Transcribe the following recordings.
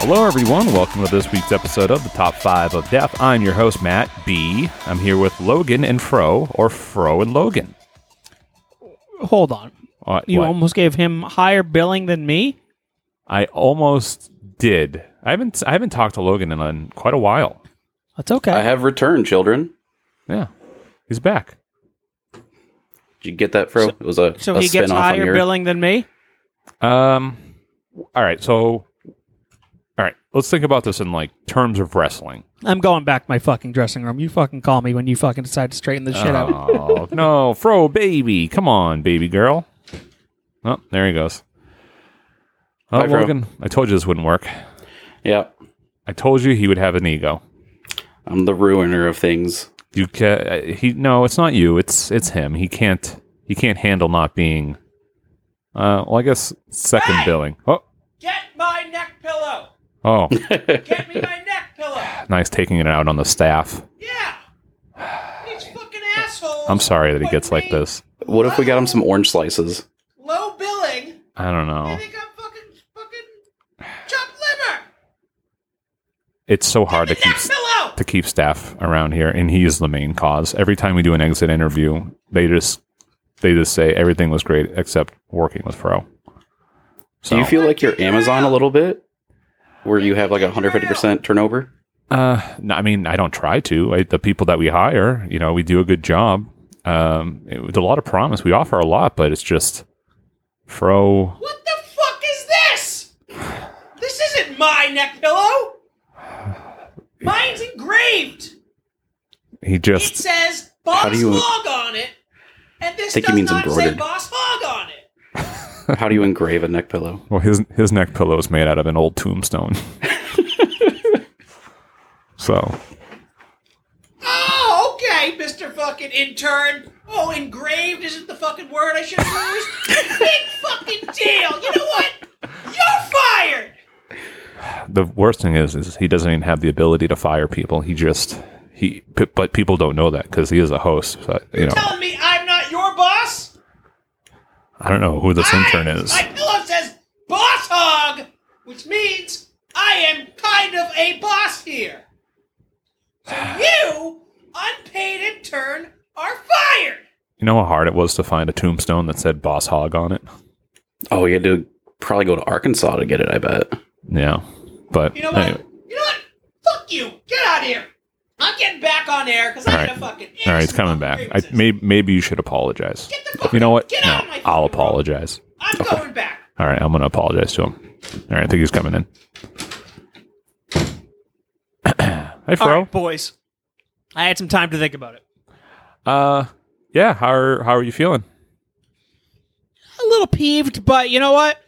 Hello, everyone. Welcome to this week's episode of the Top 5 of Death. I'm your host, Matt B. I'm here with Logan and Fro, or Fro and Logan. Hold on. Uh, You what? almost gave him higher billing than me? I almost did. I haven't I haven't talked to Logan in, in quite a while. That's okay. I have returned, children. Yeah, he's back. Did you get that, Fro? it was a, so a he spin gets off on higher your billing than me? Um, all right. So, all right. Let's think about this in like terms of wrestling. I'm going back to my fucking dressing room. You fucking call me when you fucking decide to straighten this shit out. Oh no, Fro baby, come on, baby girl. Oh, there he goes. Oh, Bye, Fro. Logan, I told you this wouldn't work. Yeah. I told you he would have an ego. I'm the ruiner of things. You can he no, it's not you. It's it's him. He can't he can't handle not being. Uh, well, I guess second billing. Oh, Get my neck pillow! oh, Get me my neck pillow! nice taking it out on the staff. Yeah! These fucking assholes! I'm sorry that he gets like this. What if we got him some orange slices? Low billing! I don't I know. think I'm fucking, fucking chopped liver! It's so hard to keep Neck pillow! to keep staff around here, and he is the main cause. Every time we do an exit interview, they just they just say everything was great except working with Fro. Do you feel like you're Amazon a little bit? Where you have like 150% turnover? Uh, no, I mean, I don't try to. I, the people that we hire, you know, we do a good job. Um, it- with a lot of promise, we offer a lot, but it's just fro. What the fuck is this? This isn't my neck pillow! Mine's engraved! He It just says Boss do you- Hog on it, and this Think he does means not say embroidered. Boss Hog on it! How do you engrave a neck pillow? well, his his neck pillow is made out of an old tombstone. so Oh, okay, Mr. Fucking Intern. Oh, engraved isn't the fucking word I should have used. Big fucking deal. You know what? You're fired. the worst thing is, is he doesn't even have the ability to fire people. He just he, p- but people don't know that because he is a host. But you know, Telling me I'm not your boss? I don't know who this intern I- is. My pillow says boss hog, which means I am kind of a boss here. So you, unpaid intern, are fired. You know how hard it was to find a tombstone that said "Boss Hog" on it. Oh, you had to probably go to Arkansas to get it, I bet. Yeah, but You know what? anyway. You know what? Fuck you. Get out of here. I'm getting back on air because I All had right. a fucking. All right, it's coming back. I, may, maybe you should apologize. Get the fuck- You know what? get No, out of my I'll fucking room. apologize. I'm going back. All right, I'm going to apologize to him. All right, I think he's coming in. Hi, All Fro. right, boys. I had some time to think about it. Uh, yeah. How are how are you feeling? A little peeved, but you know what?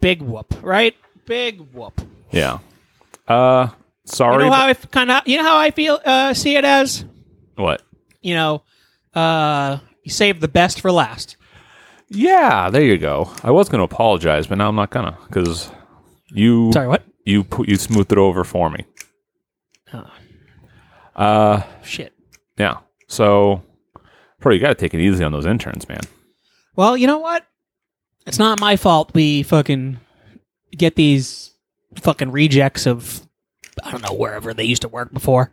Big whoop, right? Big whoop. Yeah. Uh, You sorry. know how I kind of you know how I feel uh, see it as but- what? you know uh, you save the best for last. Yeah, there you go. I was going to apologize, but now I'm not gonna because you Sorry, what? you put you smoothed it over for me. Oh, Uh, shit. yeah. So, probably you got to take it easy on those interns, man. Well, you know what? It's not my fault we fucking get these fucking rejects of I don't know wherever they used to work before.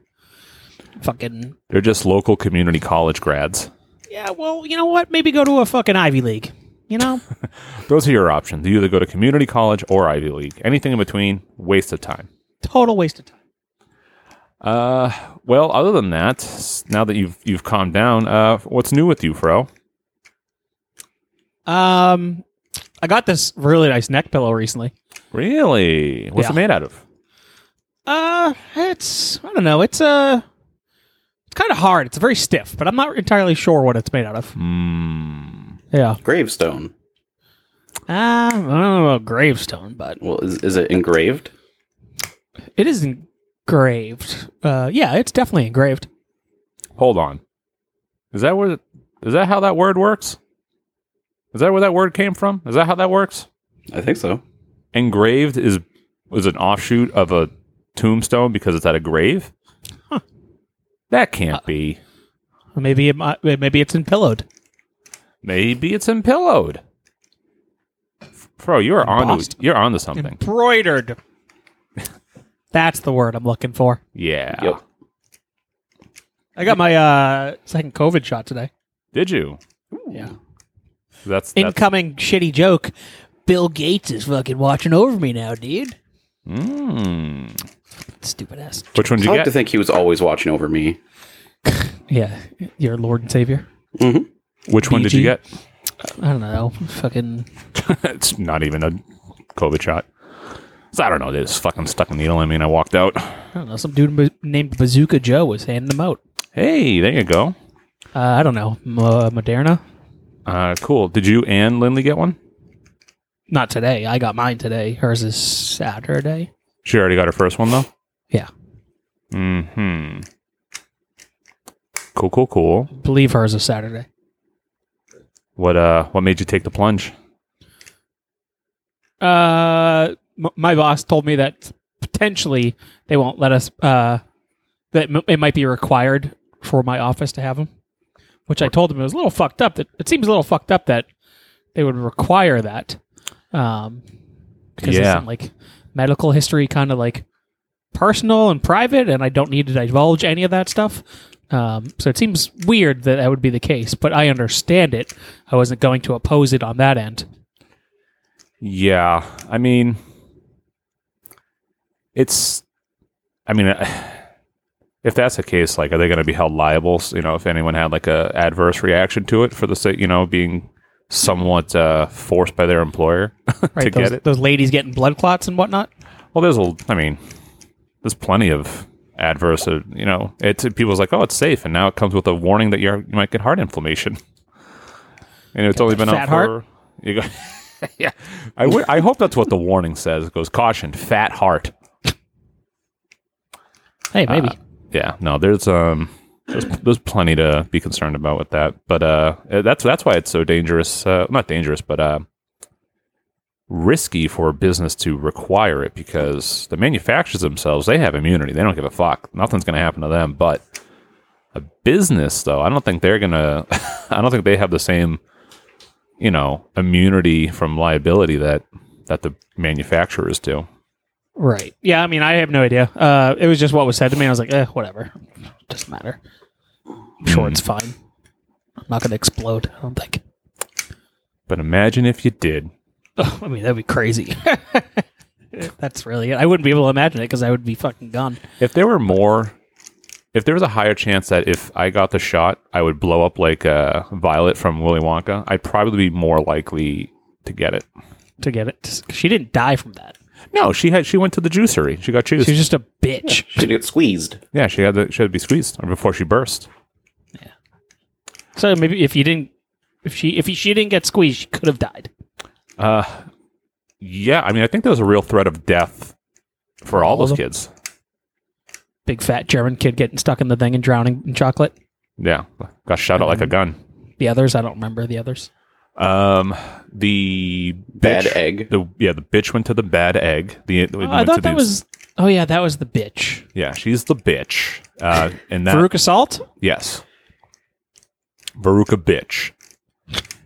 Fucking They're just local community college grads. yeah. Well, you know what? Maybe go to a fucking Ivy League. You know? Those are your options. You either go to community college or Ivy League. Anything in between, waste of time. Total waste of time. Uh, well, other than that, s- now that you've you've calmed down, uh, what's new with you, Fro? Um, I got this really nice neck pillow recently. Really? What's it Yeah. made out of? Uh, it's I don't know. It's uh, it's kind of hard. It's very stiff, but I'm not entirely sure what it's made out of. Hmm. Yeah. Gravestone. Uh, I don't know about gravestone, but Well, is, is it engraved? It isn't. engraved. Uh, yeah, it's definitely engraved. Hold on. Is that where? Is that how that word works? Is that where that word came from? Is that how that works? I think so. Engraved is was an offshoot of a tombstone because it's at a grave. That can't be. Or maybe it, might- maybe it's in pillowed. Maybe it's empillowed. Bro, you are on Embossed. you're onto something. Embroidered. That's the word I'm looking for. Yeah. Yep. I got my uh, second COVID shot today. Did you? Yeah. That's, that's Incoming shitty joke. Bill Gates is fucking watching over me now, dude. Hmm. Mm. Stupid ass. Which one did I you like get? to think he was always watching over me. Yeah, your Lord and Savior. Which one did you BG? get? I don't know. Fucking. it's not even a COVID shot. So I don't know. They just fucking stuck a needle in me and I walked out. I don't know. Some dude ba- named Bazooka Joe was handing them out. Hey, there you go. Uh, I don't know. M- uh, Moderna? Uh, cool. Did you and Lindley get one? Not today. I got mine today. Hers is Saturday. She already got her first one though. Yeah. Hmm. Cool. Cool. Cool. believe hers is Saturday. What uh? What made you take the plunge? Uh, m- my boss told me that potentially they won't let us. Uh, that m- it might be required for my office to have them, which I told him it was a little fucked up. That it seems a little fucked up that they would require that. Um, because Yeah. isn't like medical history kind of like personal and private, and I don't need to divulge any of that stuff. Um, so it seems weird that that would be the case, but I understand it. I wasn't going to oppose it on that end. Yeah, I mean, it's. I mean, if that's the case, like, are they going to be held liable? s- You know, if anyone had like a adverse reaction to it for the sake, you know, being somewhat uh, forced by their employer to right? get those, it. those ladies getting blood clots and whatnot. Well, there's a. I mean, there's plenty of adverse. Uh, you know, it's people's like, oh, it's safe, and now it comes with a warning that you're you might get heart inflammation. And it's only been out fat heart? for. You go, yeah, I would- I hope that's what the warning says. It goes caution, fat heart. Hey, Uh, maybe. Yeah, no, there's um, there's, there's plenty to be concerned about with that. But uh, that's that's why it's so dangerous. Uh, not dangerous, but uh, risky for a business to require it because the manufacturers themselves they have immunity. They don't give a fuck. Nothing's gonna happen to them. But a business, though, I don't think they're gonna. I don't think they have the same, you know, immunity from liability that that the manufacturers do. right. Yeah, I mean, I have no idea. Uh, it was just what was said to me. I was like, eh, whatever. Doesn't matter. Hmm. I'm sure it's fine. I'm not going to explode, I don't think. But imagine if you did. Ugh, I mean, that'd be crazy. That's really it. I wouldn't be able to imagine it because I would be fucking gone. If there were more, if there was a higher chance that if I got the shot, I would blow up like uh, Violet from Willy Wonka, I'd probably be more likely to get it. To get it, Just- she didn't die from that. No, she had. She went to the juicery. She got juiced. She was just a bitch. Should get squeezed. yeah, she had. To, she had to be squeezed or before she burst. So maybe if you didn't, if she if she didn't get squeezed, she could have died. Uh, Yeah, I mean, I think there was a real threat of death for all, All of those them? kids. Big fat German kid getting stuck in the thing and drowning in chocolate. Yeah, got shot at like a Mm-hmm. gun. The others, I don't remember the others. Um, the Bad bitch- egg. The yeah, the bitch went to the bad egg. The, the- Oh, I went to thought that the- was. Oh yeah, that was the bitch. yeah. She's the bitch. Uh, and that Veruca Uh, Salt. Yes. Veruca bitch.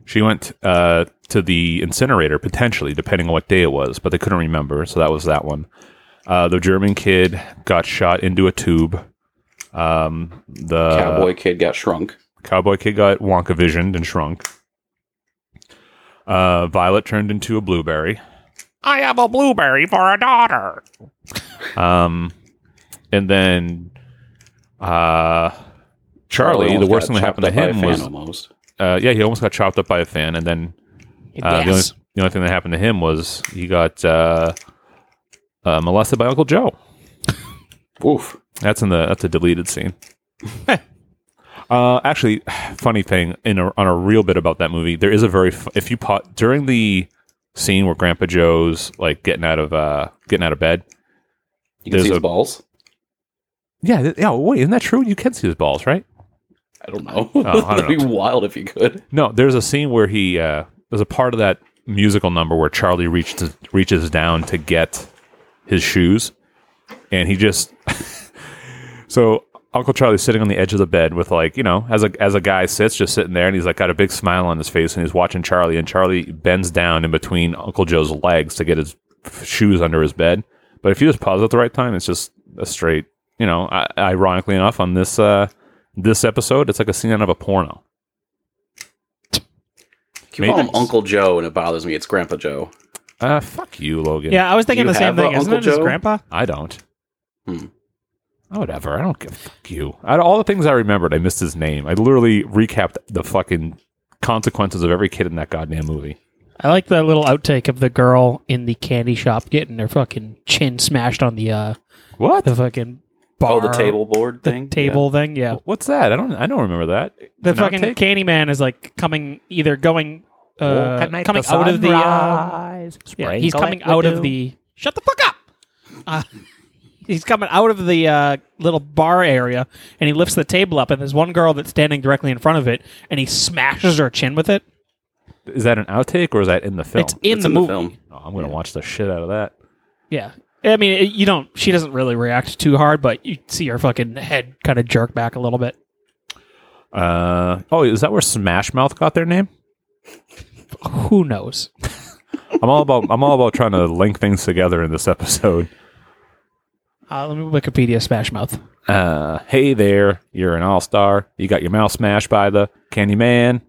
She went uh, to the incinerator potentially, depending on what day it was, but they couldn't remember, so that was that one. Uh, the German kid got shot into a tube. Um, the Cowboy kid got shrunk. cowboy kid got Wonka visioned and shrunk. Uh, Violet turned into a blueberry. I have a blueberry for a daughter. um, and then uh, Charlie, the almost worst got thing that happened to chopped up by a him fan was almost. uh, yeah, he almost got chopped up by a fan, and then uh, the, only, the only thing that happened to him was he got uh, uh, molested by Uncle Joe. Oof. That's in the that's a deleted scene. uh, actually, funny thing in a, on a real bit about that movie, there is a very fu- if you pa during the scene where Grandpa Joe's like getting out of uh, getting out of bed, You can There's see a- his balls. Yeah, th- yeah. Wait, isn't that true? You can see his balls, right? I don't know. Oh, I don't That'd be wild if you could. No, there's a scene where he uh, there's a part of that musical number where Charlie reaches reaches down to get his shoes, and he just so Uncle Charlie's sitting on the edge of the bed with like you know as a as a guy sits just sitting there, and he's like got a big smile on his face, and he's watching Charlie, and Charlie bends down in between Uncle Joe's legs to get his f- shoes under his bed. But if you just pause at the right time, it's just a straight. You know, I- ironically enough, on this uh, this episode, it's like a scene out of a porno. Can you call Maybe. him Uncle Joe and it bothers me. It's Grandpa Joe. Uh, fuck you, Logan. Yeah, I was thinking You the same have a thing. Isn't Uncle it his Joe? grandpa? I don't. Hmm. Oh, whatever. I don't give fuck you. Out of all the things I remembered, I missed his name. I literally recapped the fucking consequences of every kid in that goddamn movie. I like that little outtake of the girl in the candy shop getting her fucking chin smashed on the uh What? the fucking bar. Oh, the table board the thing. table thing. Yeah, What's that? I don't. I don't remember that. the An fucking outtake? Candyman is like coming either going uh At night coming the out of sun the uh, rise, yeah, he's sprinkle coming it with out dew. of the shut the fuck up. Uh, he's coming out of the uh, little bar area and he lifts the table up and there's one girl that's standing directly in front of it and he smashes her chin with it. Is that an outtake or is that in the film? It's in It's the in movie. the film. Oh, I'm gonna watch the shit out of that. Yeah. I mean, it- you don't. She doesn't really react too hard, but you see her fucking head kind of jerk back a little bit. Uh, oh, is that where Smash Mouth got their name? Who knows? I'm all about. I'm all about trying to link things together in this episode. Uh, let me Wikipedia Smash Mouth. uh, hey there, you're an all star. You got your mouth smashed by the Candyman.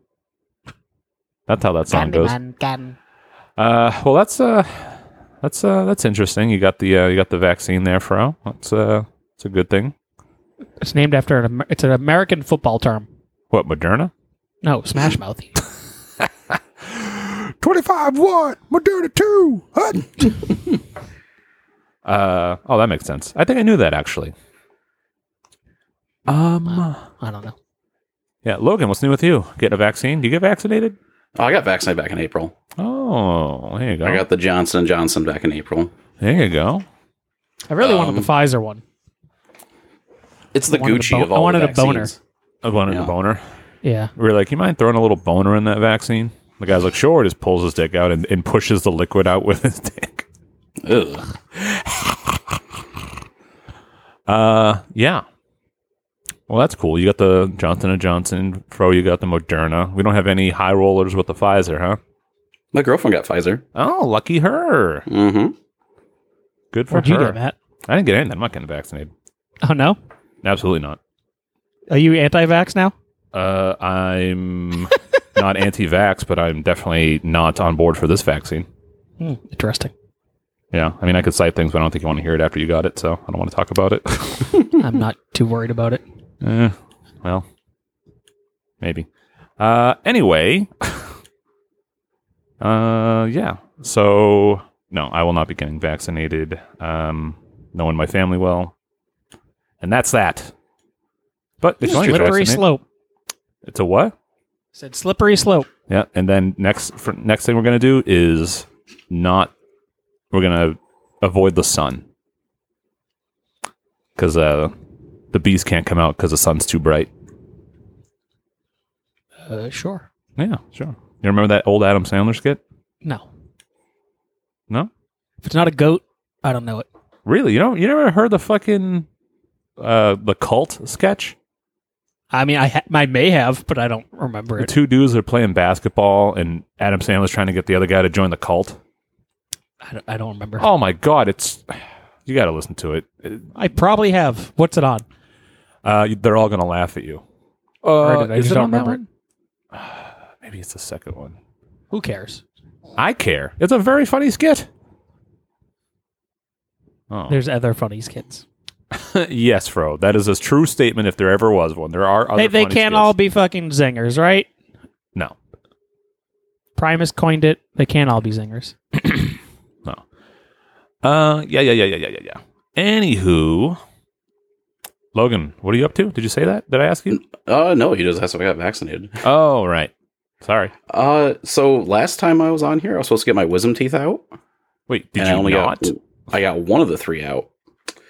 That's how that song goes. Uh, well, that's uh, that's uh, that's interesting. You got the uh, you got the vaccine there, Fro. That's uh, that's a good thing. It's named after an. Amer- It's an American football term. What Moderna? No, Hmm. Smash Mouth. Twenty five what Moderna two. uh, oh, that makes sense. I think I knew that actually. Um, I don't know. yeah, Logan, what's new with you? Getting a vaccine? Do you get vaccinated? Oh, I got vaccinated back in April. Oh, there you go. I got the Johnson and Johnson back in April. there you go. I really wanted Um, the Pfizer one. It's the I wanted a Gucci bo- of all I wanted the a boner. vaccines. I wanted a Yeah. boner. Yeah. We were like, you mind throwing a little boner in that vaccine? The guy's like, sure. Just pulls his dick out and, and pushes the liquid out with his dick. Ugh. Uh, yeah. Well, that's cool. You got the Johnson and Johnson. Fro, you got the Moderna. We don't have any high rollers with the Pfizer, huh? My girlfriend got Pfizer. Oh, lucky her. Mm-hmm. Good for Where'd her. you get that? I didn't get anything. I'm not getting vaccinated. Oh no. Absolutely not. Are you anti-vax now? Uh, I'm not anti-vax, but I'm definitely not on board for this vaccine. Hmm, interesting. Yeah, I mean, I could cite things, but I don't think you want to hear it after you got it, so I don't want to talk about it. I'm not too worried about it. Eh, well, maybe. Uh, anyway, uh, yeah. So no, I will not be getting vaccinated. Um, no one in my family will, and that's that. But if you want to get Slippery vaccinated- slope. it's a what? Said slippery slope. Yeah, and then next for, next thing we're gonna do is not we're gonna avoid the sun because uh, the bees can't come out because the sun's too bright. Uh, sure. Yeah, sure. You remember that old Adam Sandler skit? No. No, If it's not a goat, I don't know it. really? You don't? You never heard the fucking uh the cult sketch? I mean, I ha- I may have, but I don't remember The it. two dudes are playing basketball, and Adam Sandler's trying to get the other guy to join the cult. I don't, I don't remember. Oh my god, it's you got to listen to it. I probably have. What's it on? Uh, they're all gonna laugh at you. Uh, Or did I is just it don't on that remember one? Maybe it's the second one. Who cares? I care. It's a very funny skit. Oh. There's other funny skits. yes, Fro. That is a true statement if there ever was one. There are other They, they funny can't skits. all be fucking zingers, right? No. Primus coined it. They can't all be zingers. Uh, yeah, yeah, yeah, yeah, yeah, yeah, yeah. Anywho, Logan, what are you up to? Did you say that? Did I ask you? Uh, no, he just asked if I got vaccinated. oh, right. Sorry. Uh, so last time I was on here, I was supposed to get my wisdom teeth out. Wait, did and you I only not? got I got one of the three out.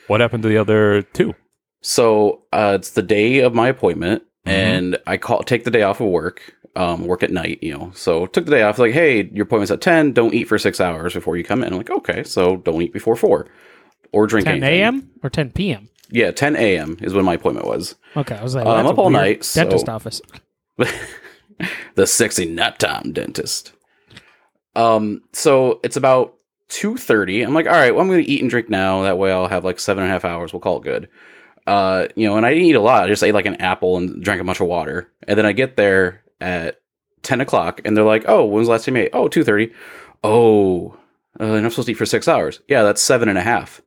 What happened to the other two? So uh, it's the day of my appointment, and I call take the day off of work. Um, work at night, you know. So took the day off. Like, hey, your appointment's at ten. Don't eat for six hours before you come in. I'm like, okay, so don't eat before four, or drink 10 anything. a.m. or 10 p.m. Yeah, ten a.m. is when my appointment was. Okay, I was like, Uh, well, I'm that's up a all weird night, so- Dentist office. the sexy nap time dentist. Um, so it's about two thirty. I'm like, all right, well, I'm gonna eat and drink now. That way, I'll have like seven and a half hours. We'll call it good. Uh, you know, and I didn't eat a lot. I just ate like an apple and drank a bunch of water. And then I get there at ten o'clock, and they're like, oh, when was the last time you ate? Oh, two thirty. Oh, uh, and I'm supposed to eat for six hours. Yeah, that's seven and a half.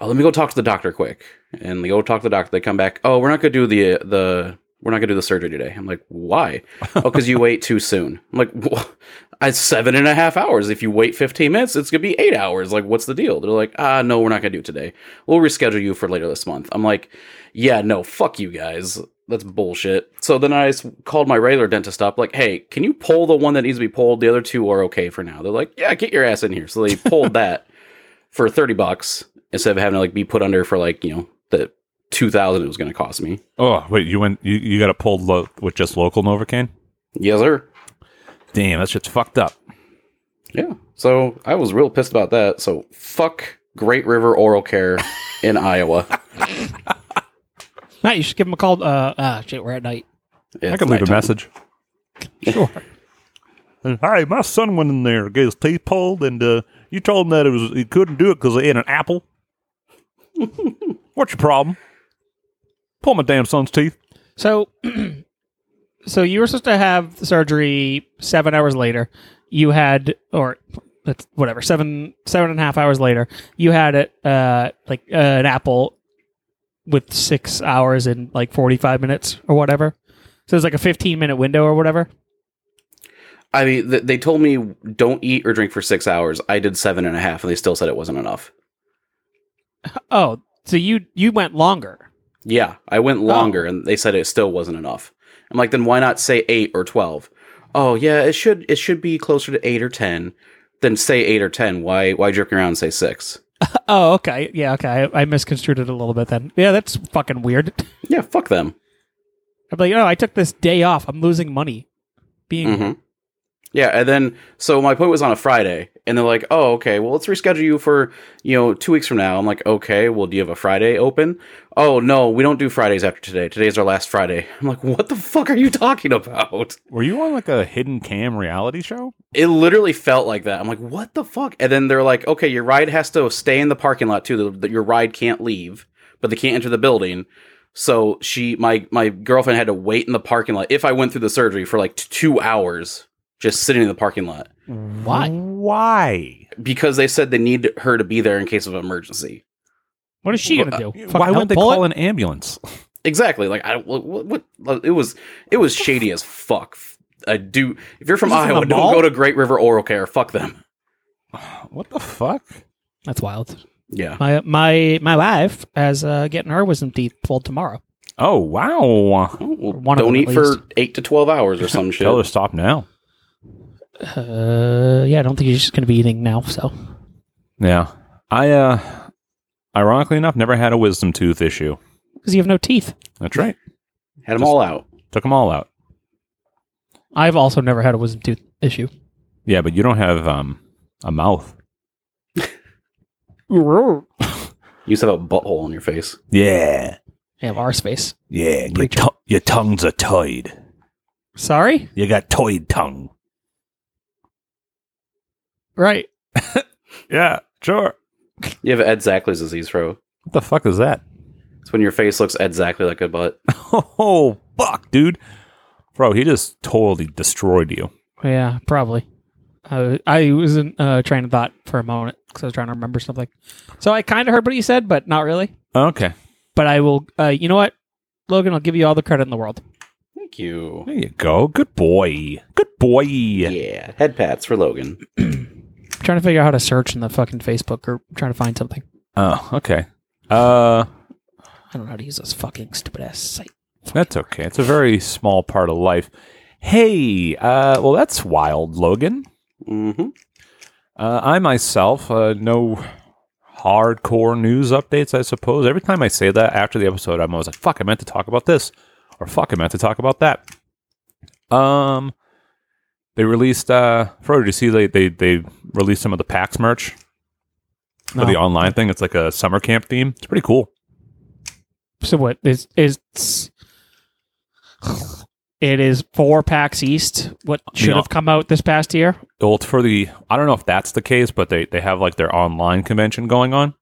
Oh, let me go talk to the doctor quick. And they go talk to the doctor. They come back. Oh, we're not gonna do the the we're not gonna do the surgery today. I'm like, why? oh, because you wait too soon. I'm like, "Wha- I seven and a half hours. If you wait 15 minutes, it's going to be eight hours. Like, what's the deal? They're like, ah, no, we're not going to do it today. We'll reschedule you for later this month. I'm like, yeah, no, fuck you guys. That's bullshit. So then I s- called my regular dentist up, like, hey, can you pull the one that needs to be pulled? The other two are okay for now. They're like, yeah, get your ass in here. So they pulled that for 30 bucks instead of having to like be put under for like, you know, the 2000 it was going to cost me. Oh wait, you went you, you got it pulled lo- with just local Novocaine? Yes, sir. Damn, that shit's fucked up. Yeah. So I was real pissed about that. So fuck Great River Oral Care in Iowa. Matt, you should give him a call. Uh, ah, shit, we're at night. I can leave a message. Sure. Hi, my son went in there, got his teeth pulled, and uh, you told him that it was he couldn't do it because he ate an apple. What's your problem? Pull my damn son's teeth. So, so you were supposed to have the surgery seven hours later. You had, or that's whatever, seven seven and a half hours later. You had it uh, like uh, an apple with six hours and like forty five minutes or whatever. So it's like a fifteen minute window or whatever. I mean, th- they told me don't eat or drink for six hours. I did seven and a half, and they still said it wasn't enough. Oh, so you you went longer. Yeah, I went longer, and they said it still wasn't enough. I'm like, then why not say eight or twelve? Oh yeah, it should it should be closer to eight or ten. Then say eight or ten. Why why jerk around and say six? Oh, okay, yeah, okay. I, I misconstrued it a little bit then. Yeah, that's fucking weird. Yeah, fuck them. I'm like, oh, I took this day off. I'm losing money. Being Mm-hmm. hmm Yeah, and then so my point was on a Friday, and they're like, "Oh, okay, well, let's reschedule you for you know two weeks from now." I'm like, "Okay, well, do you have a Friday open?" Oh no, we don't do Fridays after today. Today's our last Friday. I'm like, "What the fuck are you talking about?" Were you on like a hidden cam reality show? It literally felt like that. I'm like, "What the fuck?" And then they're like, "Okay, your ride has to stay in the parking lot too. The, the, your ride can't leave, but they can't enter the building." So she, my my girlfriend, had to wait in the parking lot if I went through the surgery for like t- two hours, just sitting in the parking lot. why? Why? because they said they need her to be there in case of emergency. What is she gonna do? Fucking uh, Why help wouldn't they pull it? call an ambulance? Exactly. Like I don't. What? what, what it was. It was shady as fuck. I do. If you're from Is this in Iowa, the don't mall? go to Great River Oral Care. Fuck them. What the fuck? That's wild. Yeah. My my my wife has uh, getting her wisdom teeth pulled tomorrow. Oh wow! Oh, well, One of don't them, eat at for least. eight to twelve hours or some Tell her shit. to stop now. Uh, yeah, I don't think she's going to be eating now. So Yeah, I uh, ironically enough, never had a wisdom tooth issue. because you have no teeth, That's right. Had them all out. Took them all out. I've also never had a wisdom tooth issue. Yeah, but you don't have um a mouth. Damn, You used to have a butthole on your face. Yeah, our space. yeah. Preach. to- your tongue's a toid. Sorry, You got toid tongue. right? Yeah, sure. You have Ed Zachley's disease, bro. What the fuck is that? It's when your face looks exactly like a butt. Oh fuck, dude, bro, he just totally destroyed you. Yeah, probably. Uh, I was in uh, train of thought for a moment because I was trying to remember something. So I kind of heard what you said, but not really. Okay, But I will. Uh, you know what, Logan? I'll give you all the credit in the world. Thank you. there you go. Good boy. Good boy. Yeah. Head pats for Logan. I'm trying to figure out how to search in the fucking Facebook group. I'm trying to find something. Oh, okay. Uh, I don't know how to use this fucking stupid ass site. That's okay. It's a very small part of life. Hey, uh, well, that's wild, Logan. Mm-hmm. Uh, I myself, uh, no hardcore news updates, I suppose. Every time I say that after the episode, I'm always like, fuck, I meant to talk about this, or fuck, I meant to talk about that. Um, they released, uh, Frodo, did you see they, they, they released some of the PAX merch for the No. online thing? It's like a summer camp theme. It's pretty cool. So what is is it is four packs east? What should Yeah. have come out this past year? Well, it's for the, I don't know if that's the case, but they, they have like their online convention going on,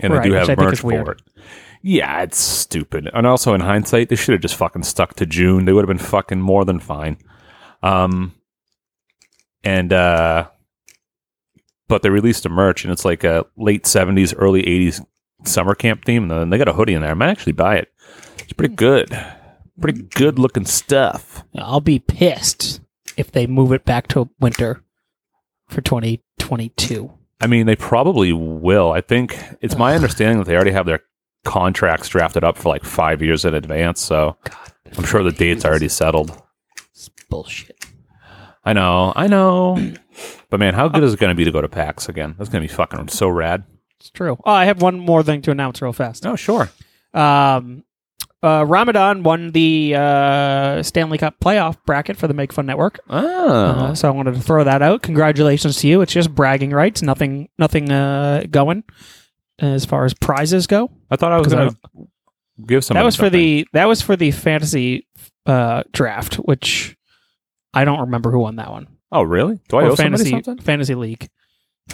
and Right, they do which I have think merch is for weird. it. Yeah, it's stupid. And also, in hindsight, they should have just fucking stuck to June. They would have been fucking more than fine. Um, and uh, but they released a merch, and it's like a late seventies, early eighties summer camp theme. And then they got a hoodie in there. I might actually buy it. It's Hmm. pretty good. Pretty good looking stuff. I'll be pissed if they move it back to winter for 2022. I mean, they probably will. I think it's my understanding that they already have their contracts drafted up for like five years in advance. So I'm sure the date's already settled. It's bullshit. I know, I know. But man, how good is it going to be to go to PAX again? That's going to be fucking so rad. It's true. Oh, I have one more thing to announce real fast. Oh, sure. Um, uh, Ramadan won the uh, Stanley Cup playoff bracket for the Make Fun Network. Uh, Oh, so I wanted to throw that out. Congratulations to you. It's just bragging rights. Nothing, nothing uh, going as far as prizes go. I thought I was 'cause I going to give some. that was for the that was for the fantasy uh, draft, which I don't remember who won that one. Oh, really? Do I Or owe somebody fantasy something? fantasy league.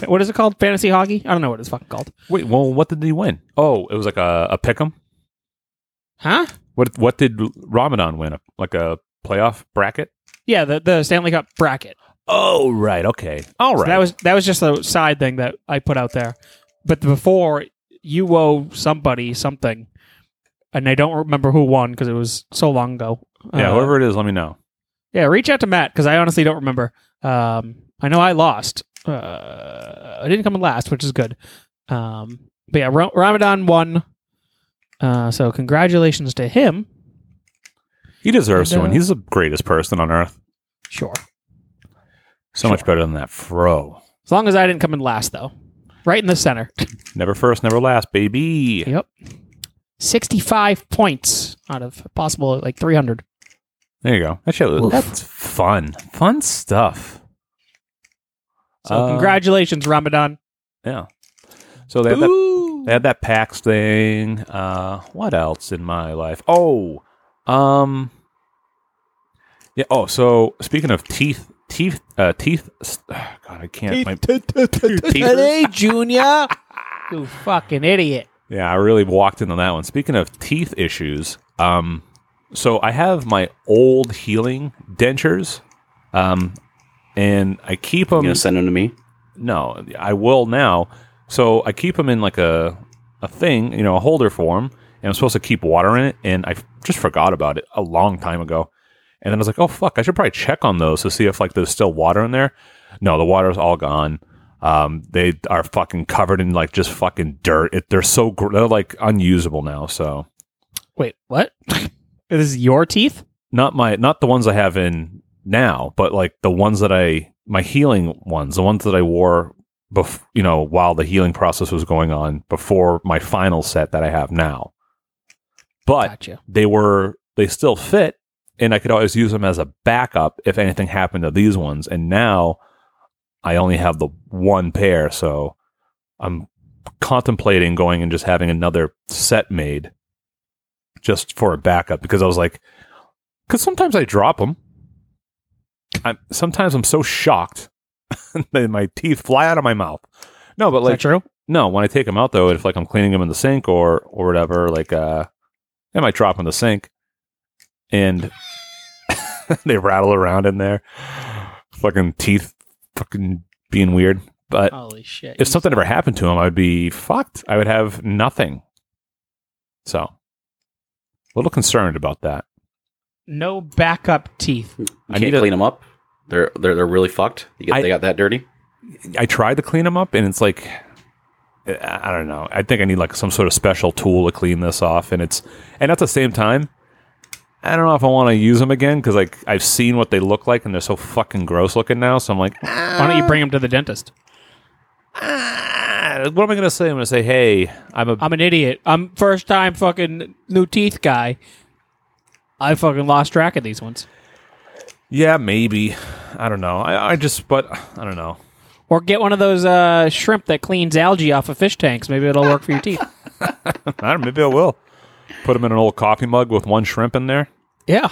What is it called? Fantasy hockey? I don't know what it's fucking called. Wait, well, what did he win? Oh, it was like a, a pick'em. Huh? What what did Ramadan win? Like a playoff bracket? Yeah, the, the Stanley Cup bracket. Oh, right. Okay. All right. So that was that was just a side thing that I put out there. But before you owe somebody something, and I don't remember who won because it was so long ago. yeah. Uh, whoever it is, let me know. Yeah, reach out to Matt because I honestly don't remember. Um, I know I lost. Uh, I didn't come in last, which is good. Um, but yeah, Ra- Ramadan won. Uh, so congratulations to him. He deserves And, to win. uh, He's the greatest person on earth. Sure. So much better than that fro. As long as I didn't come in last, though. Right in the center. Never first, never last, baby. yep. 65 points out of a possible like 300. There you go. That shit was, that's fun. Fun stuff. So Uh, congratulations, Ramadan. Yeah. So they had, that, they had that PAX thing. Uh, what else in my life? Oh, um, yeah. Oh, so speaking of teeth, teeth, uh, teeth. s- ah, God, I can't. My, teeth. Junior. you fucking idiot. Yeah, I really walked into that one. Speaking of teeth issues, um, so I have my old healing dentures, um, and I keep You them. gonna send them to me? No, I will now. So I keep them in like a a thing, you know, a holder for them, and I'm supposed to keep water in it, and I f- just forgot about it a long time ago. And then I was like, oh fuck, I should probably check on those to see if like there's still water in there. No, the water's all gone. Um, they are fucking covered in like just fucking dirt. It, they're so gr- they're like unusable now. So Wait, what? this is your teeth? not my not the ones I have in now, but like the ones that I my healing ones, the ones that I wore bef- you know, while the healing process was going on before my final set that I have now. But Gotcha. they were they still fit and I could always use them as a backup if anything happened to these ones. And now I only have the one pair, so I'm contemplating going and just having another set made just for a backup because I was like cuz sometimes I drop them. I'm sometimes I'm so shocked that my teeth fly out of my mouth. No, but Is like that true? no, when I take them out though, if like I'm cleaning them in the sink or or whatever, like uh, I might drop 'em in the sink, and they rattle around in there, fucking teeth, fucking being weird. But Holy shit. uh, if something ever happened to them, I'd be fucked. I would have nothing. So, a little concerned about that. no backup teeth. You I can't need a- clean them up. They're they're they're really fucked. You get, I- they got that dirty. I tried to clean them up, and it's like I I don't know. I think I need like some sort of special tool to clean this off, and it's and at the same time, I don't know if I want to use them again because like I've seen what they look like, and they're so fucking gross looking now. So I'm like, Why don't you bring them to the dentist? ah, I, what am I going to say? I'm going to say, hey, I'm a I'm an idiot. I'm first time fucking new teeth guy. I fucking lost track of these ones. yeah, maybe. I don't know. I, I just, but I don't know. Or get one of those uh, shrimp that cleans algae off of fish tanks. Maybe it'll work for your teeth. I don't, maybe I will put them in an old coffee mug with one shrimp in there. Yeah.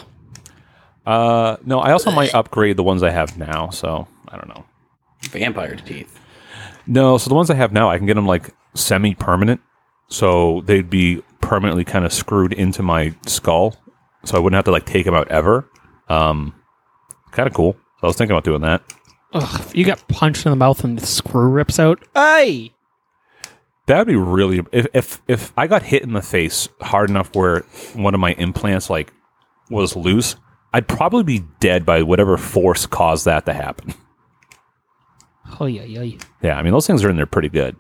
Uh, no, I also might upgrade the ones I have now. So I don't know. Vampire teeth. No, so the ones I have now, I can get them like semi permanent. So they'd be permanently kind of screwed into my skull. So I wouldn't have to like take them out ever. Um, kind of cool. So I was thinking about doing that. Ugh, if you got punched in the mouth and the screw rips out. Hey! That would be really if, if if I got hit in the face hard enough where one of my implants like was loose, I'd probably be dead by whatever force caused that to happen. Oh, yeah, yeah. Yeah, I mean those things are in there pretty good.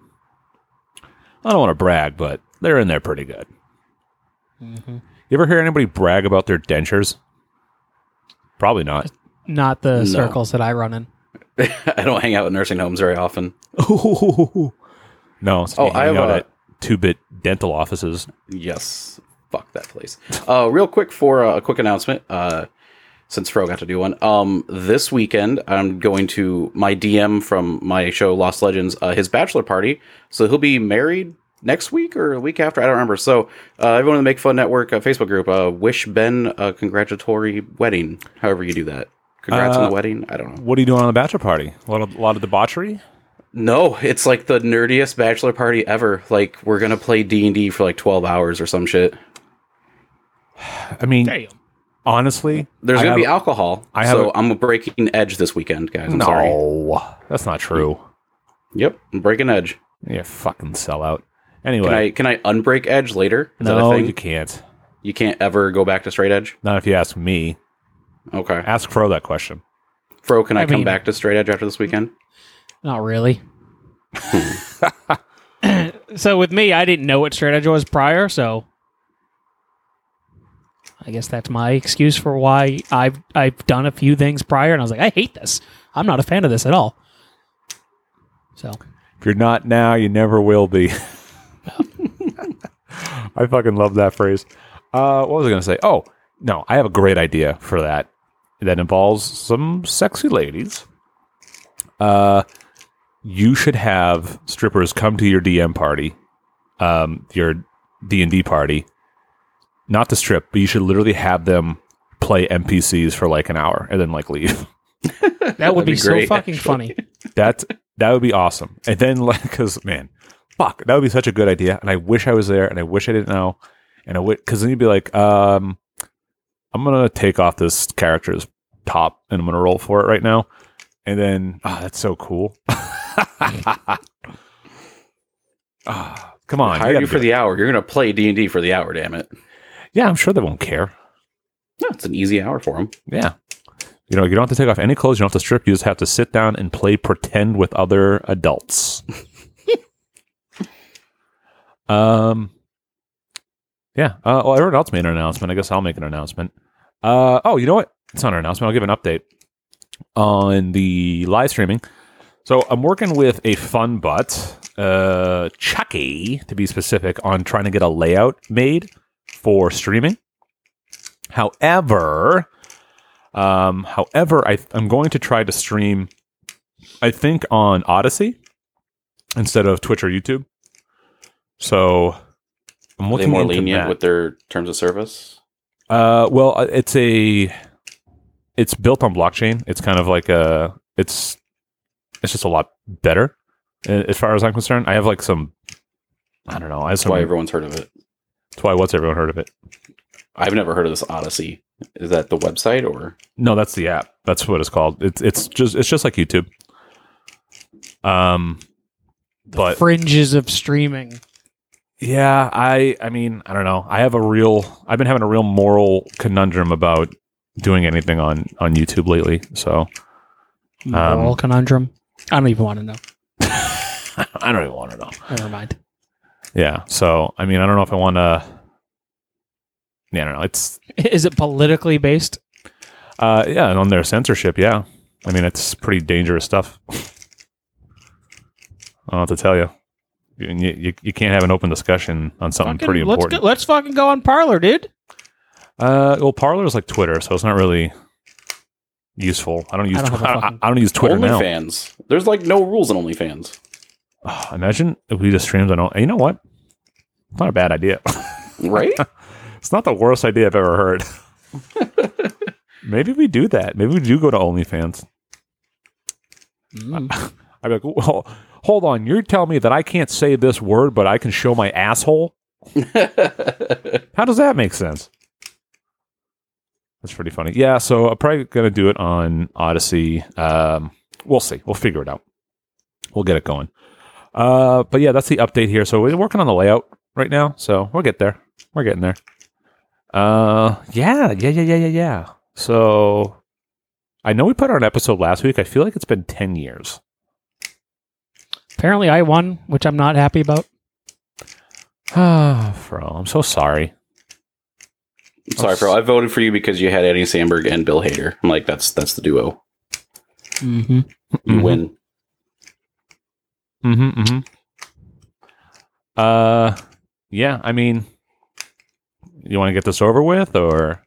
I don't want to brag, but they're in there pretty good. Mm-hmm. You ever hear anybody brag about their dentures? Probably not. Not the circles that I run in. I don't hang out in nursing homes very often. no. It's Oh, oh, I I have out a- at two-bit dental offices. Yes. Fuck that place. Uh, real quick for uh, a quick announcement, uh, since Fro got to do one. Um, this weekend, I'm going to my DM from my show Lost Legends, uh, his bachelor party. So he'll be married next week or a week after. I don't remember. So uh, everyone in the Make Fun Network uh, Facebook group, uh, wish Ben a congratulatory wedding, however you do that. Congrats on Uh, the wedding. I don't know. What are you doing on the bachelor party? A lot of, a lot of debauchery. No, it's like the nerdiest bachelor party ever. Like we're gonna play D and D for like twelve hours or some shit. I mean, honestly, There's I gonna be have- alcohol. I have so a- i am I'm breaking edge this weekend, guys. I'm no, sorry. that's not true. Yep, I'm breaking edge. You fucking sellout. Can Anyway, I can I unbreak edge later? Is no, that a thing? you can't. You can't ever go back to straight edge. Not if you ask me. Okay, Ask Fro that question. Fro, can I, I come mean- back to straight edge after this weekend? Not really. so with me, I didn't know what straight edge was prior, so I guess that's my excuse for why I've I've done a few things prior, and I was like, I hate this. I'm not a fan of this at all. So If you're not now, you never will be. I fucking love that phrase. Uh, what was I going to say? Oh, no, I have a great idea for that that involves some sexy ladies. Uh, you should have strippers come to your DM party, um, your D and D party, not to strip, but you should literally have them play NPCs for like an hour and then like leave. that would be be, so great, fucking funny. That's that would be awesome. And then like, because man, fuck, that would be such a good idea. And I wish I was there, and I wish I didn't know. And I would, because then you'd be like, um, I'm gonna take off this character's top, and I'm gonna roll for it right now. And then, ah, that's so cool. Ah, come on, Hire gotta you for do it. the hour. You're gonna play D and D for the hour. Damn it! yeah. I'm sure they won't care. No, it's an easy hour for him. Yeah. You know, you don't have to take off any clothes. You don't have to strip. You just have to sit down and play pretend with other adults. um. Yeah. Uh, well, everyone else made an announcement. I guess I'll make an announcement. Uh, oh, you know what? It's not an announcement. I'll give an update on the live streaming. So I'm working with a fun butt, uh, Chucky, to be specific, on trying to get a layout made for streaming. However, um, however, I, I'm going to try to stream, I think, on Odyssey instead of Twitch or YouTube. So I'm Are they looking more into lenient that. with their terms of service? Uh, well, uh, it's a, it's built on blockchain. It's kind of like a, it's, it's just a lot better, uh, as far as I'm concerned. I have like some, I don't know. I have That's some. why everyone's heard of it. that's why what's everyone heard of it? I've never heard of this Odyssey. Is that the website or? No, that's the app. That's what it's called. It's it's just it's just like YouTube. Um, but Fringes of streaming. yeah, I I mean I don't know. I have a real. I've been having a real moral conundrum about doing anything on on YouTube lately. So Moral conundrum. I don't even want to know. I don't even want to know. Never mind. Yeah. So I mean, I don't know if I want to. Yeah, I don't know. It's Is it politically based? uh, yeah, and on their censorship. Yeah, I mean, it's pretty dangerous stuff. I don't have to tell you. and you, you, you can't have an open discussion on something Fucking- pretty let's important. go- let's fucking go on parlor, dude. Uh, well, Parler is like Twitter, so it's not really useful. I don't use I I don't don't, have a fucking- I, I don't use Twitter now. OnlyFans. There's like no rules in OnlyFans. Ugh, imagine if we just streamed on. You know what? It's not a bad idea. Right? it's not the worst idea I've ever heard. Maybe we do that. Maybe we do go to OnlyFans. I'd be like, well, hold on. You're telling me that I can't say this word, but I can show my asshole? How does that make sense? That's pretty funny. Yeah, so I'm probably going to do it on Odyssey. Um, we'll see. We'll figure it out. We'll get it going. Uh, but yeah, that's the update here. So we're working on the layout right now. So we'll get there. We're getting there. Uh, yeah, yeah, yeah, yeah, yeah, yeah. So I know we put out an episode last week. I feel like it's been 10 years. Apparently, I won, which I'm not happy about. Ah, Fro, I'm so sorry. I'm sorry, bro. I voted for you because you had Eddie Sandberg and Bill Hader. I'm like, that's that's the duo. Mm-hmm. You win. Mm-hmm, mm-hmm. Uh, yeah. I mean, you want to get this over with, or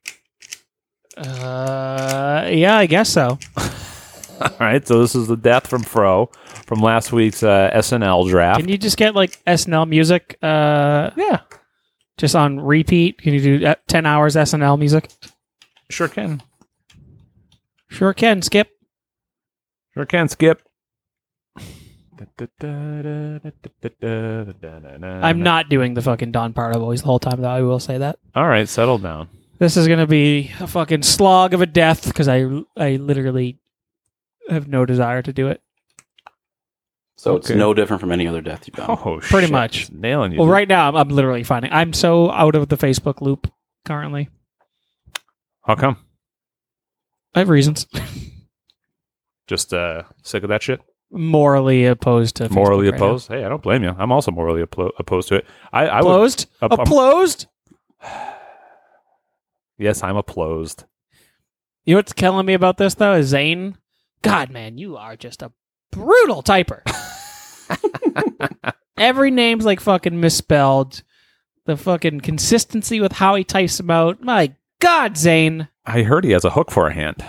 Uh, yeah, I guess so. all right? So this is the death from Fro from last week's uh, SNL draft. Can you just get like SNL music, uh, yeah, just on repeat? Can you do uh, ten hours SNL music? sure can. Sure can. Skip. Sure can. Skip. I'm I'm not doing the fucking Don Pardo voice the whole time, though. I will say that. All right, settle down. This is gonna be a fucking slog of a death because I I literally have no desire to do it. So it's Okay. no different from any other death you've done. Oh, Pretty shit. much. It's nailing you. Well, dude. right now I'm, I'm literally finding I'm so out of the Facebook loop currently. How come? I have reasons. Just uh, sick of that shit. Morally opposed to Facebook morally right now. opposed. Hey, I don't blame you. I'm also morally oppo- opposed to it. I, I would. Opposed? up- I'm- Opposed? yes, I'm opposed. You know what's killing me about this though is Zane. God, man, you are just a brutal typer. Every name's like fucking misspelled. The fucking consistency with how he types them out. My God, Zane, I heard he has a hook for a hand.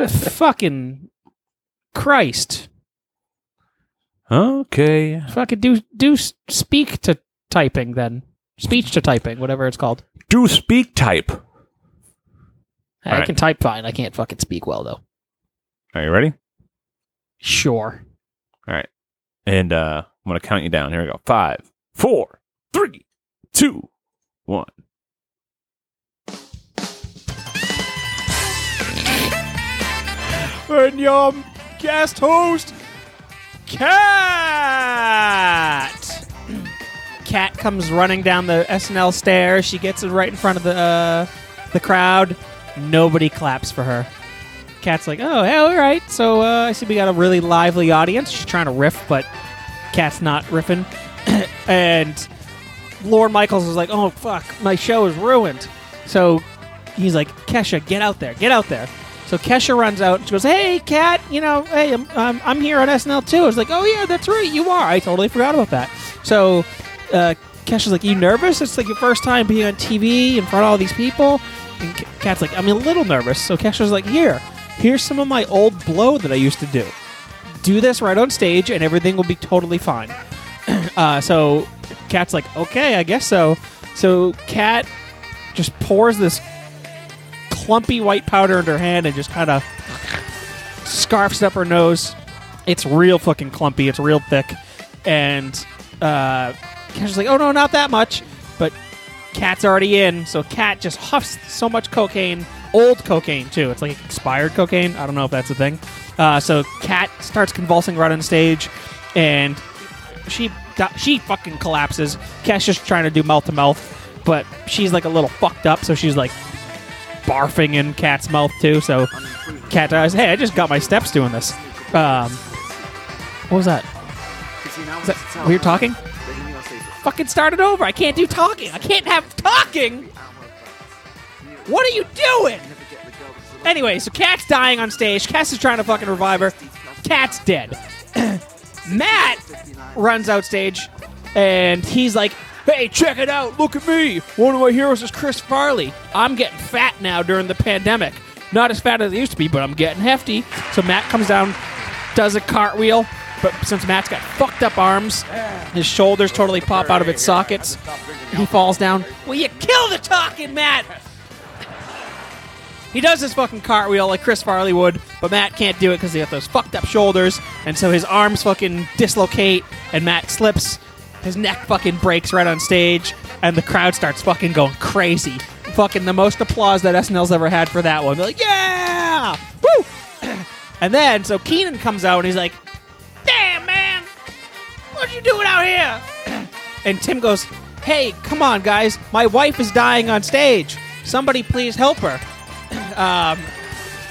fucking Christ, Okay. fucking do do s- speak to typing then, speech to typing, whatever it's called. Do speak type. I Alright. can type fine. I can't fucking speak well though. Are you ready? Sure. And uh, I'm going to count you down. Here we go. Five, four, three, two, one. And your guest host, Cat. Cat comes running down the SNL stairs. She gets it right in front of the uh, the crowd. Nobody claps for her. Cat's like, "Oh, yeah, all right." So uh, I see we got a really lively audience. She's trying to riff, but Cat's not riffing. and Lord Michaels is like, "Oh fuck, my show is ruined." So he's like, "Kesha, get out there, get out there." So Kesha runs out and she goes, "Hey, Kat, you know, hey, I'm, I'm, I'm here on SNL too." I was like, "Oh yeah, that's right, you are." I totally forgot about that. So uh, Kesha's like, "You nervous? It's like your first time being on TV in front of all these people." And K- Kat's like, "I'm a little nervous." So Kesha's like, "Here, here's some of my old blow that I used to do. Do this right on stage, and everything will be totally fine." Uh, so Kat's like, okay, I guess so. So Kat just pours this clumpy white powder in her hand and just kind of scarfs it up her nose. It's real fucking clumpy. It's real thick. And uh, Kat's like, oh no, not that much. But Kat's already in, so Kat just huffs so much cocaine, old cocaine too. It's like expired cocaine. I don't know if that's a thing. Uh, so Kat starts convulsing right on stage, and she di- she fucking collapses. Kat's just trying to do mouth to mouth, but she's like a little fucked up, so she's like barfing in Kat's mouth too. So Kat dies. Hey, I just got my steps doing this. Um, what was that? Was that we were talking. Fucking start it over. I can't do talking. I can't have talking. What are you doing? Anyway, so Cat's dying on stage. Cass is trying to fucking revive her. Cat's dead. Matt runs out stage and he's like, Hey, check it out. Look at me. One of my heroes is Chris Farley. I'm getting fat now during the pandemic. Not as fat as I used to be, but I'm getting hefty. So Matt comes down, does a cartwheel, but since Matt's got fucked up arms, his shoulders totally pop out of its sockets. He falls down. Will you kill the talking, Matt? He does his fucking cartwheel like Chris Farley would, but Matt can't do it because he got those fucked up shoulders, and so his arms fucking dislocate, and Matt slips. His neck fucking breaks right on stage, and the crowd starts fucking going crazy. Fucking the most applause that SNL's ever had for that one. They're like, yeah! Woo! and then, so Keenan comes out and he's like, damn, man! What you doing out here? and Tim goes, hey, come on, guys. My wife is dying on stage. Somebody please help her. Um,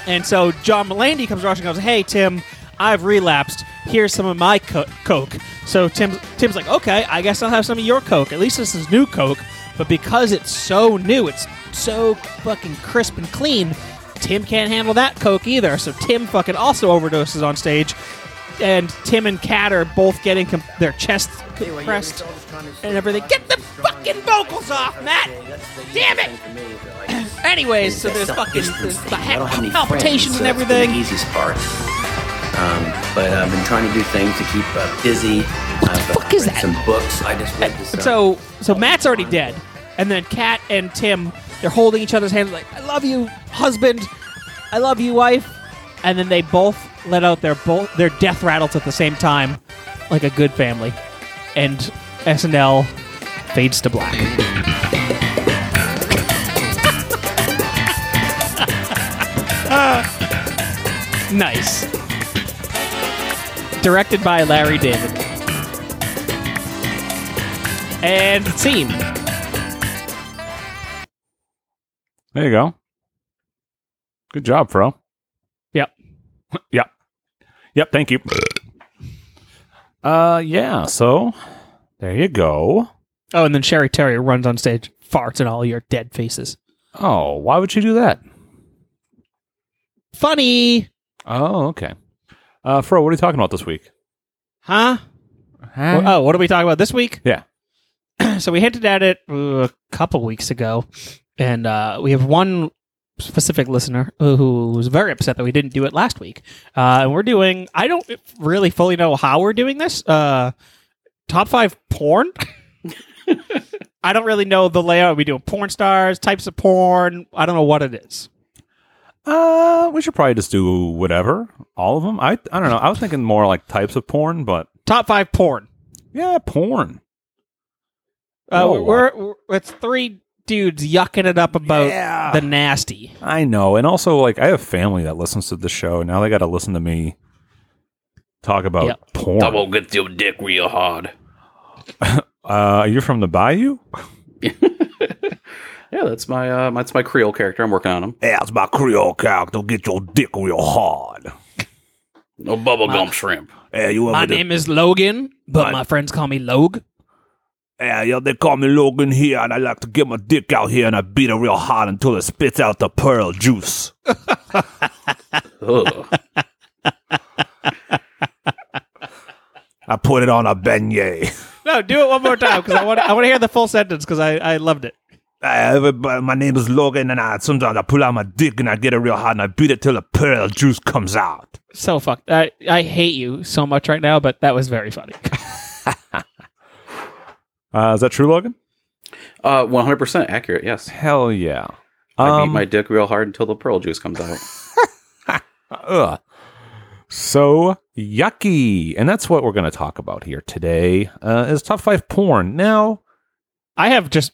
And so John Mulaney comes rushing and goes, Hey, Tim, I've relapsed. Here's some of my co- Coke. So Tim, Tim's like, Okay, I guess I'll have some of your Coke. At least this is new Coke. But because it's so new, it's so fucking crisp and clean, Tim can't handle that Coke either. So Tim fucking also overdoses on stage. And Tim and Kat are both getting com- their chests compressed and everything. Get the fucking vocals off, Matt! Damn it! Anyways, so there's fucking there's the I don't have any heck friends, uh, palpitations so and that's been everything. The easiest part. Um, but I've been trying to do things to keep uh, busy. What the fuck is that? Some books. I just read this. uh, So so Matt's already dead, and then Kat and Tim they're holding each other's hands like I love you, husband, I love you, wife, and then they both let out their both their death rattles at the same time, like a good family, and SNL fades to black. nice. Directed by Larry David. And scene. There you go. Good job, Fro. Yep. Yep. Yep. Thank you. Uh, yeah. So there you go. Oh, and then Sherry Terry runs on stage, farts in all your dead faces. Oh, why would you do that? Funny, Oh, okay. Uh, Fro, what are you talking about this week? huh? Well, oh, what are we talking about this week? Yeah. so we hinted at it uh, a couple weeks ago, and uh, we have one specific listener who was very upset that we didn't do it last week. Uh, and we're doing, I don't really fully know how we're doing this. Uh, top five porn? I don't really know the layout. Are we doing porn stars, types of porn? I don't know what it is. Uh, we should probably just do whatever. All of them. I I don't know. I was thinking more like types of porn, but Top five porn. yeah, porn. Uh, Oh. we're, we're it's three dudes yucking it up about Yeah. the nasty. I know. And also, like, I have family that listens to the show. and Now they got to listen to me talk about Yep. porn. Double get your dick real hard. Uh, you're from the Bayou? Yeah, that's my uh, that's my Creole character. I'm working on him. Yeah, it's my Creole cow. Don't get your dick real hard. No bubblegum shrimp. Yeah, you My name is Logan, but Mine- my friends call me Log. Yeah, yeah, they call me Logan here, and I like to get my dick out here and I beat it real hard until it spits out the pearl juice. Ugh. I put it on a beignet. No, do it one more time because I want I want to hear the full sentence because I, I loved it. Hey, everybody, my name is Logan, and I sometimes I pull out my dick and I get it real hard and I beat it till the pearl juice comes out. So fucked. I I hate you so much right now, but that was very funny. Uh, is that true, Logan? Uh, 100% accurate. Yes, Hell yeah. Um, I beat my dick real hard until the pearl juice comes out. Ugh. So yucky. And that's what we're going to talk about here today uh, is top five porn. Now, I have just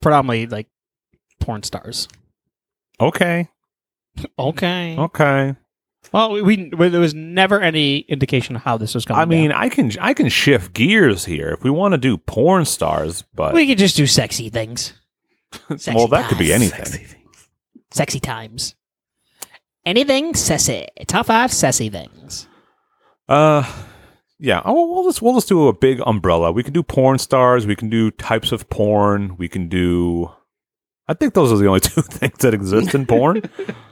predominantly like porn stars. okay, Okay. Oh. okay. Well, we, we there was never any indication of how this was going. I mean, I can I can shift gears here if we want to do porn stars, but we could just do sexy things. well, that could be anything. Sexy times. Anything sassy. Top five sassy things. Uh, yeah. Oh, we'll just we'll just do a big umbrella. We can do porn stars. We can do types of porn. We can do. I think those are the only two things that exist in porn.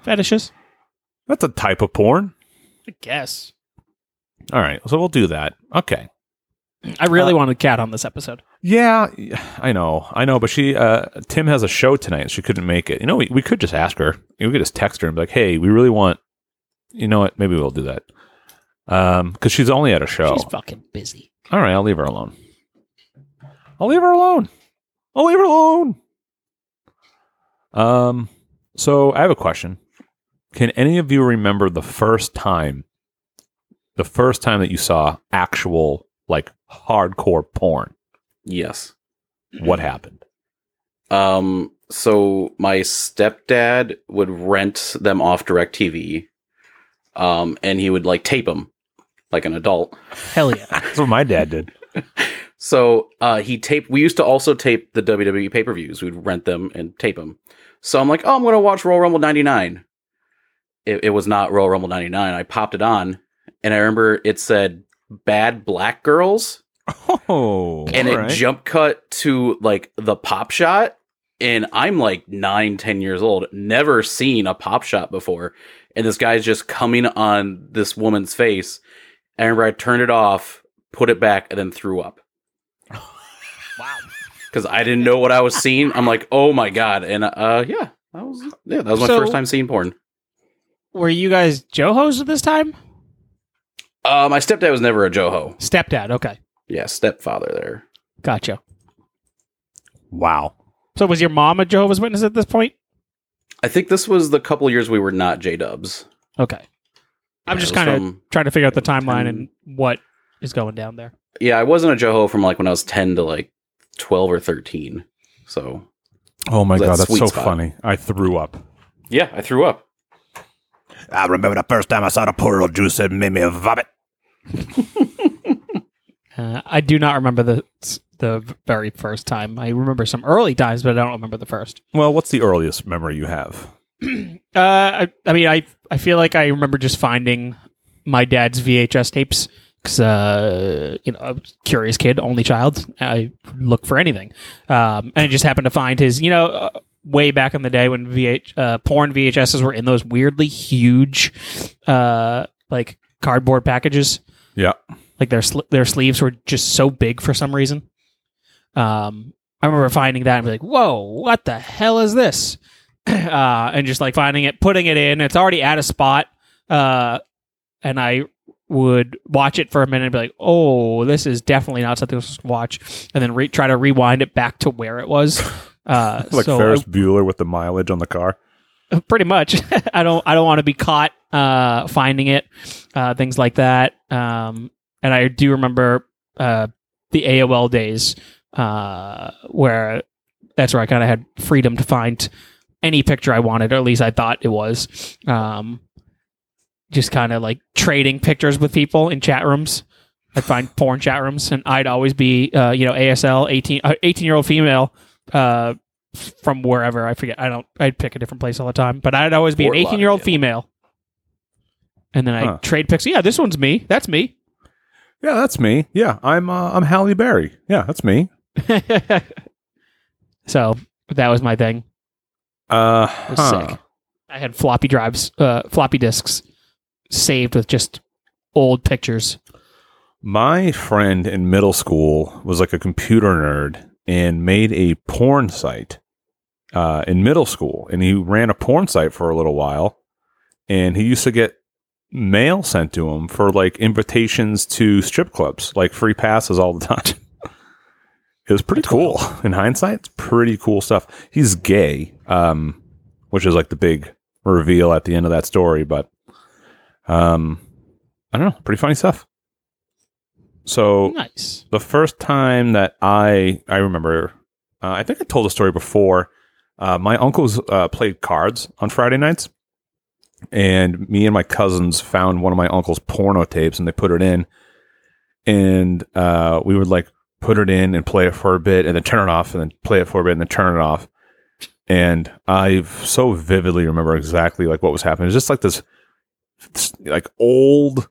Fetishes. That's a type of porn. I guess. All right. So we'll do that. Okay. I really wanted Cat on this episode. Yeah, I know, I know. But she, uh, Tim has a show tonight. She couldn't make it. You know, we, we could just ask her. We could just text her and be like, "Hey, we really want." You know what? Maybe we'll do that. Um, because she's only at a show. She's fucking busy. All right, I'll leave her alone. I'll leave her alone. I'll leave her alone. Um, so I have a question. Can any of you remember the first time, the first time that you saw actual like hardcore porn? Yes. What happened? Um. So my stepdad would rent them off Directv, um, and he would like tape them, like an adult. Hell yeah. That's what my dad did. So uh, he taped. We used to also tape the WWE pay per views. We'd rent them and tape them. So I'm like, oh, I'm gonna watch Royal Rumble '99. It, it was not Royal Rumble '99. I popped it on, and I remember it said "Bad Black Girls," Oh, and it jump cut to like the pop shot. And I'm like nine, ten years old, never seen a pop shot before. And this guy's just coming on this woman's face. And I remember I turned it off, put it back, and then threw up wow. because I didn't know what I was seeing. I'm like, oh my god, and uh, yeah, that was yeah, that was my So- first time seeing porn. Were you guys Johos at this time? Uh, my stepdad was never a Joho. Stepdad. Okay. Yeah, stepfather there. Gotcha. wow. So was your mom a Jehovah's Witness at this point? I think this was the couple years we were not J Dubs. Okay. I'm Yeah, just it was kind of from- trying to figure out the timeline ten- and what is going down there. Yeah, I wasn't a Joho from like when I was ten to like twelve or thirteen. So Oh my That god, that's sweet so spot. funny. I threw up. yeah, I threw up. I remember the first time I saw the portal juice that made me vomit. Uh, I do not remember the the very first time. I remember some early times, but I don't remember the first. Well, what's the earliest memory you have? Uh, I, I mean, I I feel like I remember just finding my dad's VHS tapes because uh, you know, I was a curious kid, only child. I look for anything, um, and I just happened to find his. You know, uh, way back in the day when VH uh, porn VHSs were in those weirdly huge, uh, like cardboard packages. Yeah. like their sl- their sleeves were just so big for some reason. Um, I remember finding that and be like, "Whoa, what the hell is this?" uh, and just like finding it, putting it in. It's already at a spot, uh, and I would watch it for a minute and be like, "Oh, this is definitely not something I was supposed to watch," and then re- try to rewind it back to where it was. Uh, Like so Ferris Bueller with the mileage on the car. I- pretty much, I don't I don't want to be caught uh, finding it, uh, things like that. Um, and I do remember uh, the AOL days uh, where that's where I kind of had freedom to find any picture I wanted, or at least I thought it was. Um, just kind of like trading pictures with people in chat rooms. I'd find porn chat rooms, and I'd always be, uh, you know, ASL 18, uh, 18 year old female uh, f- from wherever. I forget. I don't, I'd pick a different place all the time, but I'd always be Fort an 18 year old Lauderdale. female. And then I'd Huh. trade pics. Yeah, this one's me. That's me. Yeah, that's me. Yeah, I'm uh, I'm Halle Berry. Yeah, that's me. so that was my thing. Uh, was huh. sick. I had floppy drives, uh, floppy disks saved with just old pictures. My friend in middle school was like a computer nerd and made a porn site uh, in middle school, and he ran a porn site for a little while, and he used to get mail sent to him for like invitations to strip clubs, like free passes all the time. it was pretty cool. In hindsight, it's pretty cool stuff. He's gay, um, which is like the big reveal at the end of that story, but um, I don't know, pretty funny stuff. So Hmm. Nice. the first time that I I remember, uh, I think I told a story before. Uh, my uncles uh, played cards on Friday nights, and me and my cousins found one of my uncle's porno tapes, and they put it in, and uh, we would like put it in and play it for a bit, and then turn it off, and then play it for a bit, and then turn it off. And I so vividly remember exactly like what was happening. It's just like this, this like old,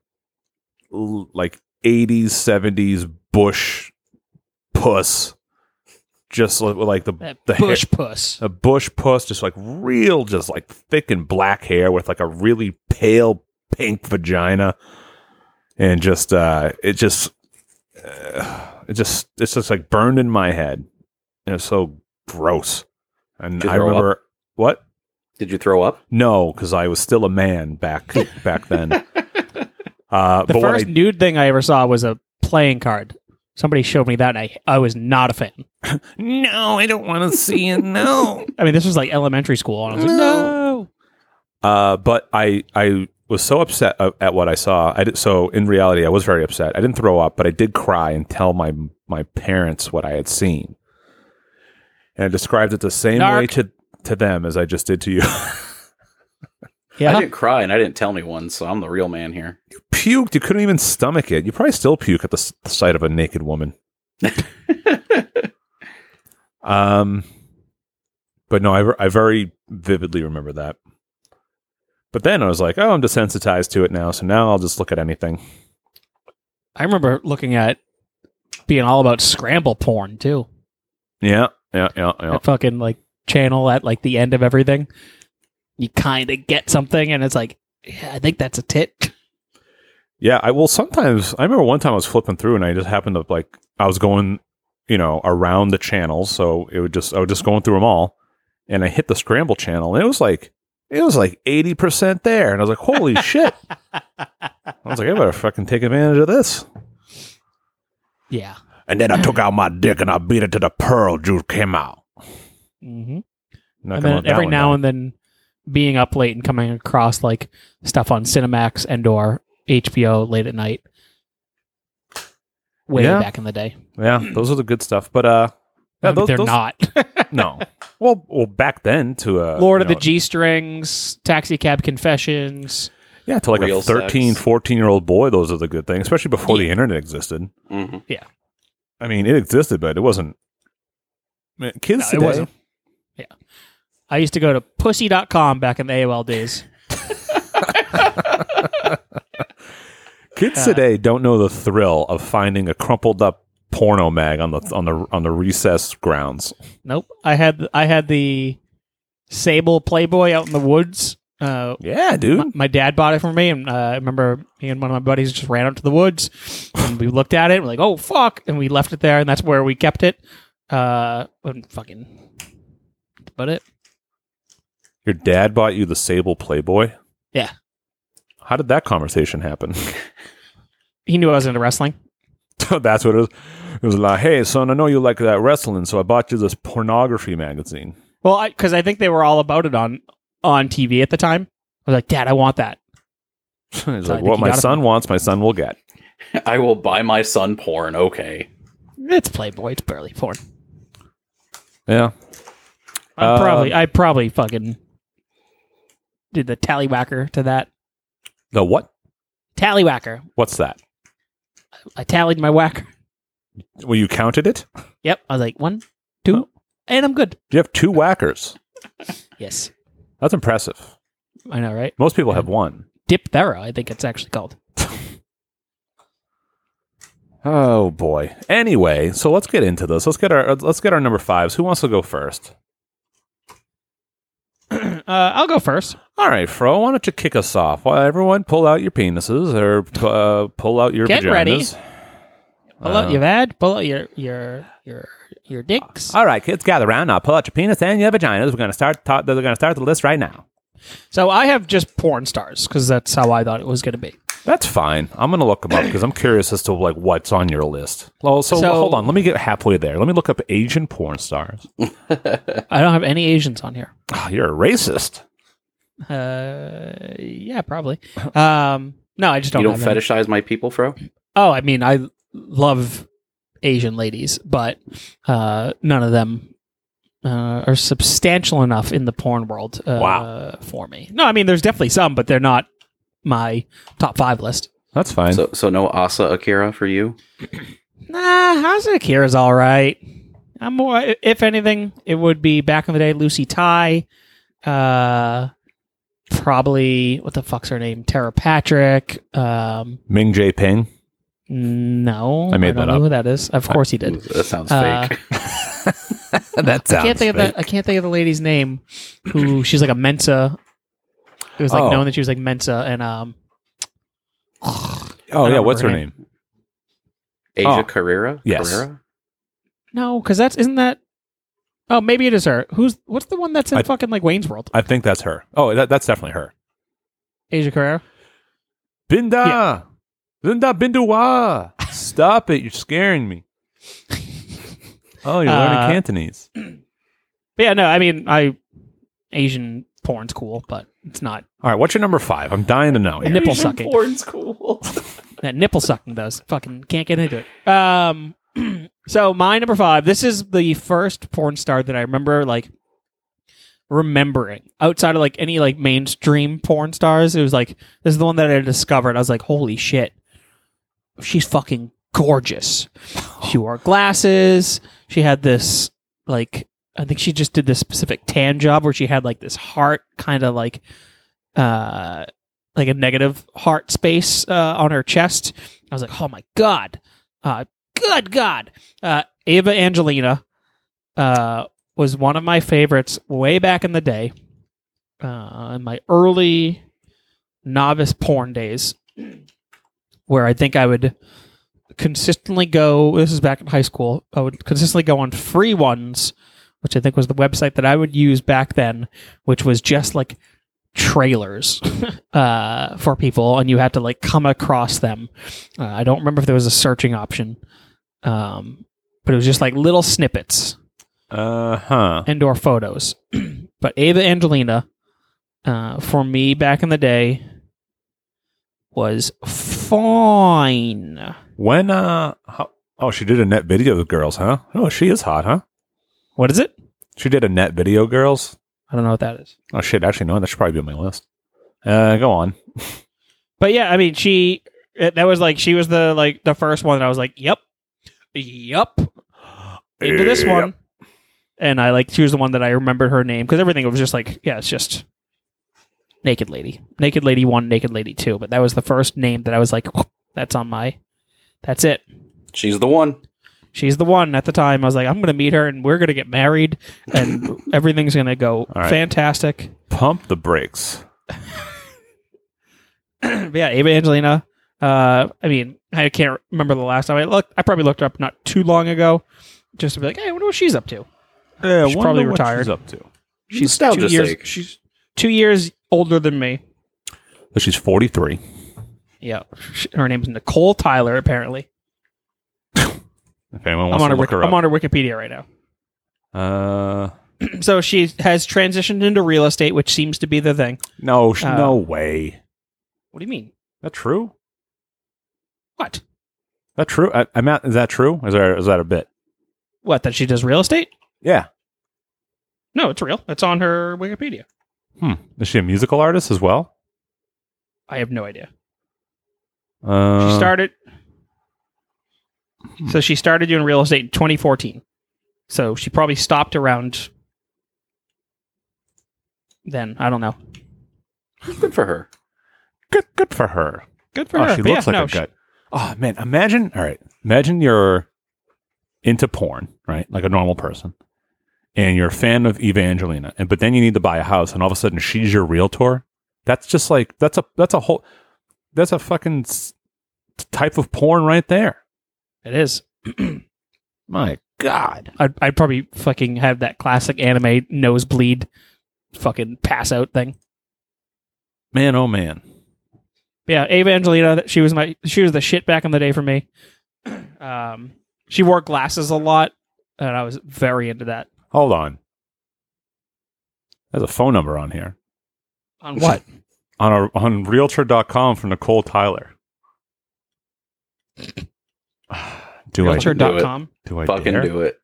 l- like 80s, 70s bush puss, just li- like the That the bush puss. a bush puss, just like real, just like thick and black hair with like a really pale pink vagina. and just uh, it just uh, it just it's just like burned in my head, and it's so gross. And Did you I throw up? remember what Did you throw up? no, because I was still a man back back then. uh, The but what first I nude thing I ever saw was a playing card. Somebody showed me that, and I, I was not a fan. no, I don't want to see it. No. I mean, this was like elementary school, and I was like, no. Uh, but I I was so upset a- at what I saw. I did, so in reality, I was very upset. I didn't throw up, but I did cry and tell my my parents what I had seen, and I described it the same way Narc. to to them as I just did to you. Yeah. I didn't cry and I didn't tell anyone, so I'm the real man here. Puked. You couldn't even stomach it. You probably still puke at the, s- the sight of a naked woman. um, but no, I ver- I very vividly remember that. But then I was like, oh, I'm desensitized to it now, so now I'll just look at anything. I remember looking at being all about scramble porn too. Yeah, yeah, yeah, yeah. That fucking like channel at like the end of everything. You kind of get something, and it's like, yeah, I think that's a tit. Yeah, I will sometimes I remember one time I was flipping through and I just happened to like I was going, you know, around the channels, so it would just I was just going through them all and I hit the scramble channel and it was like it was like 80% there and I was like, "Holy shit." I was like, "I better fucking take advantage of this." Yeah. And then I took out my dick and I beat it to the pearl juice came out. Mm-hmm. Not And gonna then let that every one now down. and then being up late and coming across like stuff on Cinemax and or HBO late at night. Way Yeah. back in the day. Yeah, those are the good stuff, but uh yeah, I mean, those, they're those- Uh, not. No. Well, well, back then to uh, Lord you of the know, G Strings, Taxi Cab Confessions. Yeah, to like a Real 13, sex. 14 year old boy, those are the good things, especially before the internet existed. hmm I mean, it existed, but it wasn't. Man, kids No, it today, wasn't. I used to go to pussy.com back in the AOL days. kids today don't know the thrill of finding a crumpled up porno mag on the on the on the recess grounds. Nope. I had I had the Sable Playboy out in the woods. Uh, Yeah, my, dude. my dad bought it for me, and uh, I remember me and one of my buddies just ran out to the woods, and we looked at it. And we're like, "Oh fuck!" And we left it there, and that's where we kept it. Uh, and fucking, that's about it. Your dad bought you the Sable Playboy. Yeah. How did that conversation happen? He knew I was into wrestling. That's what it was. It was like, hey, son, I know you like that wrestling, so I bought you this pornography magazine. Well, I because I think they were all about it on on TV at the time. I was like, "Dad, I want that." He's I like, think what he my got it son wants, my son will get. I will buy my son porn. Okay. It's Playboy. It's barely porn. Yeah. I Um, probably I probably fucking did the tallywhacker to that The what? tallywhacker. What's that? I tallied my whacker. Well, you counted it? Yep. I was like one, two, and I'm good. You have two whackers. Yes. That's impressive. I know, right? Most people have one. Diphthera, I think it's actually called. Oh boy. Anyway, so let's get into this. Let's get our let's get our number fives. Who wants to go first? Uh, I'll go first. All right, Fro. Why don't you kick us off? Well, everyone, pull out your penises or uh, pull out your Get vaginas. ready. Pull Uh, out your vad, pull out your your your your dicks. All right, kids, gather around. Now pull out your penis and your vaginas. We're gonna start. Ta- they're gonna start the list right now. so I have just porn stars because that's how I thought it was going to be. That's fine. I'm gonna look them up because I'm curious as to like what's on your list. Well, so, So- hold on. Let me get halfway there. Let me look up Asian porn stars. I don't have any Asians on here. Ah, you're a racist. Uh, yeah, probably. Um, no, I just don't. you don't have any. fetishize my people, Fro? Oh, I mean, I love Asian ladies, but uh, none of them uh, are substantial enough in the porn world uh, Wow. for me. No, I mean, there's definitely some, but they're not my top five list. That's fine. So, so no Asa Akira for you? Nah, Hazuki Akira's all right. I'm more, if anything, it would be back in the day, Lucy Ty. Uh, probably, what the fuck's her name? Tara Patrick. Um, Ming J Ping. no. I made don't that know up. who that is. Of course he did. That sounds Uh, fake. that I can't think of the I can't think of the lady's name who she's like a Mensa. It was like Oh. known that she was like Mensa and um Oh don't yeah, what's her remember her name? Asia Oh. Carrera. Yes. Carrera? No, because that's isn't that. Oh, maybe it is her. Who's what's the one that's in I- fucking like Wayne's World? I think that's her. Oh, that, that's definitely her. Asia Carrera. Binda, Binda Binduwa, stop it! You're scaring me. Oh, you're Uh, learning Cantonese. But yeah, no, I mean, I Asian porn's cool, but it's not All right, what's your number five? I'm dying to know. here. nipple sucking. Porn's cool. That nipple sucking does. Fucking can't get into it. Um, so my number five. This is the first porn star that I remember like remembering outside of like any like mainstream porn stars. It was like this is the one that I discovered. I was like, holy shit, she's fucking gorgeous. She wore glasses. She had this like I think she just did this specific tan job where she had like this heart kind of like uh like a negative heart space uh, on her chest. I was like, oh my god, uh, good god. Uh, Ava Angelina uh, was one of my favorites way back in the day, uh, in my early novice porn days, where I think I would consistently go. This is back in high school. I would consistently go on free ones, which I think was the website that I would use back then, which was just like trailers uh, for people, and you had to like come across them. Uh, I don't remember if there was a searching option, um, but it was just like little snippets Uh huh. and or photos. but Ava Angelina, uh, for me back in the day, was fine. When uh, how, oh, she did a net video with girls, huh? Oh, she is hot, huh? What is it? She did a net video, girls. I don't know what that is. Oh shit! Actually, no, that should probably be on my list. Uh, go on. But yeah, I mean, she it- that was like she was the like the first one that I was like, yep, yep, into Eh, this one. And I like she was the one that I remembered her name because everything was just like yeah, it's just naked lady, naked lady one, naked lady two. But that was the first name that I was like, that's on my, that's it. She's the one. She's the one at the time. I was like, I'm gonna meet her and we're gonna get married and everything's gonna go right. fantastic. Pump the brakes. But yeah, Ava Angelina. Uh, I mean, I can't remember the last time I looked. I probably looked her up not too long ago, just to be like, hey, I wonder what she's up to. Yeah, She's wonder probably what retired. she's up to. She's Nostalgia two years. sake. She's two years older than me. But she's 43. Yeah, Sh- her name's Nicole Tyler. Apparently, If anyone I'm wants on to her. look Wiki- her I'm up, on her Wikipedia right now. uh, so she has transitioned into real estate, which seems to be the thing. no, sh- Uh, no way. What do you mean? That true? What? That true? I, I'm at, is that true? Is there is that a bit? What? That she does real estate? Yeah. No, it's real. It's on her Wikipedia. Hmm. Is she a musical artist as well? I have no idea. Uh, She started. So she started doing real estate in 2014. So she probably stopped around then. I don't know. Good for her. Good, good for her. Good for oh, her. she But looks yeah, like no, a she- gut. Oh man, imagine. All right, imagine you're into porn, right? Like a normal person, and you're a fan of Evangelina, and but then you need to buy a house, and all of a sudden she's your realtor. That's just like that's a that's a whole that's a fucking s- type of porn right there. It is. My God, I'd, I'd probably fucking have that classic anime nosebleed fucking pass out thing. man, oh man. yeah, Ava Angelina. that- She was my she was the shit back in the day for me. Um, she wore glasses a lot, and I was very into that. Hold on. There's a phone number on here On what? on our, on Realtor.com for Nicole Tyler. Do I Realtor- Culture.com. do I Fucking dare? do it.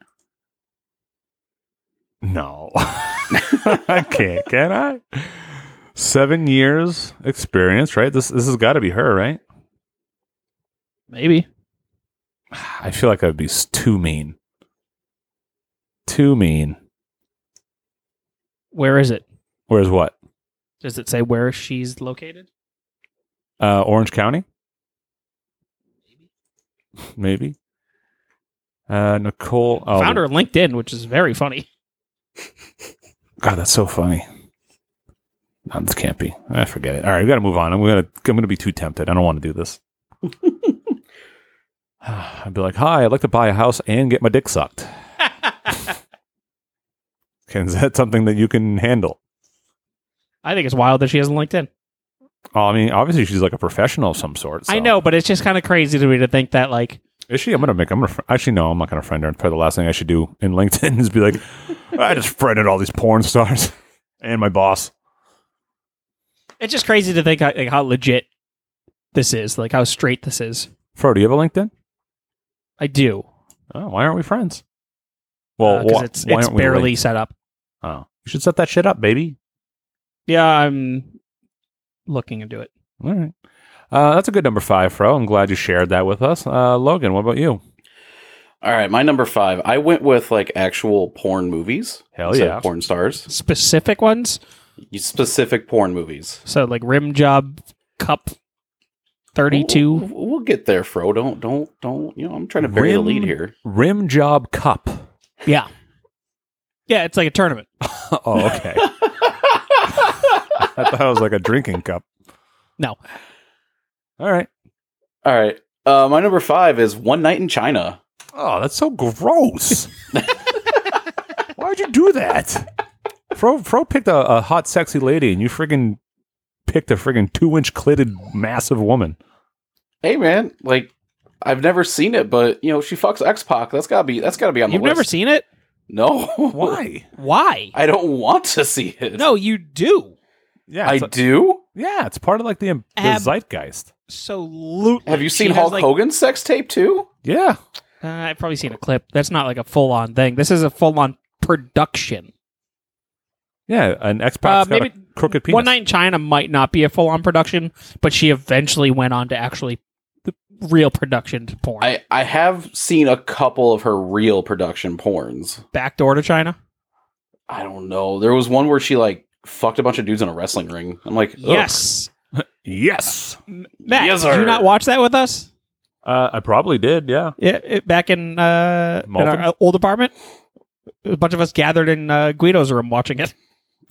No. I can't, can I? Seven years experience, right? This this has got to be her, right? Maybe. I feel like I'd be s- too mean. Too mean. Where is it? Where's what? Does it say where she's located? Uh, Orange County? Maybe. Uh, Nicole. Oh, Found her on LinkedIn, which is very funny. God, that's so funny. No, this can't be. I forget it. All right, we got to move on. I'm gonna I'm gonna be too tempted. I don't want to do this. I'd be like, "Hi, I'd like to buy a house and get my dick sucked." Can is that something that you can handle? I think it's wild that she hasn't LinkedIn. Oh, I mean, obviously she's like a professional of some sort. I so- know, but it's just kind of crazy to me to think that like Is she? I'm gonna make. I'm gonna. fr- Actually, no. I'm not gonna friend her. Probably the last thing I should do in LinkedIn is be like, I just friended all these porn stars and my boss. it's just crazy to think how, like how legit this is, like how straight this is. Fro, do you have a LinkedIn? I do. Oh, why aren't we friends? Well, Well, wh- Uh, it's why it's aren't we barely linked? set up. Oh, you should set that shit up, baby. Yeah, I'm looking into it. All right. Uh, that's a good number five, Fro. I'm glad you shared that with us. Uh, Logan, what about you? All right, my number five. I went with like actual porn movies. Hell instead of yeah. porn stars. Specific ones, Specific porn movies. so like rim job cup thirty We'll, two. we'll get there, Fro. Don't don't don't. You know, I'm trying to bury the lead here. Rim Job Cup. Yeah, yeah, it's like a tournament. oh, okay. I thought it was like a drinking cup. No, All right. All right. Uh, my number five is One Night in China. Oh, that's so gross. Why'd you do that? Fro Fro picked a, a hot, sexy lady, and you friggin' picked a friggin' two inch clitted massive woman. Hey, man. Like, I've never seen it, but you know, she fucks X Pac. That's gotta be. That's gotta be on the you've list. never seen it. No. Why? Why? I don't want to see it. No, you do. Yeah, I it's a- do. yeah, it's part of like the, the Ab- zeitgeist. Absolutely. Have you She seen has, Hulk like- Hogan's sex tape too? Yeah, Uh, I've probably seen a clip. That's not like a full on thing. This is a full on production. yeah. An X Uh, Pac's got maybe a crooked penis. One Night in China might not be a full on production, but she eventually went on to actually the real production to porn. I I have seen a couple of her real production porns. Backdoor to China. I don't know. There was one where she like fucked a bunch of dudes in a wrestling ring. I'm like, ugh. Yes. yes, Matt, Yes, did sir. you not watch that with us? uh, I probably did. Yeah, Yeah, it- back in, uh, in Malton? our old apartment. A bunch of us gathered in uh, Guido's room watching it.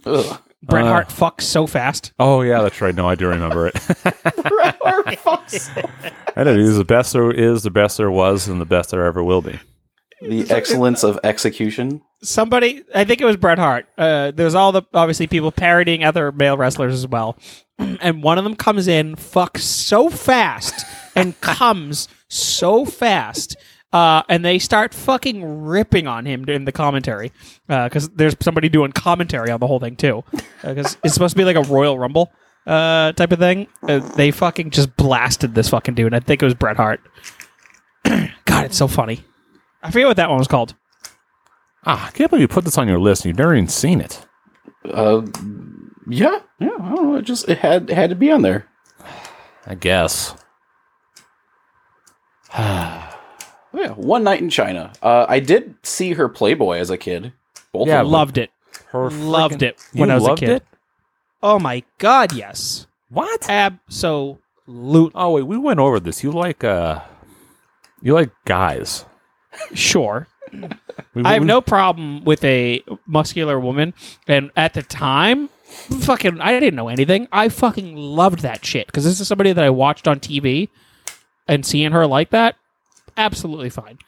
ugh. Bret Uh. Hart fucks so fast. Oh yeah, that's right. No, I do remember it. Bret Hart fucks. I know he's the best there is, the best there was, and the best there ever will be. the excellence of execution. somebody i think it was bret hart uh, there was all the obviously people parodying other male wrestlers as well and one of them comes in fucks so fast and comes so fast uh, and they start fucking ripping on him in the commentary because there's somebody doing commentary on the whole thing too because it's supposed to be like a royal rumble uh, type of thing uh, they fucking just blasted this fucking dude i think it was bret hart god it's so funny i forget what that one was called Ah, I can't believe you put this on your list. and You've never even seen it. Uh, yeah, yeah. I don't know. It just it had it had to be on there. I guess. Oh, yeah, one night in China. Uh, I did see her Playboy as a kid. Both Yeah, of them. loved it loved it when You I was loved a kid. it? Oh my god, yes, What? absolutely Oh wait, we went over this. You like uh, you like guys. sure. We, I have we- no problem with a muscular woman, and at the time, fucking, I didn't know anything. I fucking loved that shit because this is somebody that I watched on TV, and seeing her like that, absolutely fine.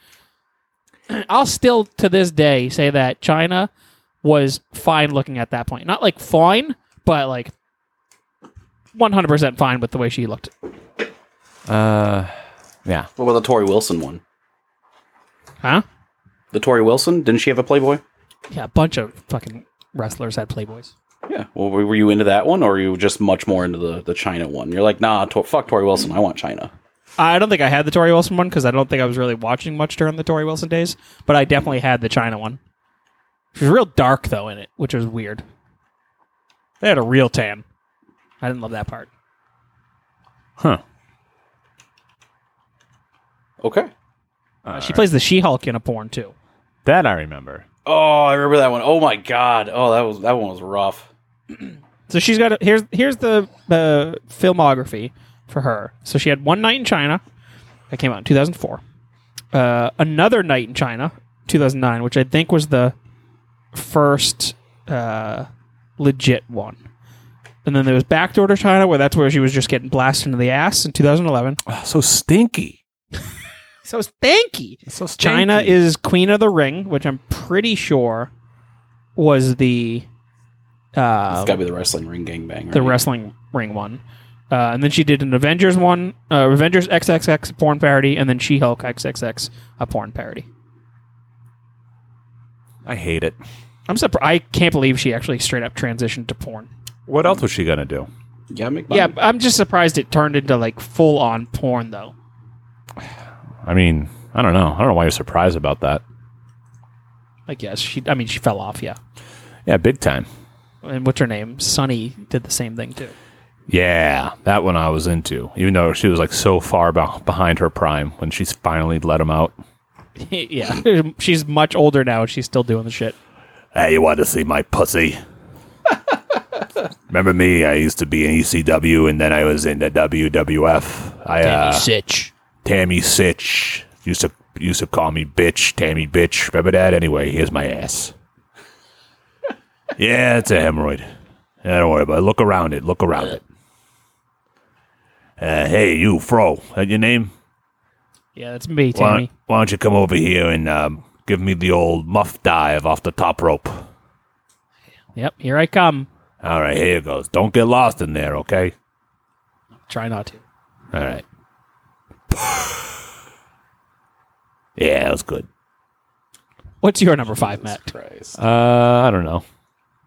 I'll still to this day say that China was fine looking at that point. Not like fine, but like 100% fine with the way she looked. Uh, yeah. What about the Tori Wilson one? Huh? The Tori Wilson didn't she have a Playboy? Yeah, a bunch of fucking wrestlers had Playboys. Yeah. Well, were were you into that one, or were you just much more into the the China one? You're like, nah, to- fuck Tori Wilson. I want China. I don't think I had the Tori Wilson one because I don't think I was really watching much during the Tori Wilson days, but I definitely had the China one. She was real dark though in it, which was weird. They had a real tan. I didn't love that part. Huh. Okay. she plays the She-Hulk in a porn too. That I remember. Oh, I remember that one. Oh my god. Oh, that was that one was rough. So she's got a, here's here's the uh, filmography for her. So she had one night in China that came out in 2004. Uh, another night in China 2009, which I think was the first uh, legit one. And then there was Backdoor to China, where that's where she was just getting blasted into the ass in 2011. Oh, so stinky. So stanky. It's so stinky. China is Queen of the Ring, which I'm pretty sure was the uh, It's got to be the wrestling ring gangbang. Right? the wrestling ring one. Uh, and then she did an Avengers one, uh, Avengers XXX porn parody, and then She Hulk XXX a porn parody. I hate it. I'm surprised. I can't believe she actually straight up transitioned to porn. What else was she gonna do? Yeah, make Yeah, yeah. but I'm just surprised it turned into like full on porn though. I mean, I don't know. I don't know why you're surprised about that. I guess she. I mean, she fell off. Yeah. Yeah, big time. And what's her name? Sunny did the same thing too. Yeah, that one I was into. Even though she was like so far beh- behind her prime when she's finally let him out. yeah, she's much older now. and She's still doing the shit. Hey, you want to see my pussy? Remember me? I used to be E in ECW, and then I was in the WWF. I Ah. uh, Sitch. Tammy Sitch used to used to call me bitch, Tammy bitch. Remember that? Anyway, here's my ass. yeah, it's a hemorrhoid. Yeah, don't worry about it. Look around it. Look around it. Uh, hey, you, Fro. That your name? Yeah, that's me, Why, Tammy. why don't you come over here and um, give me the old muff dive off the top rope? Yep, here I come. All right, here it goes. Don't get lost in there, okay? Try not to. All right. yeah, that was good. What's your number five, Matt? Christ. Uh, I don't know.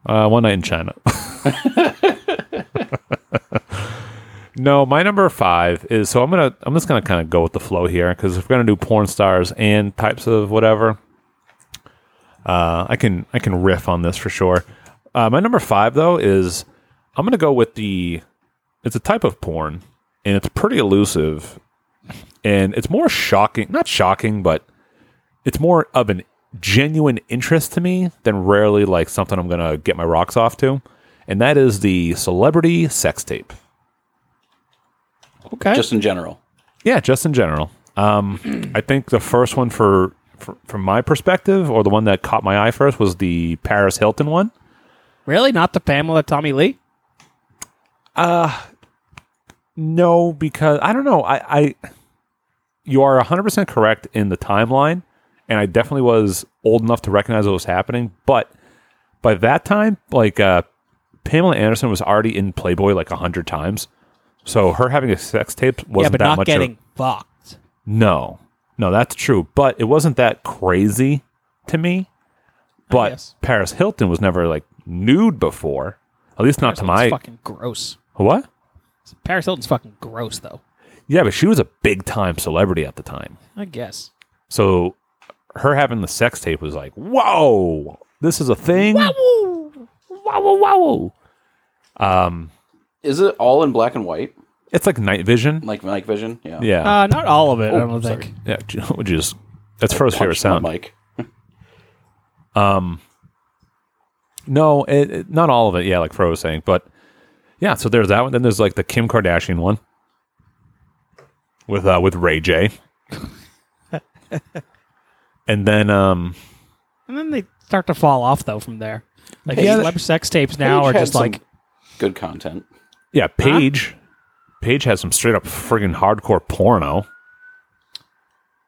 Uh, one night in China. no, my number five is so I'm gonna I'm just gonna kind of go with the flow here because if we're gonna do porn stars and types of whatever, uh, I can I can riff on this for sure. Uh, my number five though is I'm gonna go with the it's a type of porn and it's pretty elusive and it's more shocking not shocking but it's more of an genuine interest to me than rarely like something I'm gonna get my rocks off to, and that is the celebrity sex tape. Okay. Just in general. Yeah, just in general. Um, I think the first one for, for from my perspective, or the one that caught my eye first, was the Paris Hilton one. really? Not the Pamela Tommy Lee? No, because I don't know. I, I you are 100% correct in the timeline, and I definitely was old enough to recognize what was happening. But by that time, like uh, Pamela Anderson was already in Playboy like 100 times. So her having a sex tape wasn't yeah, but that not much. of- getting fucked. no, no, that's true. But it wasn't that crazy to me. But guess. Paris Hilton was never like nude before, at least not to It's my fucking gross. what. Paris Hilton's fucking gross, though. Yeah, but she was a big time celebrity at the time. I guess. So her having the sex tape was like, whoa, this is a thing. Wow, wow, wow. Is it all in black and white, It's like night vision. like Mike Vision? Yeah. Yeah, Uh, not all of it, I Oh, don't sorry. think. yeah. Which is that's first favorite Punch my sound. mic. No, it, it- not all of it. Yeah, like Fro was saying, but yeah. So there's that one. Then there's like the Kim Kardashian one with uh, with Ray J. and then um, And then they start to fall off, though, from there. Like, Paige- these celeb sex tapes now Paige are had just some like, good content. yeah, Paige. Paige has some straight up friggin' hardcore porno.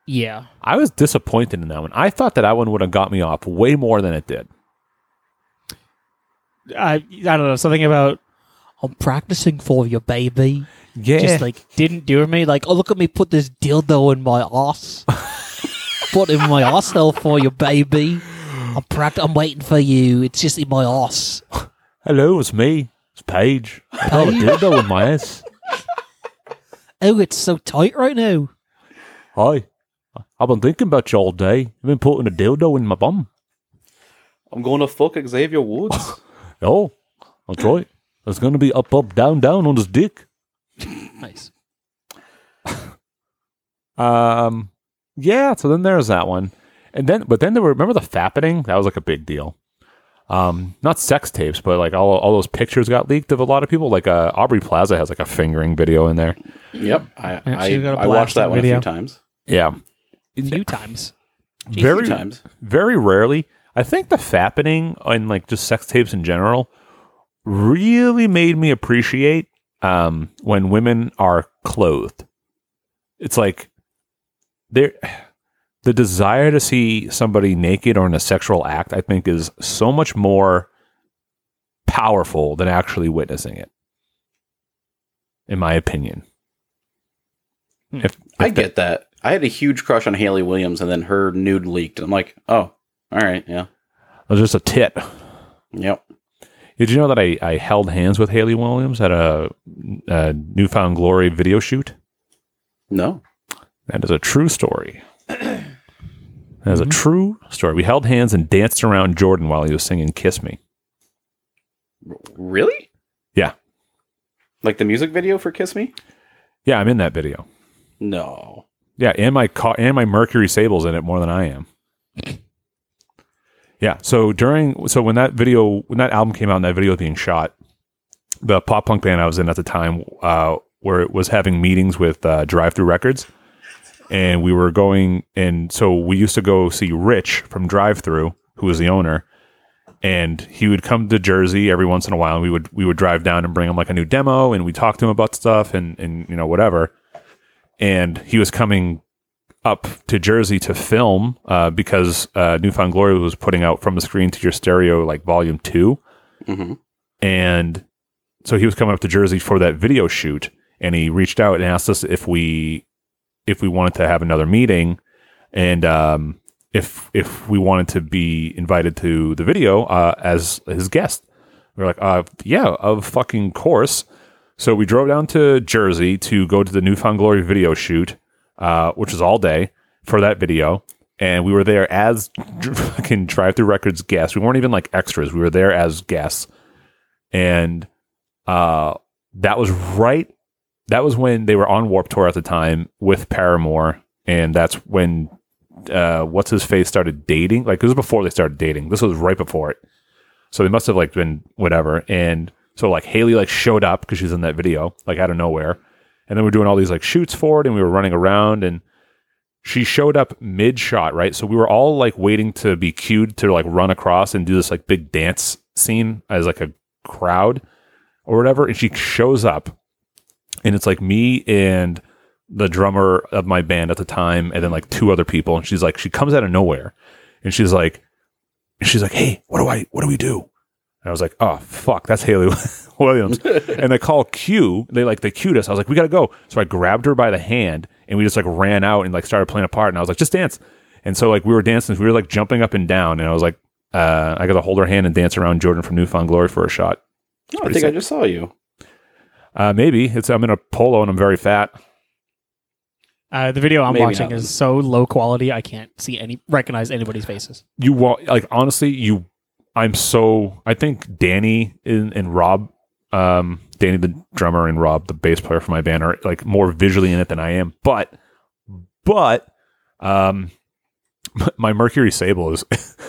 yeah. I was disappointed in that one. I thought that that one would have got me off way more than it did. I, I don't know. Something about, I'm practicing for you, baby. Yeah, just like didn't do me. Like, oh look at me put this dildo in my ass. put it in my asshole for you, baby. I'm pract- I'm waiting for you. It's just in my ass. hello, it's me, it's Paige. I got a dildo in my ass. Oh, it's so tight right now. Hi, I've been thinking about you all day. I've been putting a dildo in my bum. I'm going to fuck Xavier Woods. Oh, that's right. It's gonna be up, up, down, down on his dick. Nice. Um, yeah. So then there's that one, and then but then there were remember the fappening that was like a big deal. Um, not sex tapes, but like all all those pictures got leaked of a lot of people. Like uh, Aubrey Plaza has like a fingering video in there. Yep, I I, she's got a I watched blast in that the one video. a few times. Yeah, A few times. very few times. very rarely. I think the fappening and like just sex tapes in general really made me appreciate um, when women are clothed. It's like there the desire to see somebody naked or in a sexual act, I think, is so much more powerful than actually witnessing it. In my opinion. If, I if get that. I had a huge crush on Haley Williams, and then her nude leaked, and I'm like, oh, all right, yeah, that was just a tit. yep. Did you know that I, I held hands with Haley Williams at a, a Newfound Glory video shoot? No, That is a true story. That is a true story. We held hands and danced around Jordan while he was singing Kiss Me. really? Yeah. Like the music video for "Kiss Me"? Yeah, I'm in that video. No. Yeah, and my car and my Mercury Sable's in it more than I am. Yeah. So during so when that video when that album came out and that video was being shot, the pop punk band I was in at the time, uh, where it was having meetings with uh, Drive Through Records, and we were going and so we used to go see Rich from Drive Through, who was the owner, and he would come to Jersey every once in a while. And we would we would drive down and bring him like a new demo, and we talk to him about stuff and and you know whatever. And he was coming up to Jersey to film uh, because uh, Newfound Glory was putting out from the screen to your stereo like volume two, Mhm. and so he was coming up to Jersey for that video shoot, and he reached out and asked us if we if we wanted to have another meeting, and um, if if we wanted to be invited to the video uh, as his guest. We are like, uh, yeah, of fucking course. So we drove down to Jersey to go to the Newfound Glory video shoot, uh, which was all day for that video. And we were there as dr- fucking Drive Through Records guests. We weren't even like extras. We were there as guests. And uh, that was right. That was when they were on Warp Tour at the time with Paramore. And that's when uh, what's his face started dating. Like, this was before they started dating. This was right before it. So they must have like been whatever. And so like Haley like showed up because she's in that video, like out of nowhere. And then we're doing all these like shoots for it and we were running around and she showed up mid shot, right? So we were all like waiting to be cued to like run across and do this like big dance scene as like a crowd or whatever. And she shows up and it's like me and the drummer of my band at the time and then like two other people. And she's like, she comes out of nowhere and she's like, and she's like, hey, what do I, what do we do? And I was like, oh fuck, that's Haley Williams. and they call Q. They like they cued us. I was like, we gotta go. So I grabbed her by the hand and we just like ran out and like started playing a part. And I was like, just dance. And so like we were dancing, we were like jumping up and down. And I was like, uh, I gotta hold her hand and dance around Jordan from Newfound Glory for a shot. No, I pretty think I sick. just saw you. Uh, maybe it's I'm in a polo and I'm very fat. Uh, the video I'm Maybe watching not. is so low quality, I can't see any recognize anybody's faces. you want like honestly you i'm so i think danny and, and rob um danny the drummer and rob the bass player for my band are like more visually in it than i am but but um my mercury sable is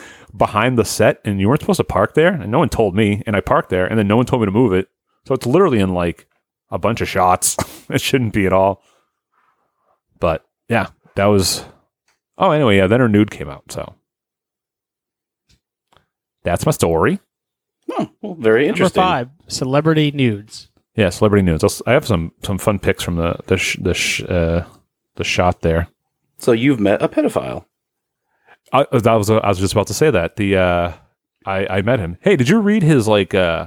behind the set and you weren't supposed to park there and no one told me and i parked there and then no one told me to move it so it's literally in like a bunch of shots it shouldn't be at all but yeah that was oh anyway yeah then her nude came out so that's my story. Oh, well, very Number interesting. five, celebrity nudes. Yeah, celebrity news. I'll, s- I have some some fun picks from the the sh, the sh, uh, the shot there. So you've met a pedophile. I, uh, that was I was just about to say that the uh, I I met him. Hey, did you read his like uh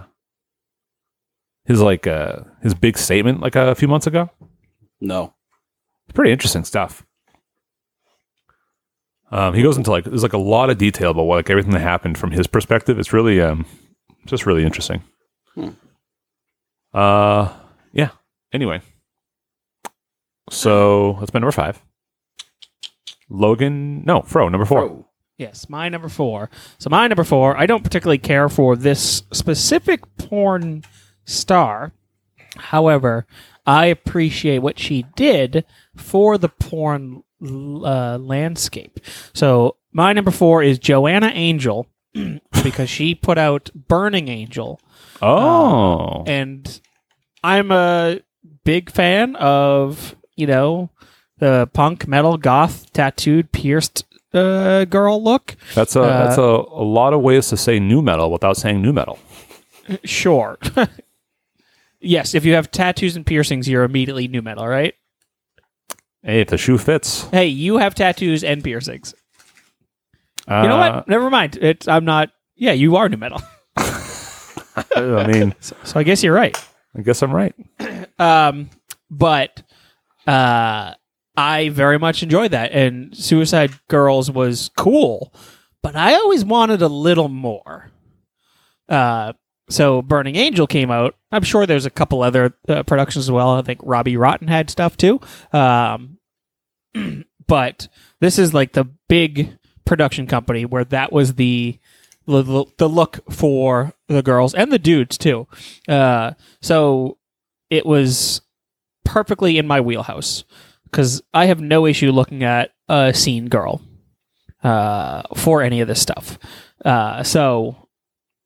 his like uh his big statement like a few months ago? No. It's pretty interesting stuff. Um, he goes into like there's like a lot of detail about what, like everything that happened from his perspective. It's really um just really interesting. Hmm. Uh, yeah. Anyway, so that's my number five. Logan, no, Fro, number four. Oh, Yes, my number four. So my number four, I don't particularly care for this specific porn star. However, I appreciate what she did for the porn uh, landscape. So my number four is Joanna Angel because she put out Burning Angel, Oh, and I'm a big fan of you know the punk, metal, goth, tattooed, pierced uh, girl look. that's a uh, that's a, a lot of ways to say new metal without saying new metal. Sure. yes, if you have tattoos and piercings, you're immediately new metal, right? Hey, if the shoe fits. Hey, you have tattoos and piercings. Uh, You know what? Never mind. It's I'm not. Yeah, you are new metal. Uh, I mean, So I guess you're right. I guess I'm right. Um, but uh, I very much enjoyed that, and Suicide Girls was cool, but I always wanted a little more. Uh, so Burning Angel came out. I'm sure there's a couple other uh, productions as well. I think Robbie Rotten had stuff too. Um, but this is like the big production company where that was the the, the look for the girls and the dudes too. Uh, so it was perfectly in my wheelhouse because I have no issue looking at a scene girl uh, for any of this stuff. Uh, so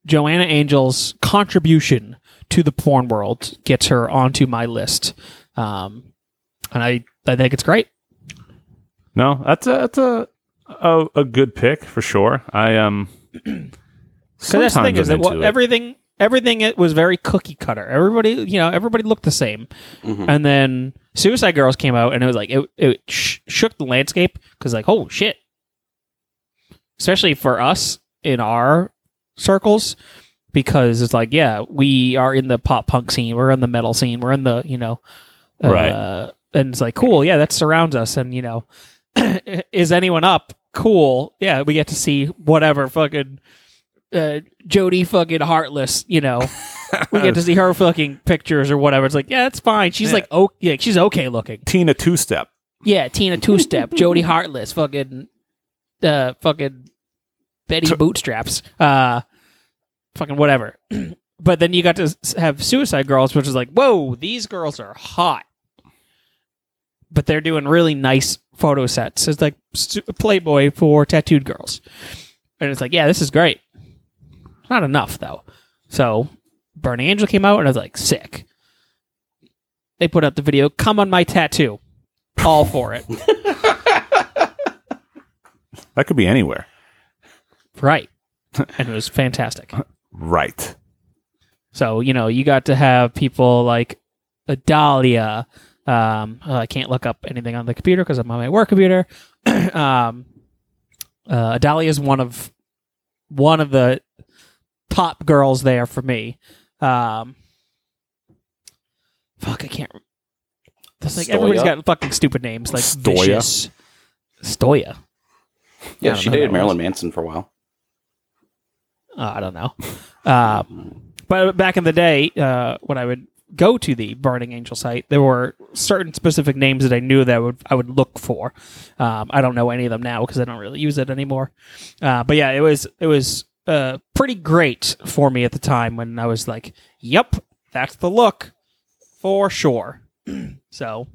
Joanna Angel's contribution to the porn world gets her onto my list, um, and I I think it's great. No, that's a that's a a, a good pick for sure. I um. So that's the thing I'm is that what, into it. everything everything it was very cookie cutter. Everybody you know everybody looked the same, Mm-hmm. Mhm. and then Suicide Girls came out and it was like it it sh- shook the landscape because like oh shit, especially for us in our circles because it's like yeah we are in the pop punk scene we're in the metal scene we're in the you know uh, Right. and it's like cool yeah that surrounds us and you know is anyone up cool yeah we get to see whatever fucking uh, Jody fucking heartless, you know. we get to see her fucking pictures or whatever. It's like, yeah, that's fine. She's like, oh, yeah, she's okay looking. Tina two step. Yeah, Tina Two Step, Jody Heartless, fucking, uh, fucking Betty Bootstraps, uh, fucking whatever. but then you got to s- have Suicide Girls, which is like, whoa, these girls are hot. But they're doing really nice photo sets. It's like su- Playboy for tattooed girls, and it's like, yeah, this is great. Not enough though. So, Burning Angel came out, and I was like, sick. They put out the video, "Come on My Tattoo." all for it. That could be anywhere. right. And it was fantastic. Right. So, you know, you got to have people like Adalia. Um, uh, I can't look up anything on the computer because I'm on my work computer. um, uh, Adalia is one of one of the top girls there for me. Um, fuck, I can't. It's like everybody's Stoya? got fucking stupid names like Stoya? Vicious. Stoya. Yeah, I don't she know dated that one. Marilyn Manson for a while. Uh, I don't know. Um, but back in the day, uh, when I would go to the Burning Angel site, there were certain specific names that I knew that I would, I would look for. Um, I don't know any of them now because I don't really use it anymore. Uh, but yeah, it was it was uh, pretty great for me at the time when I was like, "Yep, that's the look for sure." so,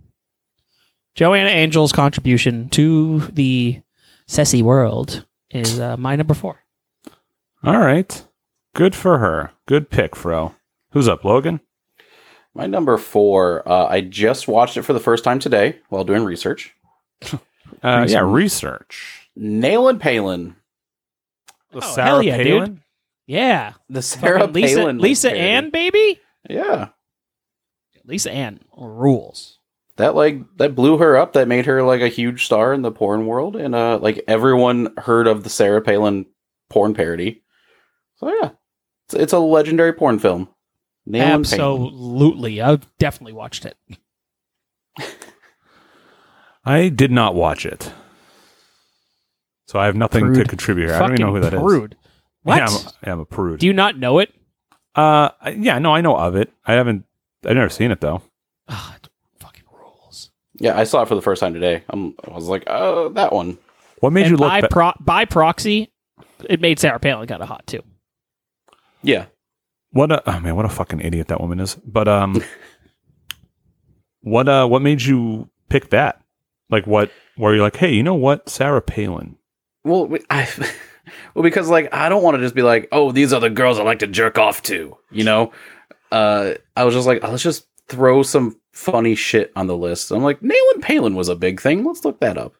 Joanna Angel's contribution to the sessy world is uh, my number four. All right. Good for her. Good pick, Fro. Who's up, Logan? My number four, uh, I just watched it for the first time today while doing research. Uh, yeah, research. Nailing Palin. The Oh, hell yeah, dude. Yeah. The Sarah Fucking Lisa, Palin. Lisa parody. Ann, baby. Yeah. Lisa Ann rules. That like that blew her up. That made her like a huge star in the porn world, and uh, like everyone heard of the Sarah Palin porn parody. So yeah, it's, it's a legendary porn film. Nailing Palin. Absolutely. I've definitely watched it. I did not watch it. So I have nothing to Prude. contribute here. I Fucking don't even know who that is. prude. What? Yeah, I'm, yeah, I'm a prude. Do you not know it? uh, yeah, no, I know of it. I haven't. I've never seen it though. Ah, it fucking rules. Yeah, I saw it for the first time today. i I was like, oh, that one. What made and you look? by, ba- pro- by proxy, it made Sarah Palin kind of hot too. Yeah, what? A, oh man, what a fucking idiot that woman is. But um, what uh, what made you pick that? Like, what? Where you're like, hey, you know what, Sarah Palin? Well, we- I well because like I don't want to just be like, oh, these are the girls I like to jerk off to, you know. Uh, I was just like, let's just throw some funny shit on the list. I'm like, Nayland Palin was a big thing. Let's look that up.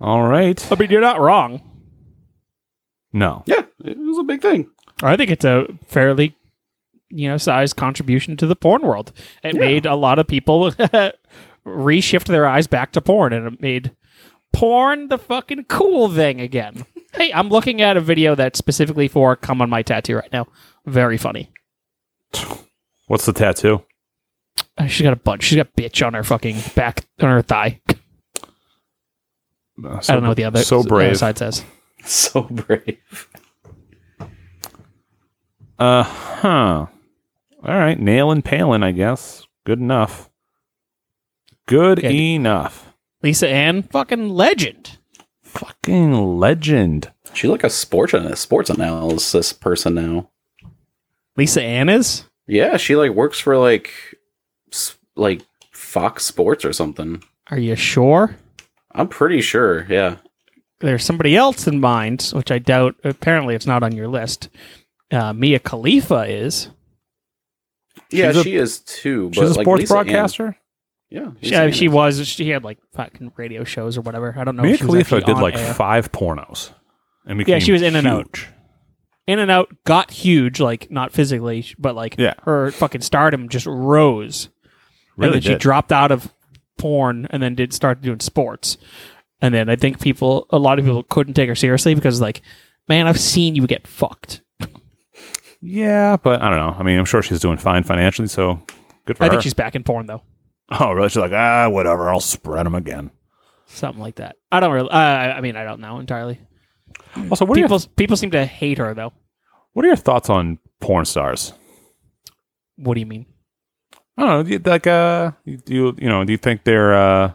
All right. I mean, you're not wrong. No. Yeah, it was a big thing. I think it's a fairly, you know, sized contribution to the porn world. It made a lot of people reshift their eyes back to porn, and it made porn the fucking cool thing again. hey, I'm looking at a video that's specifically for "Come on My Tattoo" right now. Very funny. What's the tattoo? Uh, She's got a bunch. She's got bitch on her fucking back on her thigh. Uh, I don't know what the other So other brave. side says. So brave. Uh huh. All right, nailing Palin, I guess. Good enough. Good Yeah, d- enough. Lisa Ann, fucking legend. Fucking legend. She like a sports a sports analysis person now. Lisa Ann is. Yeah, she like works for like s- like Fox Sports or something. Are you sure? I'm pretty sure. Yeah. There's somebody else in mind, which I doubt. Apparently, it's not on your list. Uh, Mia Khalifa is. Yeah, She's a- she is too. But She's a like sports Lisa Ann- broadcaster. yeah, She, Lisa uh, Ann she is- was. She had like fucking radio shows or whatever. I don't know. Mia if she was Khalifa actually did on like air. five pornos. And Yeah, became she was in and out. huge. In and Out got huge, like not physically, sh- but like Yeah. her fucking stardom just rose. Really and then she did. dropped out of porn and then did start doing sports. And then I think people, a lot of people couldn't take her seriously because like, man, I've seen you get fucked. Yeah, but I don't know. I mean, I'm sure she's doing fine financially, so good for I her. think she's back in porn though, oh, really? She's like, ah, whatever. I'll spread them again. something like that. I don't really. Uh, I mean, I don't know entirely. Also, what are, your, people people seem to hate her though. what are your thoughts on porn stars? What do you mean? I don't know. do you- Like, uh, you, you you know, do you think they're uh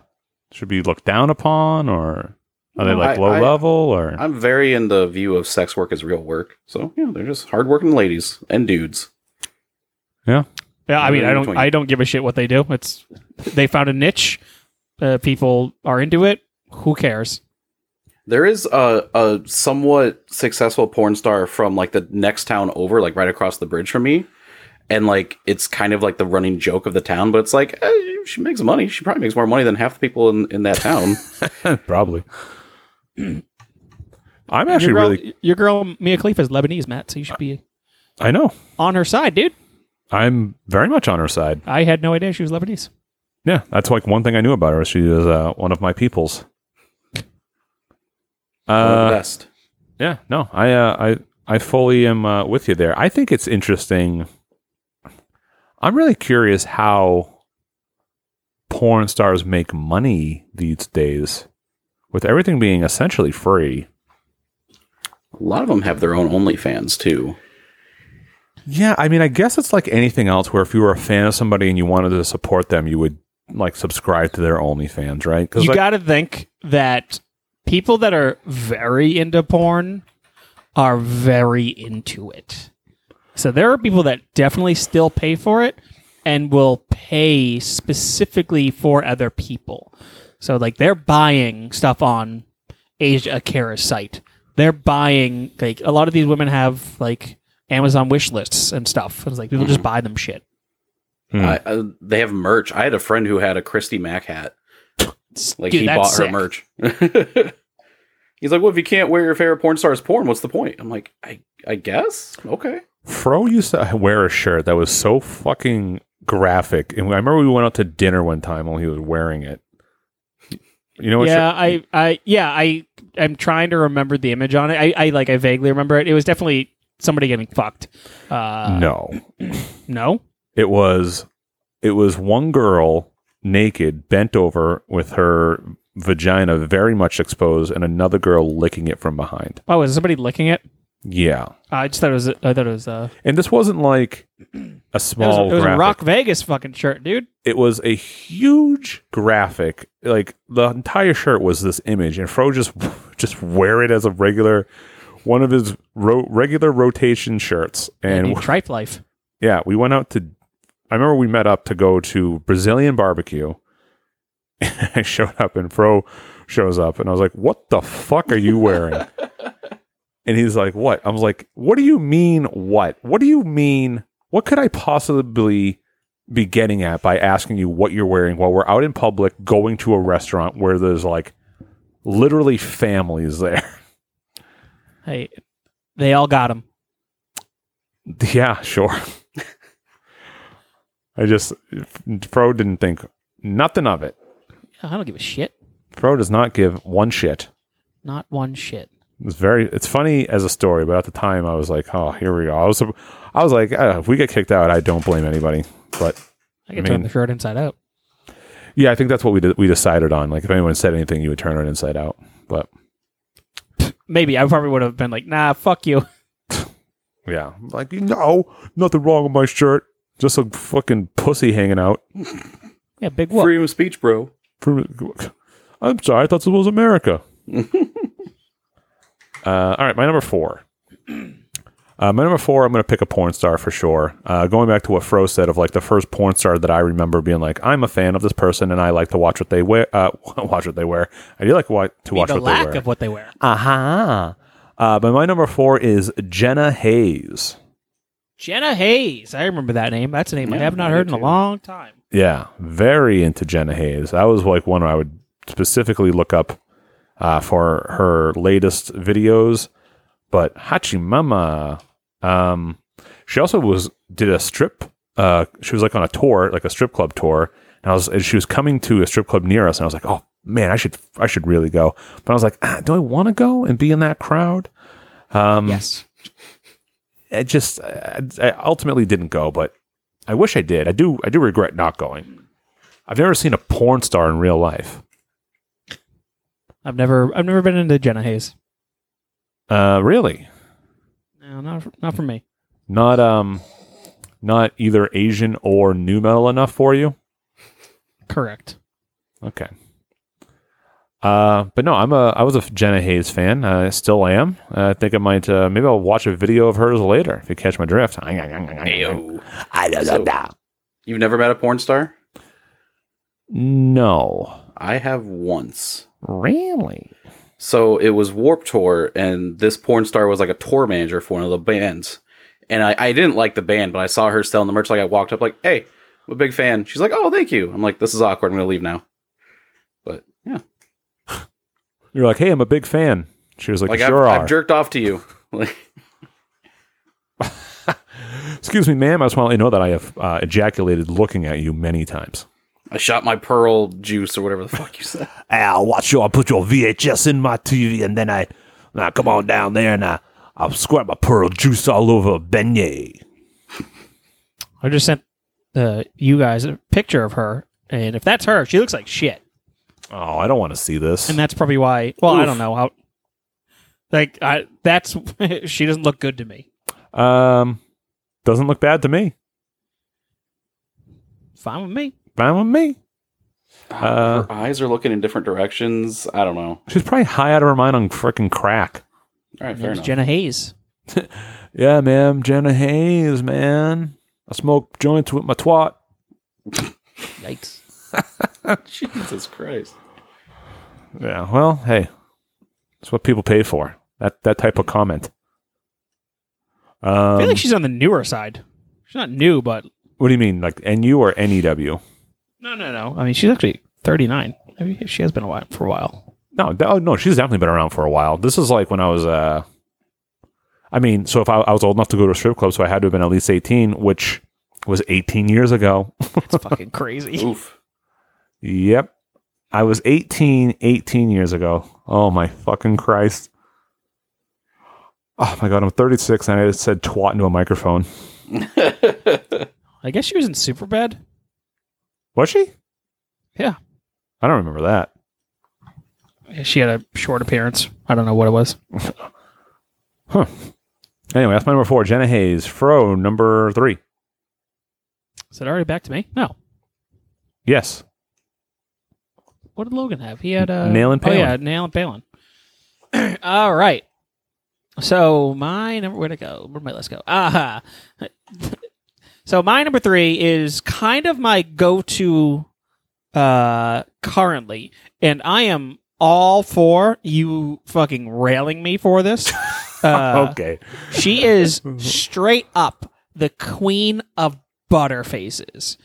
should be looked down upon, or are they No, like I- low I- level, or I'm very in the view of sex work as real work. So yeah, they're just hardworking ladies and dudes. Yeah, I They're mean, in I don't. between. I don't give a shit what they do. It's they found a niche. Uh, people are into it. Who cares? There is a, a somewhat successful porn star from like the next town over, like right across the bridge from me. And like it's kind of like the running joke of the town, but it's like eh, she makes money. She probably makes more money than half the people in, in that town. probably? I'm actually your girl, really. your girl Mia Khalifa is Lebanese, Matt. So you should be I know. on her side, dude. I'm very much on her side. I had no idea she was Lebanese. Yeah, that's like one thing I knew about her. She was uh, one of my peoples. One of the Uh, best. yeah, no, I, uh, I, I fully am uh, with you there. I think it's interesting. I'm really curious how porn stars make money these days, with everything being essentially free. A lot of them have their own OnlyFans too. Yeah, I mean, I guess it's like anything else where if you were a fan of somebody and you wanted to support them, you would like subscribe to their OnlyFans, right? 'Cause, You like, got to think that people that are very into porn are very into it. So there are people that definitely still pay for it and will pay specifically for other people. So like they're buying stuff on Asia Akira's site. They're buying like a lot of these women have like Amazon wish lists and stuff. It's like people just Mm. buy them shit. Hmm. I, I, they have merch. I had a friend who had a Christy Mack hat. Like Dude, he that's bought her sick. merch. He's like, well, if you can't wear your favorite porn star's porn, what's the point? I'm like, I, I guess. Okay. Fro used to wear a shirt that was so fucking graphic, and I remember we went out to dinner one time while he was wearing it. You know what? yeah, I, I, yeah, I, I'm trying to remember the image on it. I, I like, I vaguely remember it. It was definitely somebody getting fucked. Uh, shirt? no, no. it was it was one girl naked, bent over with her vagina very much exposed, and another girl licking it from behind. Oh, was somebody licking it? Uh, Yeah, I just thought it was. I thought it was. Uh, and this wasn't like a it was, small. it was a graphic. Rock Vegas fucking shirt, dude. it was a huge graphic. Like the entire shirt was this image, and Fro just just wear it as a regular one of his ro- regular rotation shirts. And And tripe life. yeah, we went out to. I remember we met up to go to Brazilian barbecue. And I showed up, and Fro shows up, and I was like, "What the fuck are you wearing?" and he's like, "What?" I was like, "What do you mean? What? What do you mean? What could I possibly be getting at by asking you what you're wearing while we're out in public, going to a restaurant where there's like literally families there?" Hey, they all got him. Yeah, sure. I just Fro didn't think nothing of it. I don't give a shit. Fro does not give one shit. Not one shit. It's very it's funny as a story, but at the time I was like, oh, here we go. I was I was like, uh, if we get kicked out, I don't blame anybody. But I can I turn mean- the shirt inside out. yeah, I think that's what we de- we decided on. Like if anyone said anything, you would turn it inside out. But Maybe I probably would have been like, nah, fuck you. yeah, like no, nothing wrong with my shirt. Just a fucking pussy hanging out. Yeah, big whoop. Freedom of speech, bro. I'm sorry, I thought this was America. uh, all right, my number four. Uh, my number four, I'm going to pick a porn star for sure. Uh, going back to what Fro said of like the first porn star that I remember being like, I'm a fan of this person and I like to watch what they wear. Uh, watch what they wear. I do like wa- to watch the what they lack wear. of what they wear. Aha. Uh, but my number four is Jenna Hayes. Jenna Hayes. I remember that name. That's a name I Yeah, have not I heard do in a too. long time. Yeah, very into Jenna Hayes. That was like one I would specifically look up uh, for her latest videos. But Hachimama, um, she also was did a strip. Uh, she was like on a tour, like a strip club tour, and I was and she was coming to a strip club near us, and I was like, oh man, I should I should really go. But I was like, ah, do I want to go and be in that crowd? Um, Yes. it just I, I ultimately didn't go, but I wish I did. I do I do regret not going. I've never seen a porn star in real life. I've never I've never been into Jenna Hayes. Uh, really, No, not for, not for me. not um, not either Asian or new metal enough for you. Correct. Okay. Uh, but no, I'm a I was a Jenna Hayes fan. I still am. I think I might uh, maybe I'll watch a video of hers later if you catch my drift. Ayo. I don't So- know. You've never met a porn star? No, I have once. really. So it was Warp Tour, and this porn star was like a tour manager for one of the bands. And I, I didn't like the band, but I saw her selling the merch. Like I walked up, like, "Hey, I'm a big fan." She's like, "Oh, thank you." I'm like, "This is awkward. I'm gonna leave now." But yeah, You're like, hey, I'm a big fan. She was like, like "You sure I've, are. I've jerked off to you. Like, Excuse me, ma'am. I just want to let you know that I have uh, ejaculated looking at you many times. I shot my pearl juice or whatever the fuck you said. I'll watch you. I'll put your VHS in my TV, and then I, I come on down there and I, I'll squirt my pearl juice all over a beignet. I just sent uh, you guys a picture of her, and if that's her, she looks like shit. Oh, I don't want to see this. And that's probably why. Well, I Oof. don't know how. Like I, that's she doesn't look good to me. um, doesn't look bad to me. Fine with me. Fine with me. Uh, Her eyes are looking in different directions. I don't know. she's probably high out of her mind on freaking crack. All right, Her fair name's enough. Jenna Hayes. Yeah, ma'am. Jenna Hayes, man. I smoke joints with my twat. Yikes. Jesus Christ. Yeah. Well, hey, that's what people pay for. That that type of comment. I feel Um, like she's on the newer side. She's not new, but what do you mean, like NU or E NEW? no, no, no. I mean, she's actually 39. I mean, she has been a while for a while. No, th- oh, no, she's definitely been around for a while. This is like when I was, uh, I mean, so if I, I was old enough to go to a strip club, so I had to have been at least 18, which was 18 years ago. It's fucking crazy. Oof. yep. I was 18, 18 years ago. Oh my fucking Christ. Oh my God, I'm 36 and I just said twat into a microphone. I guess she was in super bad. Was she? Yeah. I don't remember that. She had a short appearance. I don't know what it was. Anyway, that's my number four, Jenna Hayes. Fro, number three. Is it already back to me? No. Yes. What did Logan have? He had uh, Nail and Oh Palin. yeah, Nail and Palin. All right. So my number where'd it go? Where'd my list go? Aha. so my number three is kind of my go-to uh currently, and I am all for you fucking railing me for this. Uh, okay. She is straight up the queen of butterfaces.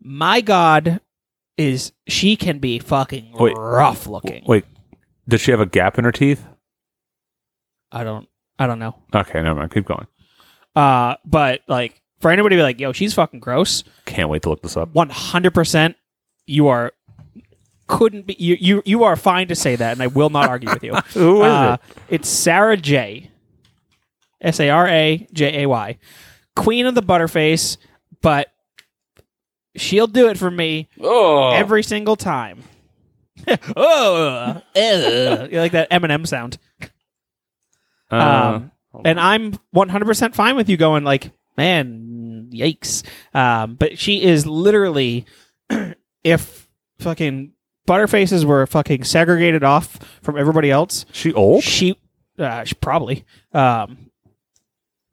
My God, is she can be fucking Wait. rough looking. Wait, did she have a gap in her teeth? I don't, I don't know. Okay, never mind. Keep going. Uh, but like for anybody to be like, yo, she's fucking gross. Can't wait to look this up. One hundred percent, you are couldn't be you, you you are fine to say that, and I will not argue with you. Who is Uh, It's Sarah J. S A R A J A Y. Queen of the Butterface, but she'll do it for me Oh, every single time. oh, eh, you like that Eminem sound. it? Uh, Um, and I'm 100% fine with you going like, man, yikes. Um, but she is literally, if fucking Butterfaces were fucking segregated off from everybody else, she old? she, uh, she probably. Um,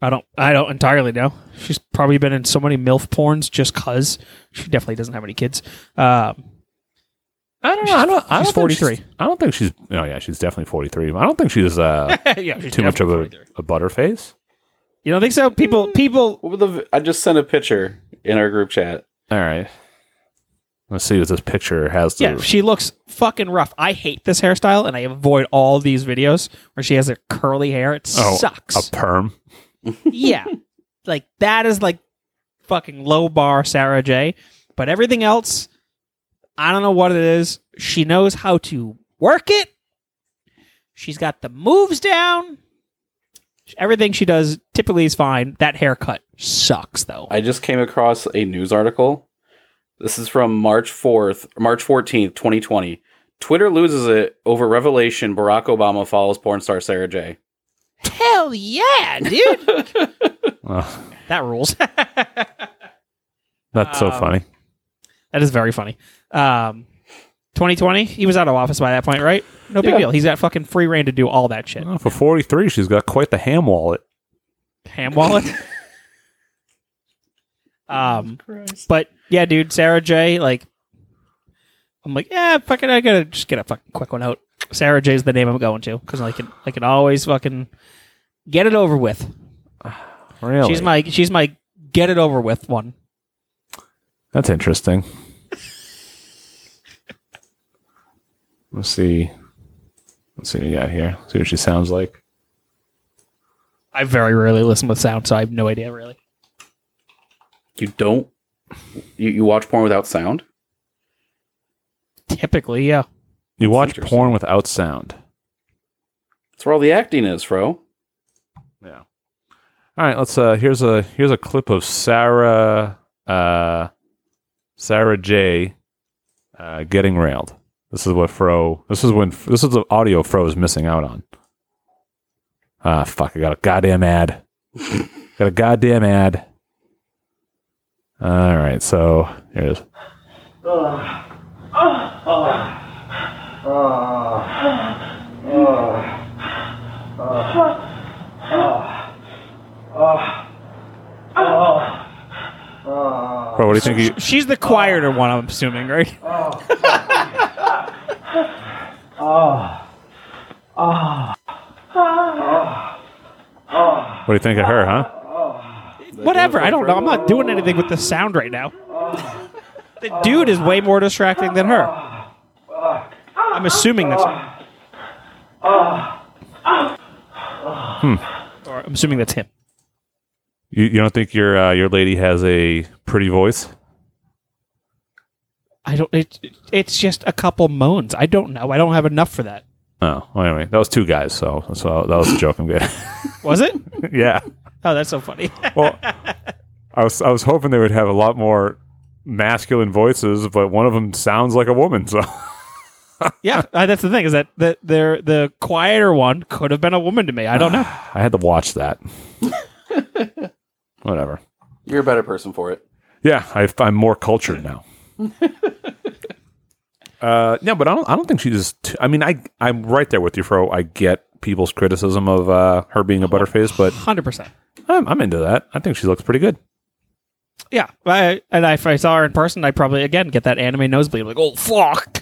I don't. I don't entirely know. She's probably been in so many milf porns just cause she definitely doesn't have any kids. Um, I don't know. I don't. I don't think she's 43. I don't think she's. Oh yeah, she's definitely forty three. I don't think she's uh, yeah, she's too much of a, definitely 43. a butterface. You don't think so? People, people. what were the? v- I just sent a picture in our group chat. All right. Let's see what this picture has to. Yeah, she looks fucking rough. I hate this hairstyle, and I avoid all these videos where she has her curly hair. It Oh, sucks. a perm. yeah. Like that is like fucking low bar Sarah J. But everything else, I don't know what it is. She knows how to work it. She's got the moves down. Everything she does typically is fine. That haircut sucks though. I just came across a news article. This is from March 4th, March 14th, 2020. Twitter loses it over revelation Barack Obama follows porn star Sarah J. Hell yeah, dude. Oh, that rules. that that's so Um, funny. is very funny. Um 2020, he was out of office by that point, right? No big Yeah. deal. He's got fucking free reign to do all that shit. Oh, for forty three, she's got quite the ham wallet. ham wallet. um, but yeah, dude, Sarah J. Like, I'm like, yeah, fucking, I gotta just get a fucking quick one out. Sarah J. is the name I'm going to because I can, I can always fucking get it over with. Really? She's my, she's my get it over with one. That's interesting. Let's see. Let's see what we got here. See what she sounds like. I very rarely listen with sound, so I have no idea really. You don't you, you watch porn without sound? Typically, yeah. You watch interesting. porn without sound. That's where all the acting is, bro. Yeah. All right. Let's. Uh, here's a here's a clip of Sarah uh, Sarah J. Uh, getting railed. This is what Fro. This is when. This is the audio Fro is missing out on. Ah, fuck! I got a goddamn ad. got a goddamn ad. All right. So here it is. Fro, what do you think? You, She's the quieter one, I'm assuming, right? what do you think of her? Huh? Whatever. I don't know. I'm not doing anything with the sound right now. the dude is way more distracting than her. I'm assuming that's. Hmm. Or I'm assuming that's him. You, you don't think your uh, your lady has a pretty voice? I don't. It, it's just a couple moans. I don't know. I don't have enough for that. Oh, well, anyway, that was two guys. So, so that was a joke. I'm good. Was it? yeah. Oh, that's so funny. Well, I was I was hoping they would have a lot more masculine voices, but one of them sounds like a woman. So yeah, uh, that's the thing is that the the the quieter one could have been a woman to me. I don't know. I had to watch that. Whatever. You're a better person for it. Yeah, I, I'm more cultured now. uh, no, but I don't. I don't think she's. T- I mean, I I'm right there with you, Fro. I get people's criticism of uh, her being a butterface, but Hundred percent. I'm, I'm into that. I think she looks pretty good. Yeah, I, and if I saw her in person, I'd probably again get that anime nosebleed. Like, oh fuck.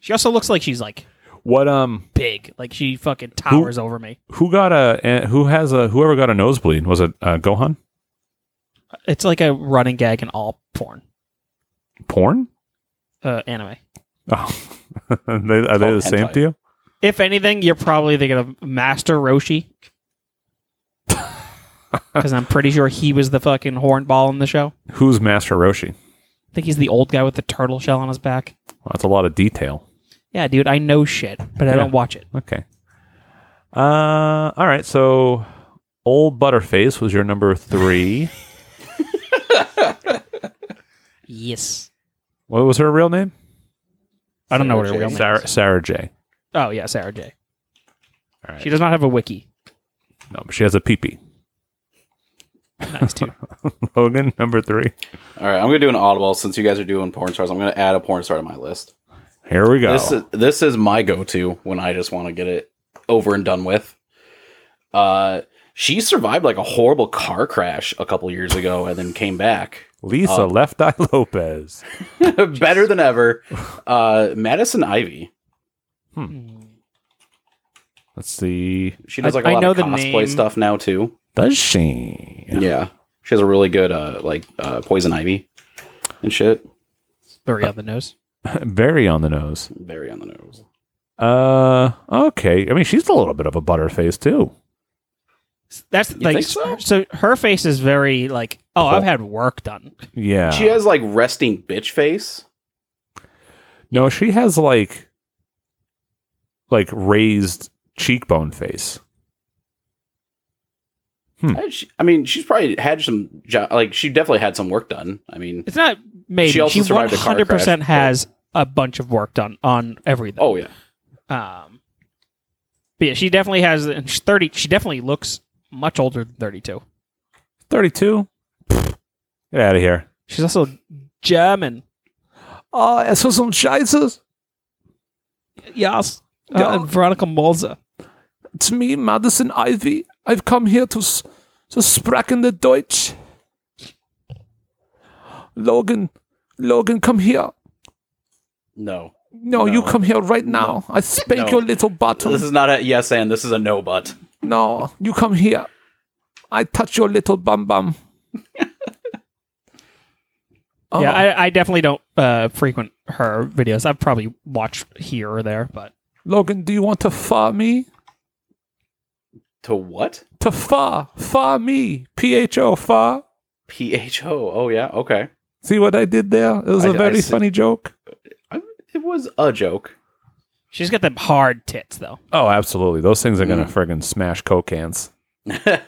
she also looks like she's like What um big, like she fucking towers over me. who got a eh, who has a whoever got a nosebleed was it uh, Gohan It's like a running gag in all porn, porn? uh, anime. Oh, are they, are they the called same Oh, hentai. to you? If anything, you're probably thinking of Master Roshi. because I'm pretty sure he was the fucking hornball in the show. Who's Master Roshi? I think he's the old guy with the turtle shell on his back. Well, that's a lot of detail. Yeah, dude, I know shit, but I don't watch it. Okay. Uh, all right. So, Old Butterface was your number three. Yes. what was her real name? I don't know what her real name Sarah, is. Sarah J. Oh, yeah, Sarah J. All right. She does not have a wiki. No, but she has a peepee. Nice, dude. Logan, number three. All right, I'm gonna do an audible since you guys are doing porn stars. I'm gonna add a porn star to my list. Here we go. This is this is my go-to when I just want to get it over and done with. Uh, she survived like a horrible car crash a couple years ago and then came back Lisa uh, Left Eye Lopez. better than ever. Uh, Madison Ivy. Let's see. She does I- like a I lot know of the cosplay name. stuff now too. Does she? Yeah. she has a really good uh like uh poison ivy and shit. Very on the nose. Very on the nose. Very on the nose. Uh, okay. I mean, she's a little bit of a butterface too. That's like think so? her face is very like oh I've had work done. Yeah. She has like resting bitch face. no, she has like, like raised cheekbone face. Hmm. I- she- I mean, she's probably had some jo- like she definitely had some work done. I mean, It's not maybe She she, also survived a car 100% crash, but- has a bunch of work done on everything. oh yeah, Um, but yeah, she definitely has. And she's thirty. She definitely looks much older than thirty-two. Thirty-two. Get out of here. She's also German. Oh, uh, so some scheißes. Yes, uh, Yeah. and Veronica Molzer. It's me, Madison Ivy. I've come here to s- to sprechen the Deutsch. Logan, Logan, come here. no, No, you No. come here right now. I spank No. your little bottom. this is not a yes and this is a no. But No, you come here. I touch your little bum bum. oh, Yeah, I, I definitely don't uh, frequent her videos. I've probably watched here or there, but Logan, do you want to fa me? to what? To fa, fa me, p h o fa. P H O. Oh yeah, okay. See what I did there? It was a I- I very see. funny joke. I, it was a joke. she's got them hard tits though. Oh, absolutely. Those things are gonna friggin' smash coke cans. Have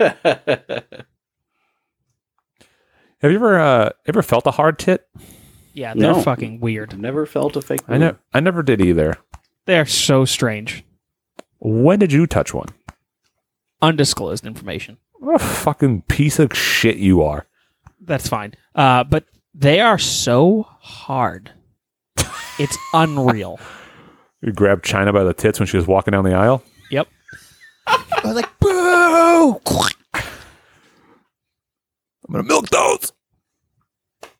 you ever uh, ever felt a hard tit? Yeah, they're No. fucking weird. Never felt a fake. I know, I never did either. They're so strange. When did you touch one? Undisclosed information. What a fucking piece of shit you are. That's fine. Uh, but they are so hard. It's unreal. You grabbed China by the tits when she was walking down the aisle. Yep. I was like, boo! I'm gonna milk those.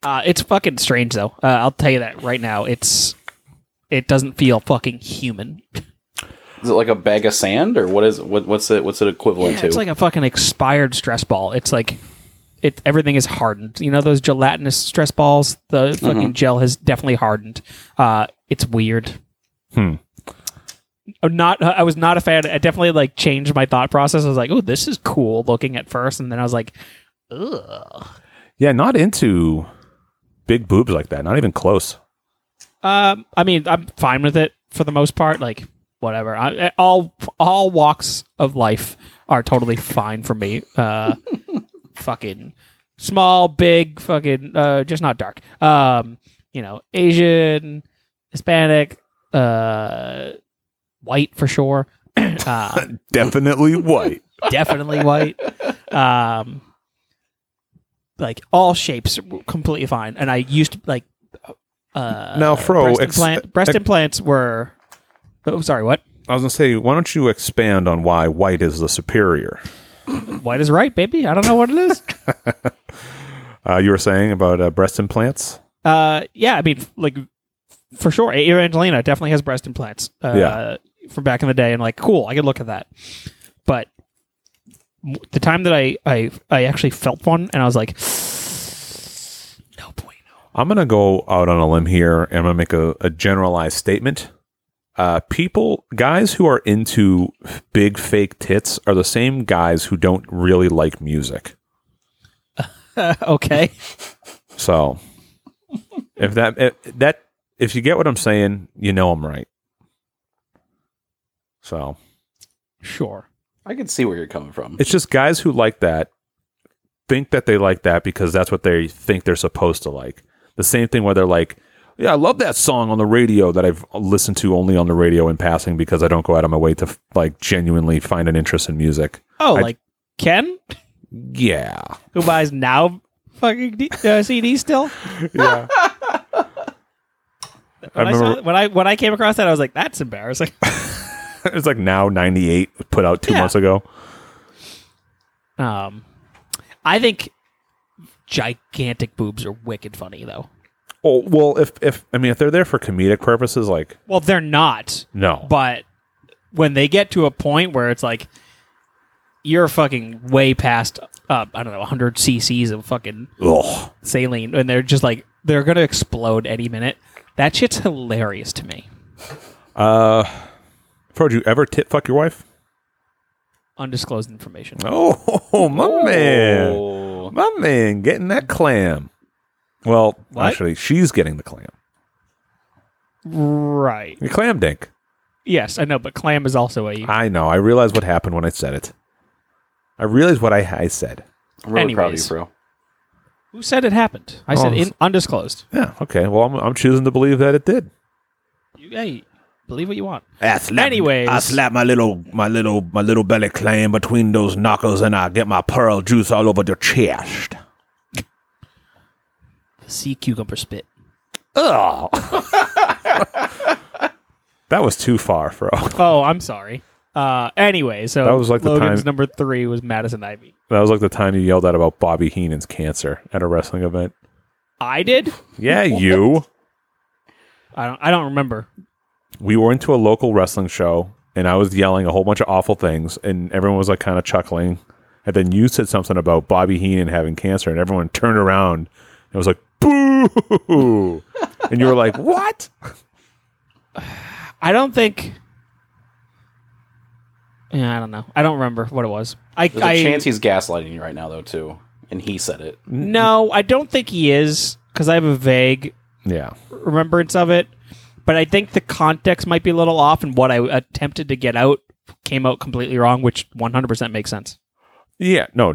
Uh, it's fucking strange though. Uh, I'll tell you that right now. It's it doesn't feel fucking human. Is it like a bag of sand or what is what? What's it? What's it equivalent Yeah, to? it's like a fucking expired stress ball. It's like it everything is hardened. You know those gelatinous stress balls. The fucking gel has definitely hardened. Uh, it's weird. Hmm. I'm not. I was not a fan. I definitely like changed my thought process. I was like, oh, this is cool looking at first, and then I was like, ugh. Yeah, not into big boobs like that. Not even close. Um, I mean, I'm fine with it for the most part. Like, whatever. I, all all walks of life are totally fine for me. Uh, fucking small, big, fucking, uh, just not dark. Um, you know, Asian, Hispanic, uh, white for sure. uh, Definitely white. definitely white. Um, like all shapes were completely fine. And I used to like uh, Now, Fro, breast, ex- implant- breast ex- implants were. Oh, sorry, what? I was gonna say, why don't you expand on why white is the superior? White is right, baby. I don't know what it is. Uh, you were saying about uh, breast implants. uh, yeah, I mean, like for sure, Evangelina definitely has breast implants. Uh, Yeah. from back in the day, and like, cool, I could look at that. But m- the time that I I I actually felt one, and I was like, no point. I'm gonna go out on a limb here, and I'm gonna make a, a generalized statement. Uh, people, guys who are into big fake tits, are the same guys who don't really like music. okay. So if that if that if you get what I'm saying, you know I'm right. So Sure. I can see where you're coming from. it's just guys who like that think that they like that because that's what they think they're supposed to like. The same thing where they're like, "Yeah, I love that song on the radio that I've listened to only on the radio in passing because I don't go out of my way to like genuinely find an interest in music." Oh, I- like Ken, Yeah. who buys now fucking D- uh, CD still. Yeah. I When I, saw, remember- when I when I came across that, I was like, "That's embarrassing." it's like now 98 put out 2 Yeah. months ago. Um, I think gigantic boobs are wicked funny though. Oh, well, if if I mean if they're there for comedic purposes like Well, they're not, no. but when they get to a point where it's like you're fucking way past uh, I don't know 100 cc's of fucking Ugh. saline, and they're just like they're gonna explode any minute. That shit's hilarious to me. Uh, Fro, did you ever tit fuck your wife? Undisclosed information. Oh, my man, Oh. my man, getting that clam. Well, What? actually, she's getting the clam. Right. The clam dink. Yes, I know, but clam is also a I know. I realized what happened when I said it. I realized what I, I said. I'm really proud of you, Anyways. bro. Who said it happened? I said Oh, in, undisclosed. Yeah. Okay. Well, I'm, I'm choosing to believe that it did. You, hey, believe what you want. I slap, Anyways. I slap my little, my little, my little belly clam between those knuckles, and I get my pearl juice all over your chest. Sea cucumber spit. Ugh. that was too far, Fro. Oh, I'm sorry. Uh, anyway, so That was like the Logan's time- number three was Madison Ivy. That was like the time you yelled out about Bobby Heenan's cancer at a wrestling event. I did. Yeah, you. I don't. I don't remember. we were into a local wrestling show and I was yelling a whole bunch of awful things and everyone was like kind of chuckling. And then you said something about Bobby Heenan having cancer and everyone turned around and was like, boo. and you were like, what? I don't think. Yeah, I don't know. I don't remember what it was. I, There's a I chance he's gaslighting you right now, though, too. And he said it. no, I don't think he is because I have a vague Yeah. remembrance of it. But I think the context might be a little off, and what I attempted to get out came out completely wrong, which 100% makes sense. Yeah. No,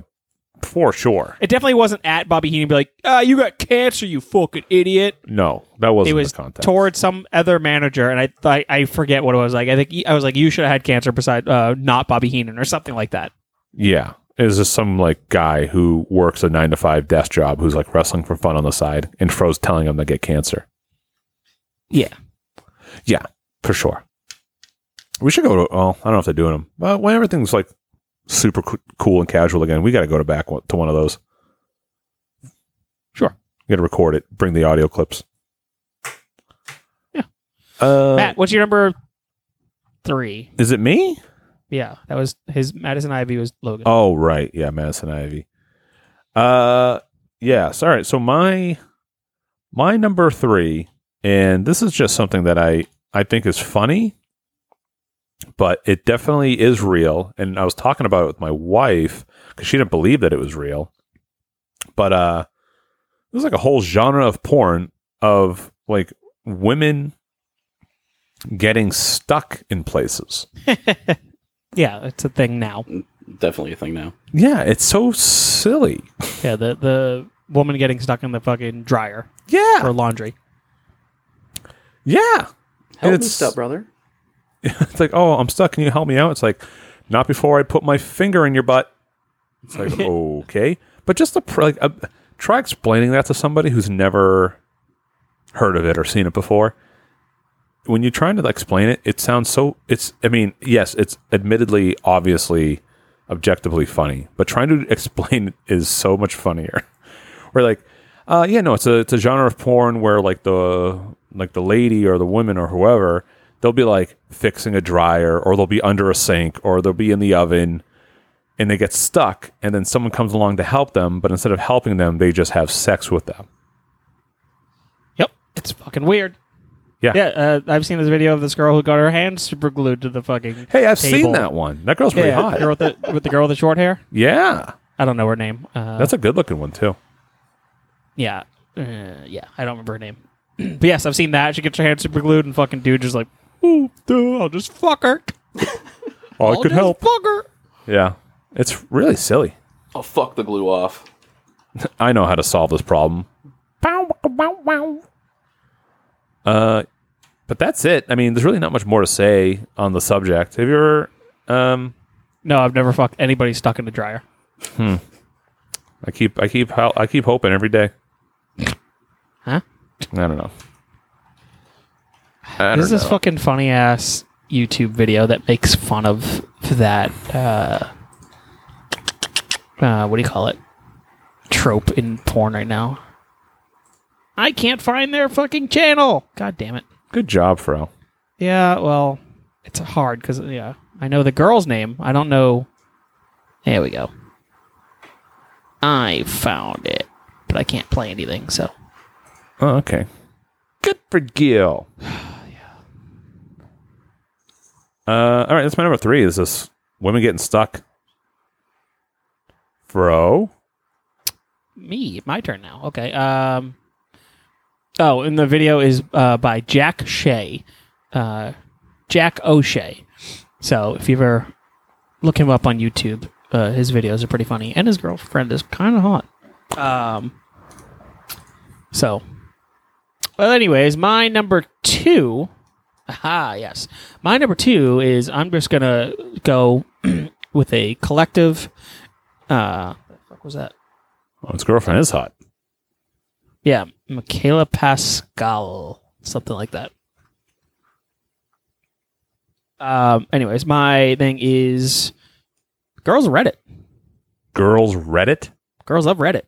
for sure. It definitely wasn't at Bobby Heenan be like, "Ah, you got cancer, you fucking idiot." No, that wasn't it was the context. towards some other manager, and I th- I forget what it was like. I think I was like, "You should have had cancer, besides uh, not Bobby Heenan or something like that." yeah. It was just some like guy who works a nine to five desk job who's like wrestling for fun on the side and Fro's telling him to get cancer. Yeah. Yeah, for sure. We should go to. Oh, I don't know if they're doing them, but when everything's like super co- cool and casual again, we got to go to back one, to one of those. Sure. got to record it. Bring the audio clips. Yeah. Uh, Matt, what's your number three? is it me? Yeah, that was his Madison Ivy was Logan. Oh, right. Yeah, Madison Ivy. Uh, yes. All right. So my my number three, and this is just something that I I think is funny, but it definitely is real. And I was talking about it with my wife because she didn't believe that it was real. But uh, there's like a whole genre of porn of like women getting stuck in places. Yeah, it's a thing now. Definitely a thing now. Yeah, it's so silly. Yeah, the the woman getting stuck in the fucking dryer Yeah. or laundry. Yeah. Help me It's- stop, brother. It's like, oh, I'm stuck. Can you help me out? It's like, not before I put my finger in your butt. It's like, okay. But just the, pr- like, uh, try explaining that to somebody who's never heard of it or seen it before. When you're trying to like, explain it, it sounds so, it's, I mean, yes, it's admittedly, obviously, objectively funny, but trying to explain it is so much funnier. Where like, uh, yeah, no, it's a it's a genre of porn where like the like the lady or the woman or whoever they'll be like fixing a dryer or they'll be under a sink or they'll be in the oven and they get stuck and then someone comes along to help them, but instead of helping them, they just have sex with them. Yep, it's fucking weird. Yeah. yeah. Uh, I've seen this video of this girl who got her hands super glued to the fucking. Hey, I've seen table. that one. That girl's pretty Yeah, hot. girl with the with the girl with the short hair. Yeah, I don't know her name. Uh, that's a good looking one too. Yeah. Uh, yeah. I don't remember her name. but yes, I've seen that. She gets her hand super glued and fucking dude just like, ooh, duh, I'll just fuck her. Oh, I'll just Fuck her. Yeah, it's really silly. I'll Oh, fuck the glue off. I know how to solve this problem. Bow, wow, wow, wow. Uh, but that's it. I mean, there's really not much more to say on the subject. Have you ever? Um, No, I've never fucked anybody stuck in the dryer. I keep, I keep, ho- I keep hoping every day. Huh? I don't know. I don't There's this know. fucking funny ass YouTube video that makes fun of that. Uh, uh, what do you call it? Trope in porn right now. I can't find their fucking channel. God damn it. Good job, Fro. Yeah, well, it's hard because yeah, I know the girl's name. I don't know. There we go. I found it, but I can't play anything. So Oh, okay. Good for Gil. Uh, all right, that's my number three. Is this women getting stuck? Fro. me, my turn now. Okay. Um. Oh, and the video is uh, by Jack Shea, uh, Jack O'Shea. So if you ever look him up on YouTube, uh, his videos are pretty funny, and his girlfriend is kind of hot. Um. So. Well, anyways, my number two. Aha, yes. My number two is I'm just gonna go with a collective. Uh, what the fuck was that? Oh, his girlfriend is hot. Yeah, Michaela Pascal, something like that. Um. Anyways, my thing is, girls Reddit. Girls Reddit. Girls love Reddit.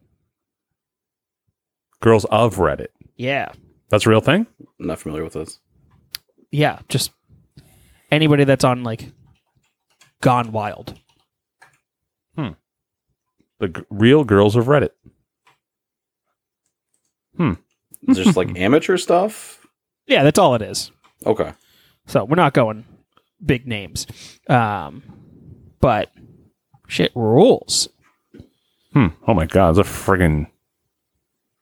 Girls of Reddit. Yeah, That's a real thing. I'm not familiar with this. yeah. Just anybody that's on like Gone Wild. The g- real girls of Reddit. Is it just like amateur stuff? Yeah, that's all it is. Okay. So we're not going big names. Um, but shit rules. Hmm. Oh my god, those are friggin'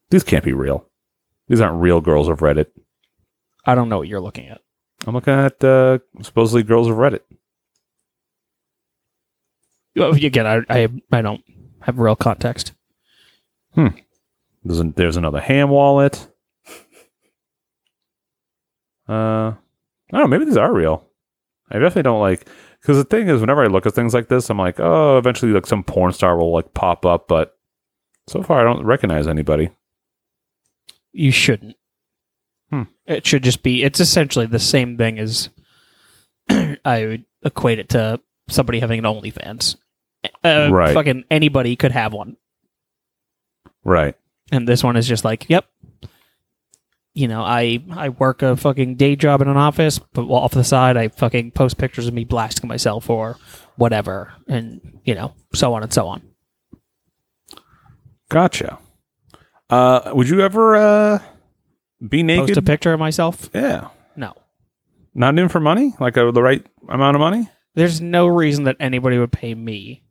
These can't be real. These aren't real girls of Reddit. I don't know what you're looking at. I'm looking at uh, supposedly girls of Reddit. Well, Again, I I, I don't have real context. There's, an, there's another ham wallet. Uh, I don't know. Maybe these are real. I definitely don't like because the thing is, whenever I look at things like this, I'm like, oh, eventually, like some porn star will like pop up, but so far, I don't recognize anybody. you shouldn't. Hmm. It should just be. It's essentially the same thing as I would equate it to somebody having an OnlyFans. Uh, Right. Fucking anybody could have one, Right. and this one is just like, yep. You know, I I work a fucking day job in an office, but well, off the side, I fucking post pictures of me blasting myself or whatever, and you know, so on and so on. Gotcha. Uh, would you ever uh be naked? Post a picture of myself? yeah. No, Not in for money, like uh, the right amount of money. there's no reason that anybody would pay me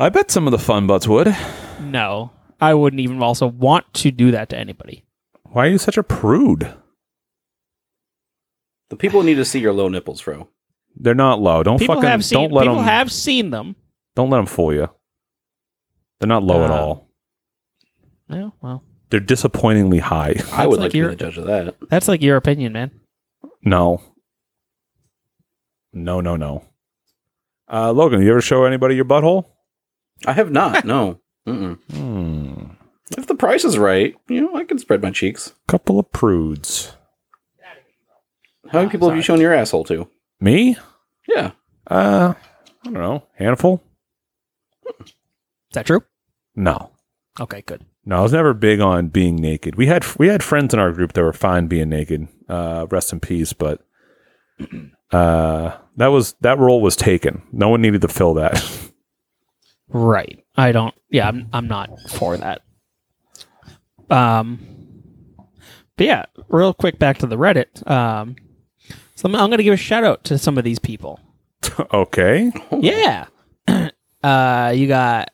I bet some of the fun butts would. No, I wouldn't even also want to do that to anybody. Why are you such a prude? The people need to see your low nipples, bro. They're not low. Don't People fucking have seen. don't let people them have seen them. don't let them fool you. They're not low at Um, all. Yeah, well, They're disappointingly high. I would like like to be your- the judge of that. that's like your opinion, man. No. No, no, no. Uh, Logan, you ever show anybody your butthole? I have not. No. Mm-mm. Hmm. If the price is right, you know, I can spread my cheeks. Couple of prudes. How Ah, many people have you shown your asshole to? Me? Yeah. Uh, I don't know. Handful? Is that true? No. Okay, good. No, I was never big on being naked. We had we had friends in our group that were fine being naked. Uh, rest in peace. But uh, that was that role was taken. No one needed to fill that. Right. I don't. Yeah, I'm. I'm not for that. Um. But yeah, real quick back to the Reddit. Um. So I'm, I'm going to give a shout out to some of these people. okay. Yeah. uh, you got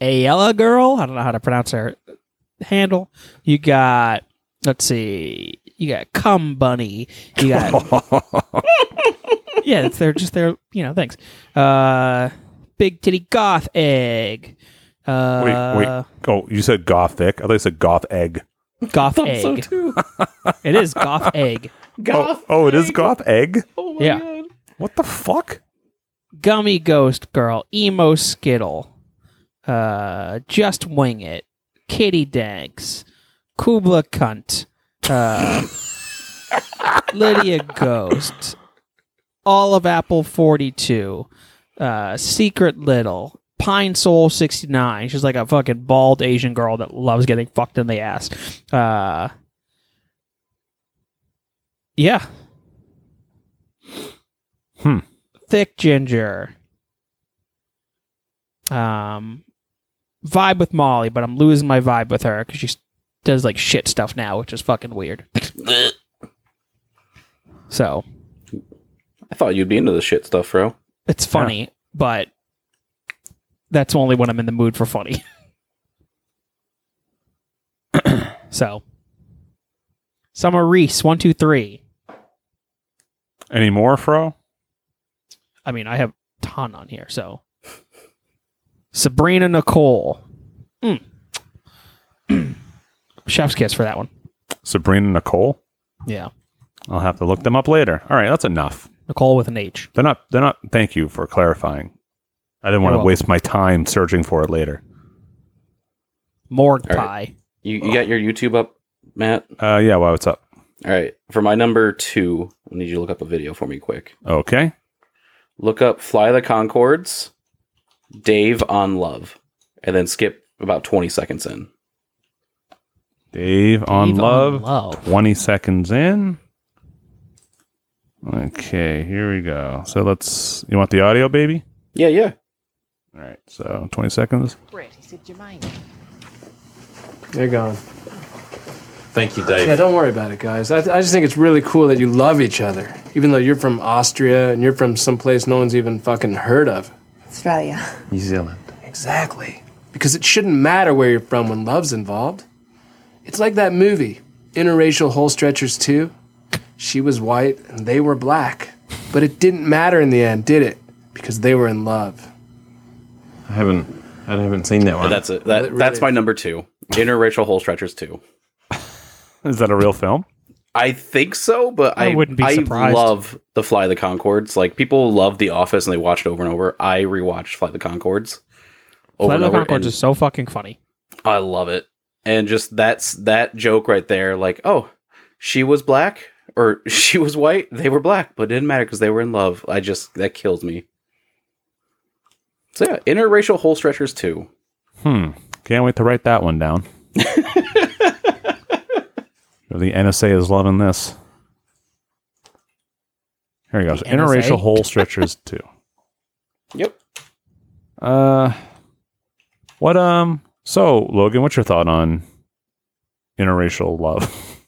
Ayella girl. I don't know how to pronounce her handle. You got let's see. You got cum bunny. You got yeah. It's their just their you know things. Uh, big titty goth egg. Wait, Uh, wait. Oh, you said gothic. I thought you said goth egg. Goth egg. It is goth egg. Oh, oh, it is goth egg. Oh, yeah. What the fuck? Gummy Ghost Girl, Emo Skittle, uh, Just Wing It, Kitty Danks, Kubla Cunt, uh, Lydia Ghost, All of Apple 42, uh, Secret Little, Pine Soul 69. She's like a fucking bald Asian girl that loves getting fucked in the ass. Uh, yeah. Thick Ginger. Um, vibe with Molly, but I'm losing my vibe with her because she s- does like shit stuff now, which is fucking weird. so I thought you'd be into this shit stuff, bro. it's funny, but that's only when I'm in the mood for funny. so, Summer Reese, one, two, three. Any more, Fro? I mean, I have a ton on here. So Sabrina Nicole. Hmm. Mm. Chef's kiss for that one. Sabrina Nicole. Yeah. I'll have to look them up later. All right, that's enough. Nicole with an H. They're not. They're not. Thank you for clarifying. I didn't want to welcome. waste my time searching for it later. Morgue All pie. You you Oh. got your YouTube up, Matt? Uh, yeah. Why? What's up? All right. For my number two, I need you to look up a video for me quick. Okay. Look up Fly the Concords, Dave on Love, and then skip about 20 seconds in. Dave on Eve love. love. Twenty seconds in. Okay. Here we go. So let's. You want the audio, baby? Yeah, yeah. All right. So twenty seconds. They're gone. Thank you, Dave. Yeah, don't worry about it, guys. I, I just think it's really cool that you love each other, even though you're from Austria and you're from someplace no one's even fucking heard of. Australia. New Zealand. Exactly. Because it shouldn't matter where you're from when love's involved. It's like that movie, Interracial Hole Stretchers 2. She was white and they were black. But it didn't matter in the end, did it? Because they were in love. I haven't. I haven't seen that one. That's it. That, Really- That's my number two. Interracial Hole Stretchers 2. Is that a real film? I think so, but I, I wouldn't be I surprised. love the Fly the Concords. Like people love The Office and they watch it over and over. I rewatched Fly the Concords over Flight and of the over. Conchords and is so fucking funny. I love it. And just that's that joke right there. Like, oh, she was black or she was white. They were black, but it didn't matter because they were in love. I just that kills me. So yeah, interracial hole stretchers too. Hmm. Can't wait to write that one down. the NSA is loving this. Here he goes. The NSA? Interracial hole stretchers too. Yep. Uh, what um? So Logan, what's your thought on interracial love?